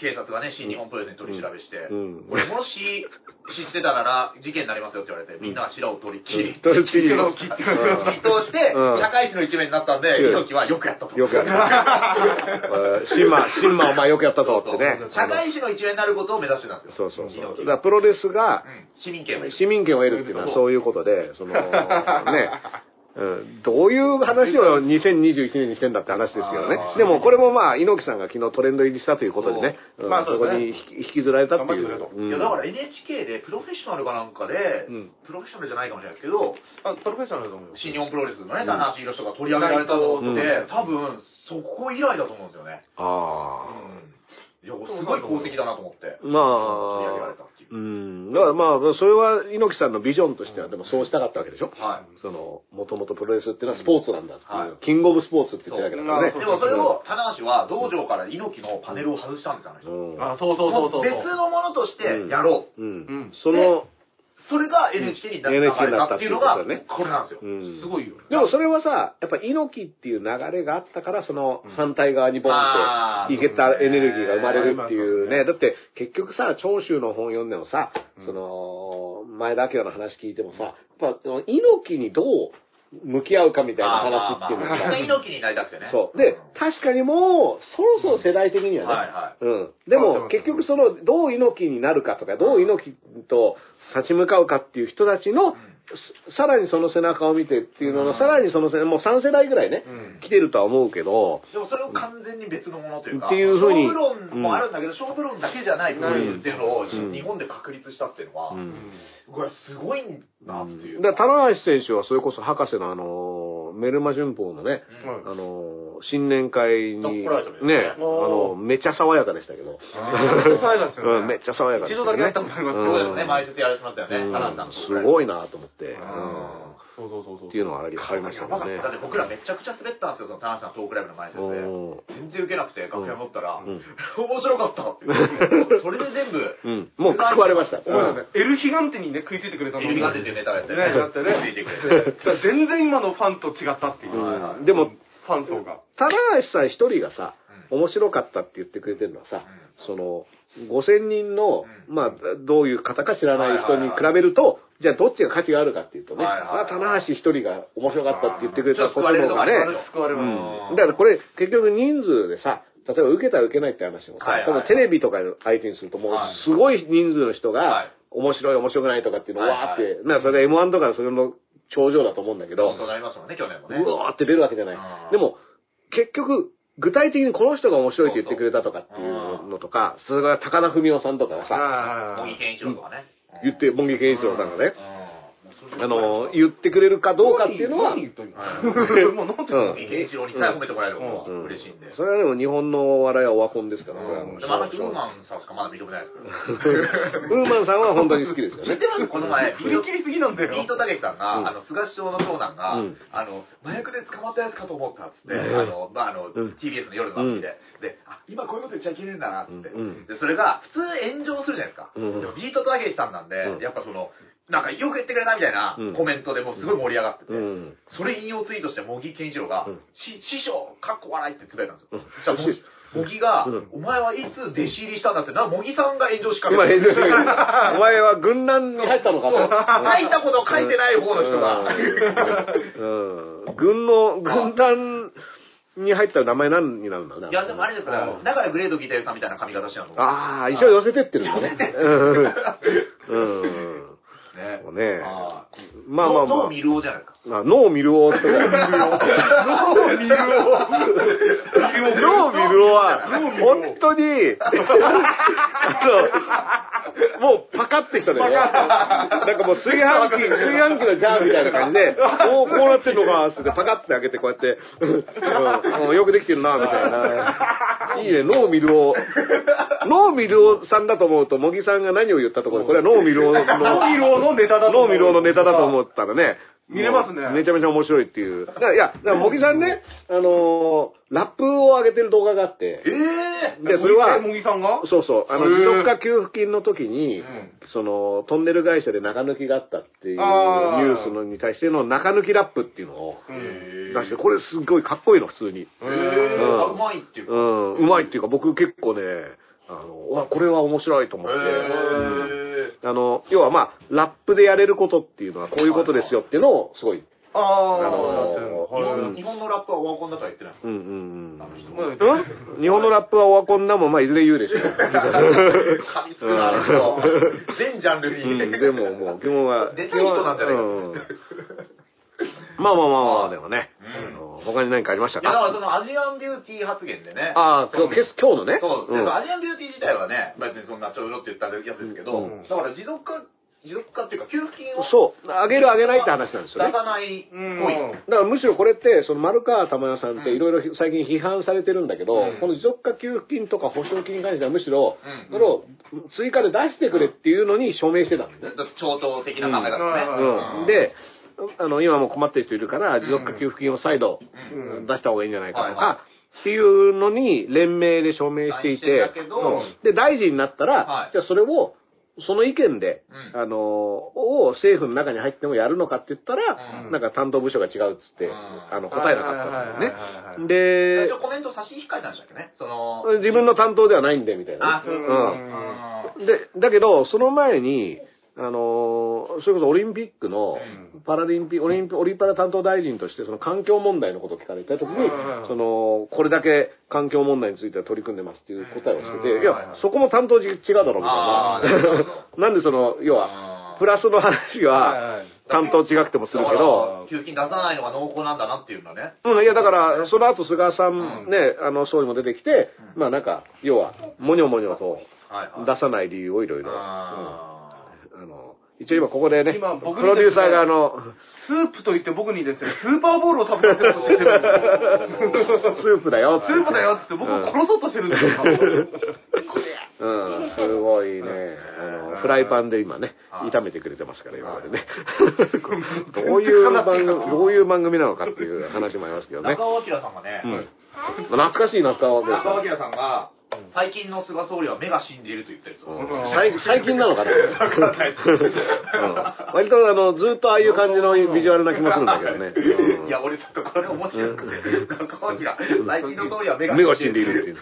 [SPEAKER 2] 警察がね、新日本プロレスに取り調べして、
[SPEAKER 3] うん
[SPEAKER 2] 俺もし知ってたなら事件になりますよって言われて、みんなが白を取り切り、
[SPEAKER 3] 人質に
[SPEAKER 4] 白を切って
[SPEAKER 3] うん
[SPEAKER 2] 一投して、
[SPEAKER 3] うん
[SPEAKER 2] 社会史の一面になったんで、
[SPEAKER 3] うん
[SPEAKER 2] 猪木はよくやったと。
[SPEAKER 3] よくやった。 うんシンマ、シンマお前よくやったぞってね。
[SPEAKER 2] 社会史の一面になることを目指してたんです
[SPEAKER 3] そ
[SPEAKER 2] よ。
[SPEAKER 3] うそうそう。だ
[SPEAKER 2] 猪
[SPEAKER 3] か
[SPEAKER 2] 木
[SPEAKER 3] らプロレスが
[SPEAKER 2] うん市民権を得る
[SPEAKER 3] 市民権を得るっていうのはそういうことで、その、ね、うんどういう話を2021年にしてんだって話ですけどね
[SPEAKER 2] あ。ー
[SPEAKER 3] でもこれもまあ、猪木さんが昨日トレンド入りしたということでね、
[SPEAKER 2] そう
[SPEAKER 3] うん
[SPEAKER 4] まあそ
[SPEAKER 3] そうこ
[SPEAKER 4] ですね
[SPEAKER 3] に引き引きずられたってい
[SPEAKER 4] 頑張ってくれ
[SPEAKER 3] う。うん
[SPEAKER 2] いやだから NHK でプロフェッショナルかなんかで、
[SPEAKER 3] うん
[SPEAKER 2] プロフェッショナルじゃないかもしれないですけど、
[SPEAKER 4] あ、プロフェッショナルだと思うよ。
[SPEAKER 2] 新日本プロレスのね、棚橋宏とか取り上げられたのって、
[SPEAKER 3] うん
[SPEAKER 2] 多分そこ以来だと思うんですよね。
[SPEAKER 3] ああ。
[SPEAKER 2] いや、すごい功績だなと思って。
[SPEAKER 3] ま
[SPEAKER 2] 取り上げられ
[SPEAKER 3] あ
[SPEAKER 2] たってい、う
[SPEAKER 3] うん。だからまあ、それは猪木さんのビジョンとしては、でもそうしたかったわけでしょ。
[SPEAKER 2] は
[SPEAKER 3] その、もともとプロレスっていうのはスポーツなんだっていう、
[SPEAKER 2] はい
[SPEAKER 3] キングオブスポーツって言ってるわけだからね。
[SPEAKER 2] い。でもそれを、棚橋は道場から猪木のパネルを外したんですよ、あの人。
[SPEAKER 3] うん、
[SPEAKER 4] あ、そうそうそうそうそう。
[SPEAKER 2] 別のものとしてやろう。
[SPEAKER 3] うん。
[SPEAKER 4] ん
[SPEAKER 3] その、
[SPEAKER 2] それが NHK に流れたっていう
[SPEAKER 3] NHK に
[SPEAKER 2] のが、
[SPEAKER 3] なったっていうことだね
[SPEAKER 2] これなんですよ。
[SPEAKER 3] うん
[SPEAKER 4] すごいよ。
[SPEAKER 3] でもそれはさ、やっぱ猪木っていう流れがあったから、その反対側にボン
[SPEAKER 2] あ
[SPEAKER 3] と
[SPEAKER 2] ー
[SPEAKER 3] いけたエネルギーが生まれるっていう
[SPEAKER 4] そ
[SPEAKER 3] ね。だって結局さ、長州の本読んでもさ、その、前田明の話聞いてもさ、やっぱその猪木にどう向き合うかみたいな話っていうの
[SPEAKER 2] まあまあまあみん
[SPEAKER 3] が
[SPEAKER 2] な
[SPEAKER 3] さ、
[SPEAKER 2] 猪木になりたくてね。
[SPEAKER 3] そう。で、確かにもう、そろそろ世代的にはね、
[SPEAKER 2] はいは
[SPEAKER 3] うん。で
[SPEAKER 4] あ
[SPEAKER 3] も、
[SPEAKER 4] でも
[SPEAKER 3] 結局その、どう猪木になるかとか、どう猪木と立ち向かうかっていう人たちの、すさらにその背中を見てっていうのの、さらにその背中、もう3世代ぐらいね、来てるとは思うけど、
[SPEAKER 2] でもそれを完全に別のものというか、
[SPEAKER 3] っていうふうに
[SPEAKER 2] 勝負論もあるんだけど、勝負論だけじゃない部分っていうのを、
[SPEAKER 3] ん
[SPEAKER 2] 日本で確立したっていうのは、
[SPEAKER 3] うん。
[SPEAKER 2] これすごいなっていう。
[SPEAKER 3] だから、棚橋選手はそれこそ博士のあのー、メルマ旬報のね、
[SPEAKER 2] うん
[SPEAKER 3] あのー、新年会に、
[SPEAKER 2] 来られたみたいですね
[SPEAKER 3] ね、あのー、めっちゃ爽やかでしたけど、
[SPEAKER 4] 爽やかですよね
[SPEAKER 3] うん、めっちゃ爽やかでしたけどね
[SPEAKER 4] 一度だけ会ったことありますけ
[SPEAKER 2] そう
[SPEAKER 4] ど
[SPEAKER 2] ですよね、毎節やらせてもらったよ
[SPEAKER 3] う
[SPEAKER 2] ね、
[SPEAKER 3] ん
[SPEAKER 2] 花さんと。
[SPEAKER 3] すご
[SPEAKER 2] い。
[SPEAKER 3] いなと思って、うん。
[SPEAKER 4] そうそうそうそう。
[SPEAKER 3] っていうのはありありましたけどね
[SPEAKER 2] だって。僕らめちゃくちゃ滑ったんですよ、その田中さんのトークライブの前説
[SPEAKER 3] うん
[SPEAKER 2] で。全然ウケなくて、楽屋持ったら、
[SPEAKER 3] ん
[SPEAKER 2] 面白かったって言 って。それで全部、
[SPEAKER 3] うん。もう救われました。
[SPEAKER 4] お前らねエルヒガンテにね、食いついてくれたの
[SPEAKER 2] エルビガンデっていうネタをやって
[SPEAKER 4] ねやって
[SPEAKER 2] つ
[SPEAKER 4] ね
[SPEAKER 2] いてくれて。
[SPEAKER 4] だから全然今のファンと違ったっていう。
[SPEAKER 3] うん
[SPEAKER 4] はいはい
[SPEAKER 3] でも、
[SPEAKER 4] ファン層が。
[SPEAKER 3] 高橋さん一人がさ、面白かったって言ってくれてるのはさ、その、5000人の、
[SPEAKER 2] う
[SPEAKER 3] まあ、どういう方か知らない人に比べると、じゃあどっちが価値があるかっていうとね、
[SPEAKER 2] はいはいはい
[SPEAKER 3] まあ、棚橋一人が面白かったって言ってくれた
[SPEAKER 2] あ
[SPEAKER 3] ら
[SPEAKER 2] ー
[SPEAKER 3] こっちの方がね、
[SPEAKER 2] 救われる
[SPEAKER 4] 救われます。
[SPEAKER 3] うんだからこれ結局人数でさ、例えば受けたら受けないって話もさ、
[SPEAKER 2] はいはい
[SPEAKER 3] 多分テレビとか相手にするともう
[SPEAKER 2] はい
[SPEAKER 3] すごい人数の人
[SPEAKER 2] は
[SPEAKER 3] が
[SPEAKER 2] い、
[SPEAKER 3] 面白い面白くないとかっていうのを
[SPEAKER 2] はいはい
[SPEAKER 3] わーって、なんかそれが M1 とかそれの頂上だと思うんだけど、
[SPEAKER 2] そうなりますもんね、去年もね。
[SPEAKER 3] うわーって出るわけじゃない
[SPEAKER 2] あ。ー
[SPEAKER 3] でも、結局、具体的にこの人が面白いって言ってくれたとかっていうのとか、それから高田文夫さんとかがさ、
[SPEAKER 4] はいはいは
[SPEAKER 2] 茂木
[SPEAKER 4] い
[SPEAKER 2] 健一郎とかね。
[SPEAKER 3] 言って、茂木健一郎さんがね、
[SPEAKER 2] うん
[SPEAKER 3] あの、言ってくれるかどうかっていうのは、
[SPEAKER 4] 何言った今もうなんて言
[SPEAKER 3] うん
[SPEAKER 4] った
[SPEAKER 2] 茂木健一郎にさえ褒めてもらえるのが嬉しいんで。
[SPEAKER 3] それはでも日本のお笑いはオワコンですから、これはも
[SPEAKER 2] うん
[SPEAKER 3] う
[SPEAKER 2] でもあの人、ウーマンさんしかまだ認めないですけど。
[SPEAKER 3] ウーマンさんは本当に好きですよ
[SPEAKER 2] 知っ
[SPEAKER 3] ね
[SPEAKER 2] て。ますこの前、ビート
[SPEAKER 4] 振り切りすぎなんだよ。
[SPEAKER 2] ビートたけしさんが、あの、菅首相の長男が、
[SPEAKER 3] うん
[SPEAKER 2] あの、麻薬で捕まったやつかと思ったっつって、
[SPEAKER 3] うん
[SPEAKER 2] あの、まあ、あの、
[SPEAKER 3] ん
[SPEAKER 2] TBS の夜の番組で、で、あ、今こういうこと言っちゃいけねえんだな、つって、
[SPEAKER 3] うん
[SPEAKER 2] で、それが、普通炎上するじゃないですか。
[SPEAKER 3] うん
[SPEAKER 2] でも、ビートたけしさんなんで、
[SPEAKER 3] うん
[SPEAKER 2] やっぱその、なんか、よく言ってくれたみたいな
[SPEAKER 3] うん
[SPEAKER 2] コメントで もうすごい盛り上がってて、
[SPEAKER 3] うん
[SPEAKER 2] それ引用ツイートして、茂木健一郎が、
[SPEAKER 3] うん
[SPEAKER 2] し師匠、かっこ笑いってつぶやいたんですよ。
[SPEAKER 3] うん
[SPEAKER 2] じゃあ、茂木茂木が、
[SPEAKER 3] うん
[SPEAKER 2] お前はいつ弟子入りしたんだって、な、茂木さんが炎上しかけ
[SPEAKER 3] 今
[SPEAKER 2] て
[SPEAKER 3] 編集してる。お前は軍団に入った のかと。
[SPEAKER 2] 書いたこと書いてない方の人が、
[SPEAKER 3] うんうん軍の、軍団に入ったら名前何になるんだろうね。
[SPEAKER 2] いや、でもあれですから、だからグレードギターさんみたいな髪型してたの。
[SPEAKER 3] ああ、一応寄せてってるんだね。うん
[SPEAKER 2] ね
[SPEAKER 3] もうね
[SPEAKER 2] ああ
[SPEAKER 3] まあまあま
[SPEAKER 2] ど
[SPEAKER 3] あ
[SPEAKER 2] う見るおじゃないですか。
[SPEAKER 3] まあ。脳を見る王とか。脳を見る王。脳 を見る王は、本当に、あの、もうパッかってきたのよ。なんかもう炊飯器、炊飯器のジャーみたいな感じで、こう、こうなってんのか、つってパカッて開けてこうやって、うんうん、よくできてるな、みたいな。いいね、ノーミルを。ノーミルオさんだと思うと、茂木さんが何を言ったところで、これはノーミルオの、
[SPEAKER 4] ノーミロのネタだと
[SPEAKER 3] ノ
[SPEAKER 4] 思う。
[SPEAKER 3] ーミルオのネタだと思ったらね、
[SPEAKER 4] 見れますね
[SPEAKER 3] もうめちゃめちゃ面白いっていう。だからいや、だから茂木さんね、あのーラップを上げてる動画があって、
[SPEAKER 2] え
[SPEAKER 3] で、それは、
[SPEAKER 4] 茂木さんが
[SPEAKER 3] そうそう、あの、
[SPEAKER 4] へー
[SPEAKER 3] 持続化給付金の時に、
[SPEAKER 2] うん
[SPEAKER 3] その、トンネル会社で中抜きがあったっていうニ
[SPEAKER 4] あー
[SPEAKER 3] ュースのに対しての中抜きラップっていうのを
[SPEAKER 4] うん
[SPEAKER 3] 出して、これすごいかっこいいの、普通に。
[SPEAKER 2] え
[SPEAKER 3] うん
[SPEAKER 2] ー、うまいっていう
[SPEAKER 3] う
[SPEAKER 2] か。
[SPEAKER 3] ん、うまいっていうか、僕結構ね、あの、うわ、これは面白いと思って、
[SPEAKER 2] え
[SPEAKER 3] あの、要はまあ、ラップでやれることっていうのはこういうことですよっていうのを、すごい、
[SPEAKER 4] ああ、
[SPEAKER 3] あの
[SPEAKER 2] ー日本
[SPEAKER 4] は
[SPEAKER 2] の日本のラップはワンコンだとは言ってないです
[SPEAKER 3] うんうんうん。
[SPEAKER 4] い
[SPEAKER 3] 日本のラップはオワコンなもん、まあ、いずれ言うでしょう。
[SPEAKER 2] 噛みつくな、あの人全ジャンル
[SPEAKER 3] う
[SPEAKER 2] に。
[SPEAKER 3] ん、でも、もう、基本は。
[SPEAKER 2] 出たい人なんじゃないか
[SPEAKER 3] うんまあまあまあまあ、でもね。あの他に何かありました
[SPEAKER 2] いや、だから
[SPEAKER 3] か
[SPEAKER 2] そのアジアンビューティー発言でね。
[SPEAKER 3] ああ、今日、今日のね。
[SPEAKER 2] そう、
[SPEAKER 3] う
[SPEAKER 2] で
[SPEAKER 3] ん
[SPEAKER 2] そのアジアンビューティー自体はね、別にそんなちょろって言ったやつですけど、
[SPEAKER 3] うん
[SPEAKER 2] だから持続化、持続化っていうか、給付金を
[SPEAKER 3] そう。あげるあげないって話なんですよ
[SPEAKER 2] 出
[SPEAKER 3] ね。
[SPEAKER 2] さないっぽい。
[SPEAKER 3] だからむしろこれって、その丸川珠代さんって
[SPEAKER 2] うん
[SPEAKER 3] いろいろ最近批判されてるんだけど、
[SPEAKER 2] うん
[SPEAKER 3] この持続化給付金とか保証金に関してはむしろ、
[SPEAKER 2] うん
[SPEAKER 3] それを追加で出してくれっていうのに署名してたんだよね。
[SPEAKER 2] 超党的な考え
[SPEAKER 4] う
[SPEAKER 3] う
[SPEAKER 2] 方ね。
[SPEAKER 4] ん
[SPEAKER 3] ん、で、あの、今も困ってる人いるから、持続化給付金を再度
[SPEAKER 2] うん
[SPEAKER 4] うん
[SPEAKER 3] 出した方がいいんじゃないかと
[SPEAKER 2] はいは
[SPEAKER 3] か、っていうのに連名で署名してい
[SPEAKER 2] はい
[SPEAKER 3] て
[SPEAKER 2] だけど
[SPEAKER 3] うんで、大臣になったら、
[SPEAKER 2] はい
[SPEAKER 3] じゃあそれを、その意見で、
[SPEAKER 2] うん
[SPEAKER 3] あのーを政府の中に入ってもやるのかって言ったら、
[SPEAKER 2] うん
[SPEAKER 3] なんか担当部署が違うっつって、
[SPEAKER 2] うん
[SPEAKER 3] あの、答えなかったんだよ
[SPEAKER 4] はいはいはいはいは
[SPEAKER 3] ね。
[SPEAKER 4] い
[SPEAKER 3] で
[SPEAKER 2] 一応、コメント差し控えたんでしたっけね。その、
[SPEAKER 3] 自分の担当ではないんで、みたいなね。
[SPEAKER 2] あ、そう
[SPEAKER 4] うん
[SPEAKER 3] うん
[SPEAKER 2] うん
[SPEAKER 3] で、だけど、その前に、あのーそれこそオリンピックの
[SPEAKER 2] うん
[SPEAKER 3] パラリンピ、オリンピ、オリパラ担当大臣として、その環境問題のことを聞かれたときに
[SPEAKER 4] うん、
[SPEAKER 3] その、これだけ環境問題については取り組んでますっていう答えをして
[SPEAKER 4] う
[SPEAKER 3] て、
[SPEAKER 4] ん
[SPEAKER 3] いや、そこも担当違うだろ、み
[SPEAKER 2] あーなる
[SPEAKER 3] たい な。なんでその、要
[SPEAKER 2] う
[SPEAKER 3] は
[SPEAKER 2] ん、
[SPEAKER 3] プラスの話
[SPEAKER 4] はい
[SPEAKER 3] は
[SPEAKER 4] はい、
[SPEAKER 3] 担当違くてもするけど、
[SPEAKER 2] 給付金出さないのが濃厚なんだなっていうのはね。
[SPEAKER 3] うん、いや、だから、その後、菅さんね、あの、総理も出てきて、まあなんか、要は、もにょもにょと
[SPEAKER 2] はいはい。
[SPEAKER 3] 出さない理由をいろいろ。
[SPEAKER 2] あー
[SPEAKER 3] あの、一応今ここでね、
[SPEAKER 4] 今僕に
[SPEAKER 3] プロデューサーがあ の、
[SPEAKER 4] スープといって僕にですね、スーパーボールを食べさせようとしてるんです よ。
[SPEAKER 3] スープだよっつって
[SPEAKER 4] スープだよっつって僕を殺そうとしてるんです よ。
[SPEAKER 3] うん、すごいね、あの、フライパンで今ね、炒めてくれてますから、今までね。 どういう番組、どういう番組なのかっていう話もありますけどね。
[SPEAKER 2] 中尾明さんがね、
[SPEAKER 3] うん。懐かしいな、中尾明さ
[SPEAKER 2] 中尾
[SPEAKER 3] ん。
[SPEAKER 2] 明さんが、最近の菅総理は目が死んでいると言ってるんですよ。
[SPEAKER 3] うん最最近なのかな、うん、割とあのずっとああいう感じのビジュアルな気もするんだけどね、うん
[SPEAKER 2] いや、俺ちょっとこれ面白くて、中尾明、最近の通りは目
[SPEAKER 3] 目が
[SPEAKER 2] が
[SPEAKER 3] 死
[SPEAKER 2] 死
[SPEAKER 3] ん
[SPEAKER 2] ん
[SPEAKER 3] で
[SPEAKER 2] で
[SPEAKER 3] い
[SPEAKER 2] い
[SPEAKER 3] るっ
[SPEAKER 2] る。
[SPEAKER 3] てい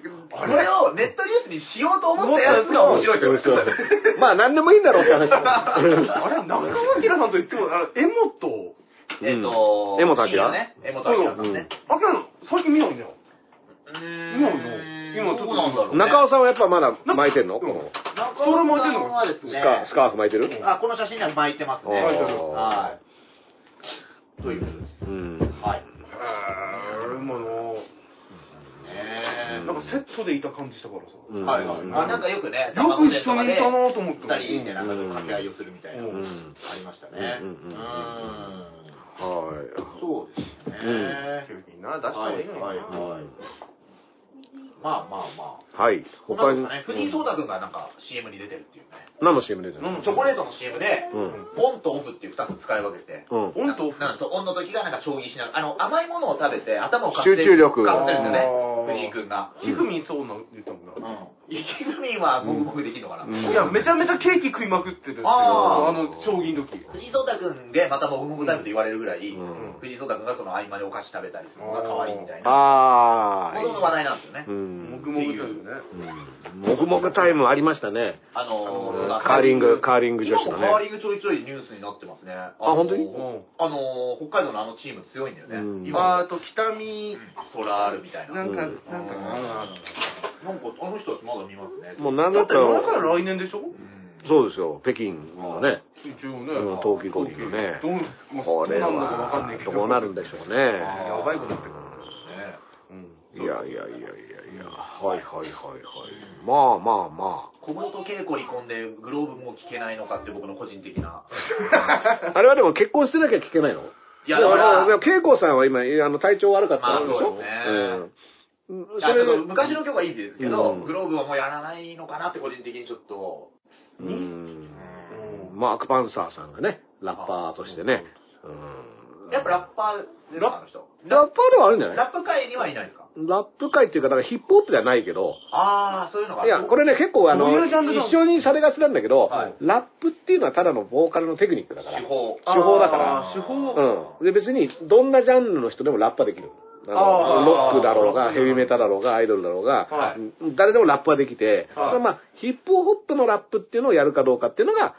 [SPEAKER 3] う
[SPEAKER 2] これをネットニュースにしようと思ったやつが面白いってことですよね。
[SPEAKER 3] まあ何でもいいんだろうって話
[SPEAKER 4] あれ、中尾明さんといっても、あれ、エモと、
[SPEAKER 2] えっと、
[SPEAKER 3] うん江本明
[SPEAKER 2] 深夜ね。江本明さんね。
[SPEAKER 4] あきら最近見ないんだよ。
[SPEAKER 2] うー
[SPEAKER 4] 今の今ちょっと
[SPEAKER 2] どうなんだろう、ね。
[SPEAKER 3] 中尾
[SPEAKER 2] 尾
[SPEAKER 3] さんはやっぱまだ巻いてんの
[SPEAKER 4] うん
[SPEAKER 3] この
[SPEAKER 2] 中尾さんはです
[SPEAKER 3] ス
[SPEAKER 2] ね、
[SPEAKER 3] カスカーフ巻いてる
[SPEAKER 2] あ、この写真には巻いてますね。
[SPEAKER 3] 巻いてる
[SPEAKER 2] はい。ということです。
[SPEAKER 3] うん
[SPEAKER 2] はい。
[SPEAKER 4] へー、今の、
[SPEAKER 2] ね
[SPEAKER 4] なんかセットでいた感じしたからさ。
[SPEAKER 3] う
[SPEAKER 4] よ
[SPEAKER 3] ん
[SPEAKER 2] はいはい。あ、なんかよくね、
[SPEAKER 4] く一緒にいたなと思って。
[SPEAKER 2] 二人でなんか掛け合いをするみたいな、
[SPEAKER 3] うん
[SPEAKER 2] ありましたね。
[SPEAKER 3] う
[SPEAKER 2] うんん。
[SPEAKER 3] うんうんは
[SPEAKER 2] そうですね。
[SPEAKER 4] 急にな、出した方
[SPEAKER 2] は
[SPEAKER 4] がい
[SPEAKER 2] い
[SPEAKER 4] いの
[SPEAKER 2] はい
[SPEAKER 4] にな。
[SPEAKER 2] はい。まあまあまあ。
[SPEAKER 3] いはい
[SPEAKER 2] こんなも
[SPEAKER 3] 他
[SPEAKER 2] んで
[SPEAKER 3] に
[SPEAKER 2] すかね、藤井聡太君がなんか CM に出てるっていうね。
[SPEAKER 3] 何の CM 出てる
[SPEAKER 4] うん
[SPEAKER 3] の
[SPEAKER 2] チョコレートの CM で、
[SPEAKER 3] うん
[SPEAKER 2] オンとオフっていう2つ使い分けて、
[SPEAKER 3] うん
[SPEAKER 4] オンとオフ
[SPEAKER 2] ななんかそうオンの時がなんか将棋しながら、あの、甘いものを食べて頭を活
[SPEAKER 3] 集中力
[SPEAKER 2] 活性るんです
[SPEAKER 4] あ
[SPEAKER 2] よ
[SPEAKER 4] ー
[SPEAKER 2] ね、藤井君が。
[SPEAKER 4] ひふみんそうなの言ったもんな
[SPEAKER 2] う。ん。雪組はもぐもぐできるのかな。
[SPEAKER 3] うん
[SPEAKER 4] いや、めちゃめちゃケーキ食いまくってるんですよ。
[SPEAKER 2] あー
[SPEAKER 4] あの、将棋の時。
[SPEAKER 2] 藤井聡太君でまたもぐもぐタイムと言われるぐらい、
[SPEAKER 3] うん
[SPEAKER 2] 藤井聡太君がその合間にお菓子食べたりするのが可愛いみたいな。
[SPEAKER 3] あ
[SPEAKER 2] もともと話題なんですよね。
[SPEAKER 3] ーうん
[SPEAKER 4] もぐもぐだよね。
[SPEAKER 3] うんもぐもぐタイムありましたね
[SPEAKER 2] あの
[SPEAKER 3] うん
[SPEAKER 2] ー、
[SPEAKER 3] カーリングカーリング女
[SPEAKER 2] 今
[SPEAKER 3] 子
[SPEAKER 2] も
[SPEAKER 3] の
[SPEAKER 2] カー
[SPEAKER 3] ね
[SPEAKER 2] リングちょいちょいニュースになってますね。あ
[SPEAKER 3] あ本当に
[SPEAKER 4] うん
[SPEAKER 2] あのー、北海道のあのチーム強いんだよね。
[SPEAKER 3] うん
[SPEAKER 2] 今、
[SPEAKER 4] あと、北見、
[SPEAKER 2] ソラールみたいな。
[SPEAKER 4] なんか、なんか、
[SPEAKER 2] なんか、
[SPEAKER 4] あ
[SPEAKER 2] なんかあの人たちまだ見ますね。
[SPEAKER 3] もう
[SPEAKER 2] う
[SPEAKER 3] 何だ
[SPEAKER 4] のだっ、
[SPEAKER 3] ってた
[SPEAKER 4] 今からら来年でしょ
[SPEAKER 2] ん
[SPEAKER 3] そうですよ北京のね
[SPEAKER 4] 一応ね
[SPEAKER 3] うん。冬季五輪のね
[SPEAKER 4] どう、まあ
[SPEAKER 3] これ
[SPEAKER 4] どうなるのかわかんない
[SPEAKER 3] は
[SPEAKER 4] けど。
[SPEAKER 3] どうなるんでしょうね
[SPEAKER 4] やばいことになってくる。
[SPEAKER 2] ね
[SPEAKER 4] うん
[SPEAKER 3] いやいやいやいやいやはいはいはいはい。まあまあま
[SPEAKER 2] 小本稽古に込んでグローブもう聞けないのかって僕の個人的な。
[SPEAKER 3] あ。あれはでも結婚してなきゃ聞けないの
[SPEAKER 2] いやだから、
[SPEAKER 3] でも恵子さんは今、あの、体調悪かった
[SPEAKER 2] まあ
[SPEAKER 3] んでし
[SPEAKER 2] そう
[SPEAKER 3] ょ
[SPEAKER 2] ですね
[SPEAKER 3] うんうん。そ
[SPEAKER 2] あ
[SPEAKER 3] れ
[SPEAKER 2] の昔の曲はいいですけど、
[SPEAKER 3] うん
[SPEAKER 2] グローブはもうやらないのかなって個人的にちょっと。
[SPEAKER 3] うん
[SPEAKER 4] う
[SPEAKER 3] マーク・パンサーさんがね、ラッパーとしてね。うん
[SPEAKER 2] やっぱラッパーですか、あの人。
[SPEAKER 3] ラッパーではあるんじゃない
[SPEAKER 2] ラップ界にはいないですか
[SPEAKER 3] ラップ界っていうか、だからヒップホップではないけど、
[SPEAKER 2] ああ、そういうのが。
[SPEAKER 3] いや、これね、結構あの
[SPEAKER 4] どういうジャンルなの、
[SPEAKER 3] 一緒にされがちなんだけど
[SPEAKER 2] はい、
[SPEAKER 3] ラップっていうのはただのボーカルのテクニックだから
[SPEAKER 2] 手。法。
[SPEAKER 3] 手法だから
[SPEAKER 4] あー手法。
[SPEAKER 3] うん。で、別に、どんなジャンルの人でもラップはできる。あ
[SPEAKER 4] あ
[SPEAKER 3] の
[SPEAKER 4] ー
[SPEAKER 3] ロックだろう
[SPEAKER 4] ロッ
[SPEAKER 3] が、
[SPEAKER 4] ク
[SPEAKER 3] ヘビメタだろうが、アイドルだろうが、
[SPEAKER 4] は
[SPEAKER 3] うん誰でもラップはできて、
[SPEAKER 4] はい
[SPEAKER 3] ただまあ、ヒップホップのラップっていうのをやるかどうかっていうのが、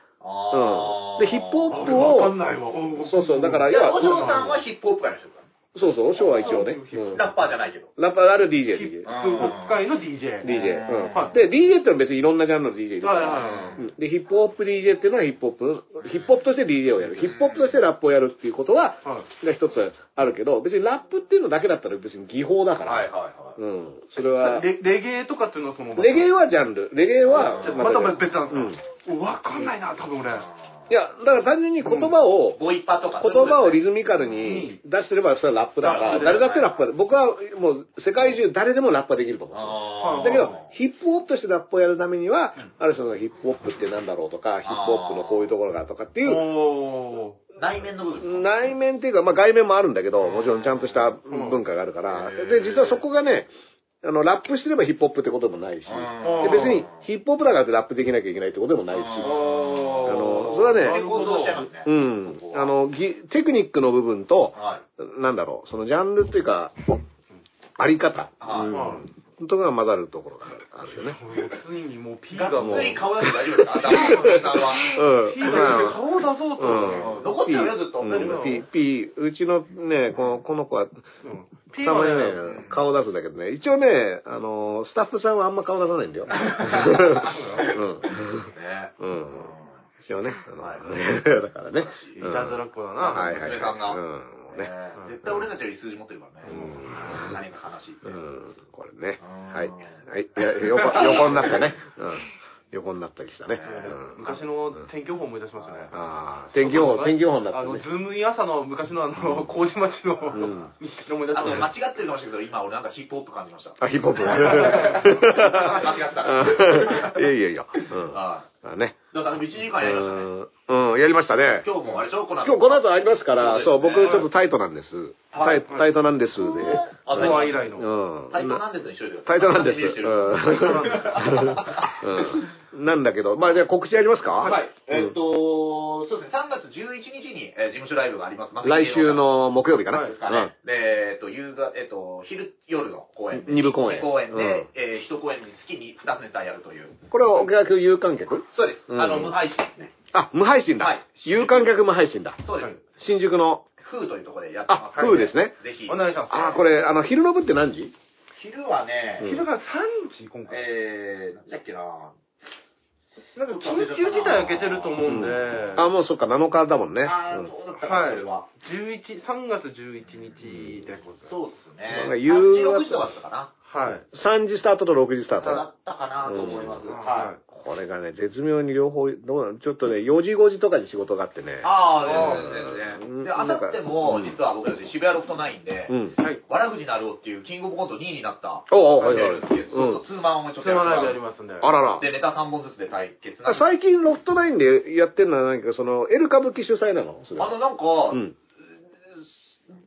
[SPEAKER 2] あー
[SPEAKER 3] うんでヒップホップ
[SPEAKER 4] あれわかんないわ。
[SPEAKER 3] そうそう、だから、
[SPEAKER 2] い
[SPEAKER 3] 要
[SPEAKER 2] や、
[SPEAKER 3] は
[SPEAKER 2] お、嬢さんはヒップホップ界の人ですか
[SPEAKER 3] そうそう、ショーは一応ね。
[SPEAKER 4] あ
[SPEAKER 3] うん
[SPEAKER 4] うん
[SPEAKER 2] ラッパーじゃないけど。
[SPEAKER 3] ラッパーある DJ
[SPEAKER 4] ヒ
[SPEAKER 3] できる
[SPEAKER 4] ップ。ホップ界の DJ。
[SPEAKER 3] DJ。
[SPEAKER 2] う
[SPEAKER 3] うん。
[SPEAKER 2] ん
[SPEAKER 3] で、DJ ってのは別にいろんなジャンルの DJ いるから
[SPEAKER 4] はいは
[SPEAKER 3] うんで、ヒップホップ DJ っていうのはヒップホップ、ヒップホップとして DJ をやる。ヒップホップとしてラップをやるっていうことは、
[SPEAKER 4] いはい。
[SPEAKER 3] が一つあるけど、別にラップっていうのだけだったら別に技法だから。
[SPEAKER 2] はいはいはい。
[SPEAKER 3] うん。それは、レ
[SPEAKER 4] レレゲエとかっていうのはその、
[SPEAKER 3] ゲエはジャンル。レゲエは、
[SPEAKER 4] また別な
[SPEAKER 3] うん
[SPEAKER 4] んですかわかんないな、多分俺。
[SPEAKER 3] いや、だから単純に言葉を、
[SPEAKER 2] ボイパとか。
[SPEAKER 3] 言葉をリズミカルに出してればそれはラップだから、
[SPEAKER 2] うん
[SPEAKER 3] 誰だってラップだ。僕はもう世界中誰でもラップはできると思う。
[SPEAKER 2] あー
[SPEAKER 3] だけど、ヒップホップとしてラップをやるためには、ある人がヒップホップってなんだろうとか、ヒップホップのこういうところがとかっていう、
[SPEAKER 4] おー。
[SPEAKER 2] 内面の部分。
[SPEAKER 3] 内面っていうか、まあ外面もあるんだけど、もちろんちゃんとした文化があるから、
[SPEAKER 2] うん
[SPEAKER 3] で、実はそこがね、あの、ラップしてればヒップホップってことでもないし、
[SPEAKER 2] うん
[SPEAKER 3] で別にヒップホップだからってラップできなきゃいけないってことでもないし、
[SPEAKER 2] うん
[SPEAKER 3] あ
[SPEAKER 4] あ
[SPEAKER 3] のそれはね
[SPEAKER 4] なるほど。
[SPEAKER 2] しちゃいますね。
[SPEAKER 3] うん
[SPEAKER 2] そこ、は
[SPEAKER 3] あ、の、ぎテクニックの部分と、
[SPEAKER 2] はい。
[SPEAKER 3] なんだろう、そのジャンルっていうか、あり方、
[SPEAKER 2] は
[SPEAKER 3] うん、とかが混ざるところがあるよね。
[SPEAKER 4] ついにもう P が
[SPEAKER 2] が
[SPEAKER 4] も
[SPEAKER 2] っ
[SPEAKER 4] う。
[SPEAKER 2] つり顔出して大丈夫ですか頭の 先端は。
[SPEAKER 3] うん
[SPEAKER 4] P が顔を出そうと。
[SPEAKER 3] うん
[SPEAKER 2] 残っちゃうよ、ずっと。
[SPEAKER 3] うん
[SPEAKER 2] 大丈夫です
[SPEAKER 3] P、P、うちのね、このこの子は、
[SPEAKER 4] うん
[SPEAKER 3] た
[SPEAKER 4] P
[SPEAKER 3] まに
[SPEAKER 4] はね
[SPEAKER 3] ね、、顔出すんだけどね、一応ね、あの、スタッフさんはあんま顔出さない んだよ。うん。
[SPEAKER 2] ね。
[SPEAKER 3] うん。一応ね、あの、
[SPEAKER 2] は
[SPEAKER 3] だからね。
[SPEAKER 4] い
[SPEAKER 3] うん
[SPEAKER 4] たずらっ子だな。
[SPEAKER 3] はいはいはい。
[SPEAKER 2] 娘さんが
[SPEAKER 3] うん。もうね。
[SPEAKER 2] ね絶対俺たちより数字持ってるからね。何か悲しいって。
[SPEAKER 3] うん。これね。
[SPEAKER 2] うん
[SPEAKER 3] はい。はい。いや横、 横になったね。うん。横になったりしたね。うん。
[SPEAKER 4] 昔の天気予報思い出しますね。
[SPEAKER 3] ああ、天気予報、天気予報になっ
[SPEAKER 4] あ
[SPEAKER 3] た
[SPEAKER 4] の、ズ
[SPEAKER 3] ね。
[SPEAKER 4] ームイン朝の昔のあの、麹町の、
[SPEAKER 3] ん
[SPEAKER 4] 日記の思い出し
[SPEAKER 2] あ
[SPEAKER 4] ま
[SPEAKER 2] と、
[SPEAKER 4] す
[SPEAKER 2] 間違
[SPEAKER 4] ね。
[SPEAKER 2] ってるかもしれないけど、今俺なんかヒップホップ感じました。
[SPEAKER 3] あ、ヒップホップ。
[SPEAKER 2] 間違った。
[SPEAKER 3] いやいやいや。うん。
[SPEAKER 2] は
[SPEAKER 3] だね。
[SPEAKER 2] い。だから1時間やりましたね。
[SPEAKER 3] うん、うんやりましたね。
[SPEAKER 2] 今日もあれでしょこの
[SPEAKER 3] 今日この後ありますから、そ、
[SPEAKER 2] そううで
[SPEAKER 3] 僕
[SPEAKER 2] す
[SPEAKER 3] ち
[SPEAKER 2] ね
[SPEAKER 3] ょっとタイトなんです。タ
[SPEAKER 2] はい
[SPEAKER 3] イタイトなんですで。
[SPEAKER 2] あ
[SPEAKER 4] コア以来
[SPEAKER 3] う
[SPEAKER 4] の。
[SPEAKER 3] ん。
[SPEAKER 2] タイトなんですね、一緒で。
[SPEAKER 3] タイトなんです。
[SPEAKER 2] 楽しみにしてる
[SPEAKER 3] うん。うんなんだけど、まあじゃあ告知ありますか
[SPEAKER 2] はい。えっ
[SPEAKER 3] うん
[SPEAKER 2] と、そうですね、3月11日に、えー事務所ライブがあります。
[SPEAKER 3] 来週の木曜日かな。
[SPEAKER 2] ですかね。で、えっと、夕方、えっと、昼、夜の公演で。
[SPEAKER 3] 二部公演
[SPEAKER 2] 二公演で、
[SPEAKER 3] うん
[SPEAKER 2] えー、1公演につきに2つネタやるという。
[SPEAKER 3] うんこれはお客有観客
[SPEAKER 2] そうです。
[SPEAKER 3] うん
[SPEAKER 2] あの、無配信ですね。
[SPEAKER 3] あ、無配信だ。
[SPEAKER 2] はい
[SPEAKER 3] 有観客無配信だ。
[SPEAKER 2] そうで
[SPEAKER 4] はい
[SPEAKER 2] す。
[SPEAKER 3] 新宿の、
[SPEAKER 2] フーというところでやってます。
[SPEAKER 3] あフーですね
[SPEAKER 2] ぜひ。
[SPEAKER 4] お願いします。
[SPEAKER 3] あー、これ、あの、昼の部って何時
[SPEAKER 2] 昼はね、
[SPEAKER 4] 昼が3時、今回。
[SPEAKER 2] えー、なんだっけな
[SPEAKER 4] なんか緊急事態開けてると思うんで、
[SPEAKER 3] あ、もうそっか、7日だもんね。
[SPEAKER 2] あー、
[SPEAKER 3] うん
[SPEAKER 2] そうだったかな、
[SPEAKER 4] は
[SPEAKER 2] そ
[SPEAKER 4] い
[SPEAKER 2] れは。、
[SPEAKER 4] 11 3月11日でございます。
[SPEAKER 2] そうです
[SPEAKER 3] なんか
[SPEAKER 2] ね。
[SPEAKER 3] 夕方
[SPEAKER 2] 8、6時とかだったかな。
[SPEAKER 4] はい。
[SPEAKER 3] 3時スタートと6時スター
[SPEAKER 2] だ
[SPEAKER 3] ト。
[SPEAKER 2] ったかなと思います。
[SPEAKER 4] うん
[SPEAKER 2] はい。
[SPEAKER 3] これがね、絶妙に両方、どうなのちょっとね、4時5時とかに仕事があってね。
[SPEAKER 2] ああ、
[SPEAKER 3] うん
[SPEAKER 2] 全然全
[SPEAKER 3] うん
[SPEAKER 2] 然。で、あさっても
[SPEAKER 3] う、ん
[SPEAKER 2] 実は僕たち渋谷ロフト9で
[SPEAKER 3] う、ん。
[SPEAKER 4] はい。
[SPEAKER 2] わらふじなるおっていうキングオブコント2位になった、
[SPEAKER 3] おうおう
[SPEAKER 2] が
[SPEAKER 3] はい
[SPEAKER 2] 出
[SPEAKER 3] はい。
[SPEAKER 2] るっていう、ずっ
[SPEAKER 3] うん
[SPEAKER 2] と。ツーマンをちょっ
[SPEAKER 4] そ
[SPEAKER 2] と
[SPEAKER 4] れ
[SPEAKER 2] や
[SPEAKER 4] はライブや
[SPEAKER 2] っ
[SPEAKER 4] り
[SPEAKER 2] て
[SPEAKER 4] ますんで。
[SPEAKER 3] あらら
[SPEAKER 2] た。で、ネタ3本ずつで対決なん
[SPEAKER 3] あ
[SPEAKER 2] で
[SPEAKER 3] 最近ロフトナインでやってるのは何かその、エル歌舞伎主催なのそれ
[SPEAKER 2] あ
[SPEAKER 3] は。
[SPEAKER 2] の、なんか、
[SPEAKER 3] うん。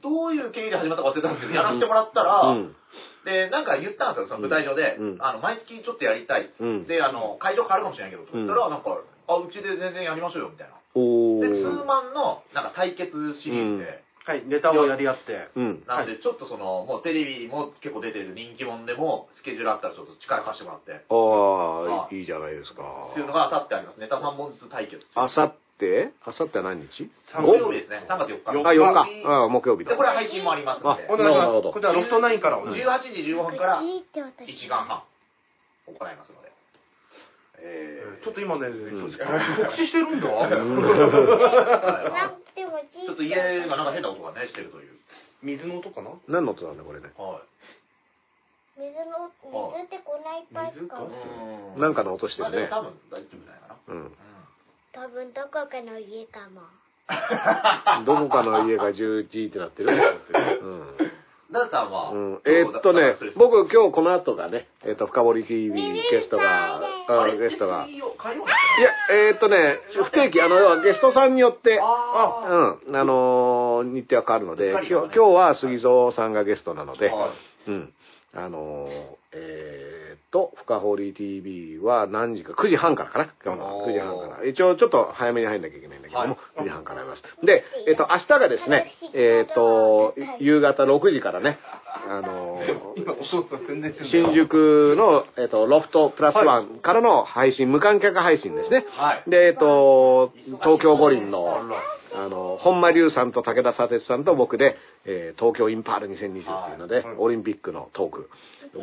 [SPEAKER 2] どういう経緯で始まったか忘れたんですけど、やらせてもらったら、
[SPEAKER 3] うん。
[SPEAKER 2] で、なんか言ったんですよ、その舞台上で、
[SPEAKER 3] うん
[SPEAKER 2] あの、毎月ちょっとやりたい。
[SPEAKER 3] うん
[SPEAKER 2] で、あの、会場変わるかもしれないけど、と言ったら、なんか、あ、うちで全然やりましょうよ、みたいな。
[SPEAKER 3] お
[SPEAKER 2] で、ツー
[SPEAKER 3] ー。
[SPEAKER 2] マンの、なんか対決シリーズで、
[SPEAKER 4] はい、ネタをやり合って。
[SPEAKER 3] うん。
[SPEAKER 2] なんで、ちょっとその、もうテレビも結構出てる人気者でも、スケジュールあったらちょっと力貸してもらって、
[SPEAKER 3] あ
[SPEAKER 2] は
[SPEAKER 3] あ、いいじゃないですか
[SPEAKER 2] って。いうのが当たってあります。ネタ3本ずつ対決。
[SPEAKER 3] あさってあさっては何日
[SPEAKER 4] 三
[SPEAKER 2] 木曜日ですね。3月4日。
[SPEAKER 3] あ、4日。ああ、木曜日だ
[SPEAKER 2] で、こ。れ配信もありますので、
[SPEAKER 3] あ
[SPEAKER 4] お願いし
[SPEAKER 3] なるほ
[SPEAKER 4] ま
[SPEAKER 3] ど
[SPEAKER 4] す。こちらロフト9からお願いしま
[SPEAKER 2] 18時15分から1時間半行いますので。え
[SPEAKER 4] す。ちょっと今ね、告
[SPEAKER 3] ん
[SPEAKER 4] 知して るんだ。
[SPEAKER 2] ーはい
[SPEAKER 5] でも
[SPEAKER 2] ちょっと家がなんか変な音がね、してるという。
[SPEAKER 4] 水の音かな
[SPEAKER 3] 何の音なんだ、これね。
[SPEAKER 2] は
[SPEAKER 5] 水のお水ってこんないっぱい使う
[SPEAKER 4] あ水か
[SPEAKER 2] うん
[SPEAKER 3] なんかの音して
[SPEAKER 2] まあ
[SPEAKER 3] る
[SPEAKER 2] でも
[SPEAKER 3] ね。
[SPEAKER 2] 多分大丈夫じゃないかな。
[SPEAKER 3] うん。
[SPEAKER 5] 多分どこかの家かも
[SPEAKER 3] どこかの家が 11G ってなってる。
[SPEAKER 2] ダンさんは、
[SPEAKER 3] うん。うん。えーっとね、僕今日この後がね、えーっと、深掘り TV ゲストが、
[SPEAKER 2] あ
[SPEAKER 3] うん
[SPEAKER 2] れ
[SPEAKER 3] ゲストが。
[SPEAKER 2] 水
[SPEAKER 3] い
[SPEAKER 2] 曜火曜
[SPEAKER 3] や、えーっとね、不定期、あの、要はゲストさんによって、
[SPEAKER 2] あー
[SPEAKER 3] うん、あのー日程は変わるので、
[SPEAKER 2] しっか
[SPEAKER 3] 今
[SPEAKER 2] り
[SPEAKER 3] 日
[SPEAKER 2] や
[SPEAKER 3] 今
[SPEAKER 2] るね
[SPEAKER 3] 日は杉蔵さんがゲストなので、
[SPEAKER 2] は
[SPEAKER 3] う
[SPEAKER 2] い
[SPEAKER 3] ん、あのーえーっと、深掘り TV は何時か、9時半からかな、今日の
[SPEAKER 2] おー
[SPEAKER 3] 9時半から。一応ちょっと早めに入んなきゃいけないんだけども、
[SPEAKER 2] はい
[SPEAKER 3] 9時半からやります。で、えーっと、明日がですね、えーっと、夕方6時からね、あのー
[SPEAKER 4] 今、お父さん宣伝してるん
[SPEAKER 3] 新
[SPEAKER 4] だよ。
[SPEAKER 3] 宿の、えっと、ロフトプラスワンからの配信、無観客配信ですね。
[SPEAKER 2] はい
[SPEAKER 3] で、えっと、東京五輪の
[SPEAKER 2] あら、
[SPEAKER 3] あの、本間龍さんと武田砂鉄さんと僕で、えー東京インパール2020っていうので、
[SPEAKER 4] はい
[SPEAKER 3] オリンピックのトーク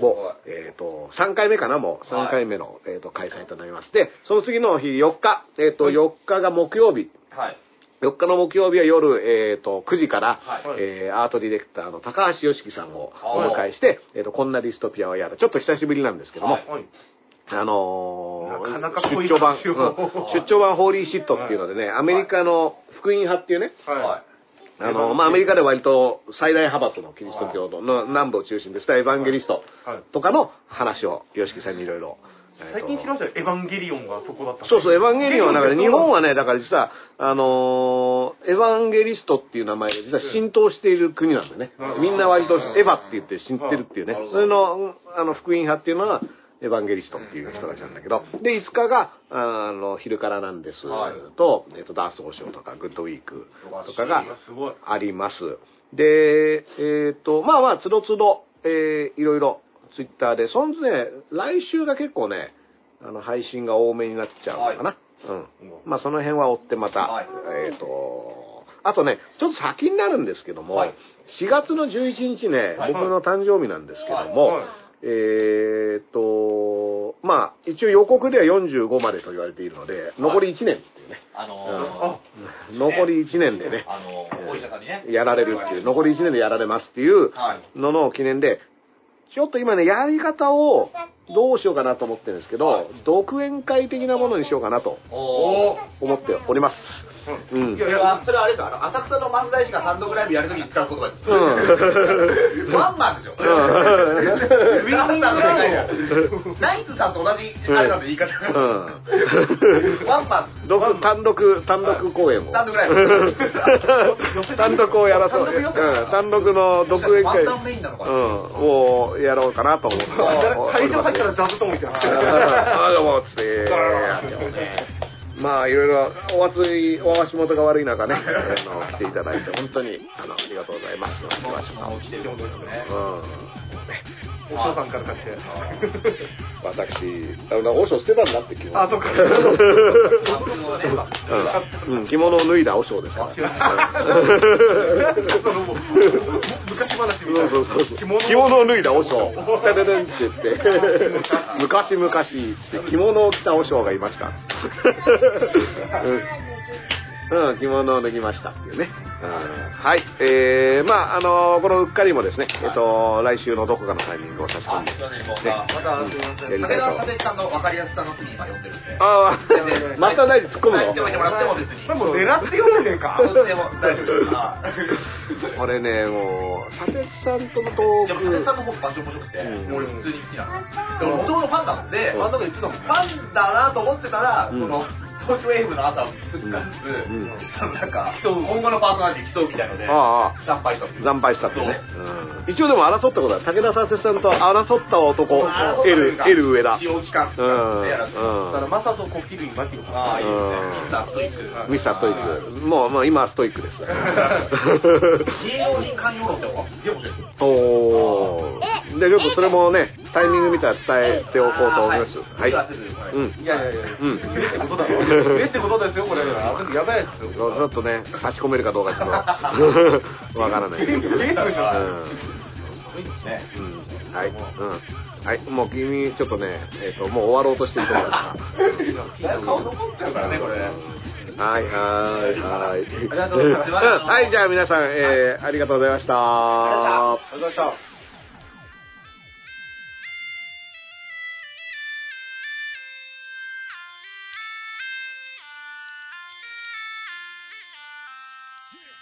[SPEAKER 3] を、えっ、と、3回目かな、もう、3回目の、えっと開催となりまして、その次の日、4日、えっ、と、4日が木曜日、
[SPEAKER 2] はい。
[SPEAKER 3] 4日の木曜日は夜、えー、と9時から、
[SPEAKER 2] はい
[SPEAKER 3] えーアートディレクターの高橋良樹さんをお迎えして、えー、とこんなディストピアをやるちょっと久しぶりなんですけども、
[SPEAKER 2] はい
[SPEAKER 4] はい。
[SPEAKER 3] あのー
[SPEAKER 4] なかなか濃い
[SPEAKER 3] 出張版、
[SPEAKER 4] 話を
[SPEAKER 3] うん出張版ホーリーシットっていうのでね、アメリカの福音派っていうね、
[SPEAKER 2] は。
[SPEAKER 4] はい
[SPEAKER 3] あのまあ、アメリカで割と最大派閥のキリスト教のの南部を中心としたエヴァンゲリストとかの話を良樹さんにいろいろ。え
[SPEAKER 4] い。
[SPEAKER 3] ーと
[SPEAKER 4] 最近知りましたよ、エヴァンゲリオンがそこだった。
[SPEAKER 3] そうそう、エヴァンゲリオンはだから、
[SPEAKER 4] ゲリ
[SPEAKER 3] 日
[SPEAKER 4] オンって
[SPEAKER 3] 本はね、だから実は、あのーエヴァンゲリストっていう名前が実は浸透している国なんだよね
[SPEAKER 4] なるほ。ど
[SPEAKER 3] みんな割とエヴァって言って知ってるっていうね
[SPEAKER 2] なるほ。ど
[SPEAKER 3] それの、あの、福音派っていうのは、エヴァンゲリストっていう人たちなんだけど、で、5日が、あの、昼からなんです
[SPEAKER 2] はい
[SPEAKER 3] と、えっと、ダンス王将とか、グッドウィークとかが
[SPEAKER 4] いやすごい。
[SPEAKER 3] あります。で、えっと、まあまあ、つどつど、えーいろいろ、ツイッターで、そんずね、来週が結構ね、あの、配信が多めになっちゃうのかな。うん。まあ、その辺は追ってまた、
[SPEAKER 2] はい
[SPEAKER 3] えっ、と、あとね、ちょっと先になるんですけども、
[SPEAKER 2] はい
[SPEAKER 3] 4月の11日ね、
[SPEAKER 2] はい
[SPEAKER 3] 僕の誕生日なんですけども、
[SPEAKER 4] はい
[SPEAKER 3] えっ、と、まあ、一応予告では45までと言われているので、残り1年っていうね、
[SPEAKER 2] あの
[SPEAKER 3] 残り1年でね
[SPEAKER 2] ー、、あのー、お医者さんにね。
[SPEAKER 3] やられるっていう、残り1年でやられますっていう
[SPEAKER 2] はい。
[SPEAKER 3] のの記念で、ちょっと今ね、やり方をどうしようかなと思ってるんですけど、
[SPEAKER 2] はい
[SPEAKER 3] 独演会的なものにしようかなと
[SPEAKER 2] おー。
[SPEAKER 3] 思ってお ります。
[SPEAKER 4] う
[SPEAKER 3] うん。
[SPEAKER 4] い
[SPEAKER 2] そ
[SPEAKER 4] やい
[SPEAKER 2] れ
[SPEAKER 4] や
[SPEAKER 2] は、、それはあれか、あの、浅草の漫才師が単独ライブやるときに使う言葉です。
[SPEAKER 3] うん
[SPEAKER 2] ワンマンでしょ。
[SPEAKER 3] うん
[SPEAKER 2] ダンサーの世界がナイツさんと同じ、あれなんで言い方が。
[SPEAKER 3] うん
[SPEAKER 2] ワンマン。
[SPEAKER 3] 独単独、単独公演を。
[SPEAKER 2] 単独ライブ
[SPEAKER 3] 単独をやらそう。
[SPEAKER 2] 単独予選
[SPEAKER 3] うん単独の独演会
[SPEAKER 2] ワンタンメインなのかな
[SPEAKER 3] うんをやろうかなと思って。
[SPEAKER 4] 会場入ったらザブト ンみたいな。
[SPEAKER 3] あどうもっつって、まあいろいろお熱いお足元が悪い中ね、あの来ていただいて本当にあのありがとうございます。お
[SPEAKER 2] も
[SPEAKER 3] 願いし
[SPEAKER 2] う来てるってことですね。
[SPEAKER 3] ます
[SPEAKER 4] お父さんから貸して。
[SPEAKER 3] うん、私、あの、おしょ捨てたんだって昨日。
[SPEAKER 4] あそっか
[SPEAKER 2] 単独をね
[SPEAKER 3] うん、うん、着物を脱いだおしょうですから。
[SPEAKER 4] そのもう昔話みたいな。
[SPEAKER 3] そうそうそう
[SPEAKER 4] 着物
[SPEAKER 3] 着物を脱いだ和尚ダダダンって言 って昔々って着物を着た和尚がいましたうん、うん、着物を脱ぎましたっていうね、うんはいえー、まああのこのうっかりもですね、えっと、来週のどこかのタイミングを差し込
[SPEAKER 2] あ
[SPEAKER 3] ん、です
[SPEAKER 2] いません、もうさ、また、
[SPEAKER 4] すいません
[SPEAKER 3] やり
[SPEAKER 2] 武
[SPEAKER 3] たいと
[SPEAKER 2] 田立さんの分かりやすさの次今呼んでるんで。
[SPEAKER 3] ああまた何突っ 込む
[SPEAKER 2] はいでもいい
[SPEAKER 3] の
[SPEAKER 2] もらっても別に。
[SPEAKER 4] これもう狙って読んでねえか。
[SPEAKER 2] どっちでも大丈夫で す。あ
[SPEAKER 3] これねもう砂鉄さんとのト
[SPEAKER 2] でも、武
[SPEAKER 3] ー
[SPEAKER 2] 田
[SPEAKER 3] ク
[SPEAKER 2] さんの僕場所面白くて、
[SPEAKER 3] うん
[SPEAKER 2] もう俺普通に好きなの。もともとファンなので、
[SPEAKER 3] うん
[SPEAKER 2] ファンの中で言ってたの、ファンだなと思ってたら、
[SPEAKER 3] うん
[SPEAKER 2] その、東京 FM の朝を2日ずつ、
[SPEAKER 3] うんうん
[SPEAKER 2] そのなんか、競う今後のパーソナリティ競うみたいので、
[SPEAKER 3] ああ
[SPEAKER 2] 惨敗したんですよ
[SPEAKER 3] 惨敗したってね、うん一応でも争ったことは武田砂鉄さんと争った男
[SPEAKER 2] そう
[SPEAKER 3] L, L 上田
[SPEAKER 2] 使用期間
[SPEAKER 3] う
[SPEAKER 2] でやらせてもらって
[SPEAKER 4] だから
[SPEAKER 3] ん、
[SPEAKER 4] マサとコキリンマキオ。
[SPEAKER 2] ああ、いいです
[SPEAKER 3] う
[SPEAKER 2] ね。
[SPEAKER 3] ん
[SPEAKER 2] ミスターストイック。
[SPEAKER 3] ミスターストイックもうもう今はストイックです
[SPEAKER 2] 芸能人寛容論ってのがすげえ面白いですよ。
[SPEAKER 3] おおじゃあちょっとそれもねタイミング見たら伝えておこうと思います
[SPEAKER 2] あ
[SPEAKER 3] は
[SPEAKER 2] ーはい
[SPEAKER 3] い、
[SPEAKER 2] ではちょっとこれ
[SPEAKER 3] うん
[SPEAKER 4] いやいやいや、
[SPEAKER 3] うん
[SPEAKER 4] 売れってことだろ。売れってことですよ、これ。やばいやつです
[SPEAKER 3] ち
[SPEAKER 4] よ。
[SPEAKER 3] ょっとね差し込めるかどうかちょっと わからないですけどうん
[SPEAKER 4] え
[SPEAKER 2] ね。
[SPEAKER 3] うんはい、うん、はい、もう君、ちょっとね、えっ、と、もう終わろうとしてるところだ
[SPEAKER 2] だいぶ顔残っちゃうからね、これ。
[SPEAKER 3] から。はい、はい、はい。
[SPEAKER 2] りがとうございます
[SPEAKER 3] ん はい、じゃあ皆さん、えーありがとうございました。
[SPEAKER 2] ありがとうございました
[SPEAKER 4] ありがとうございました。
[SPEAKER 1] Yeah!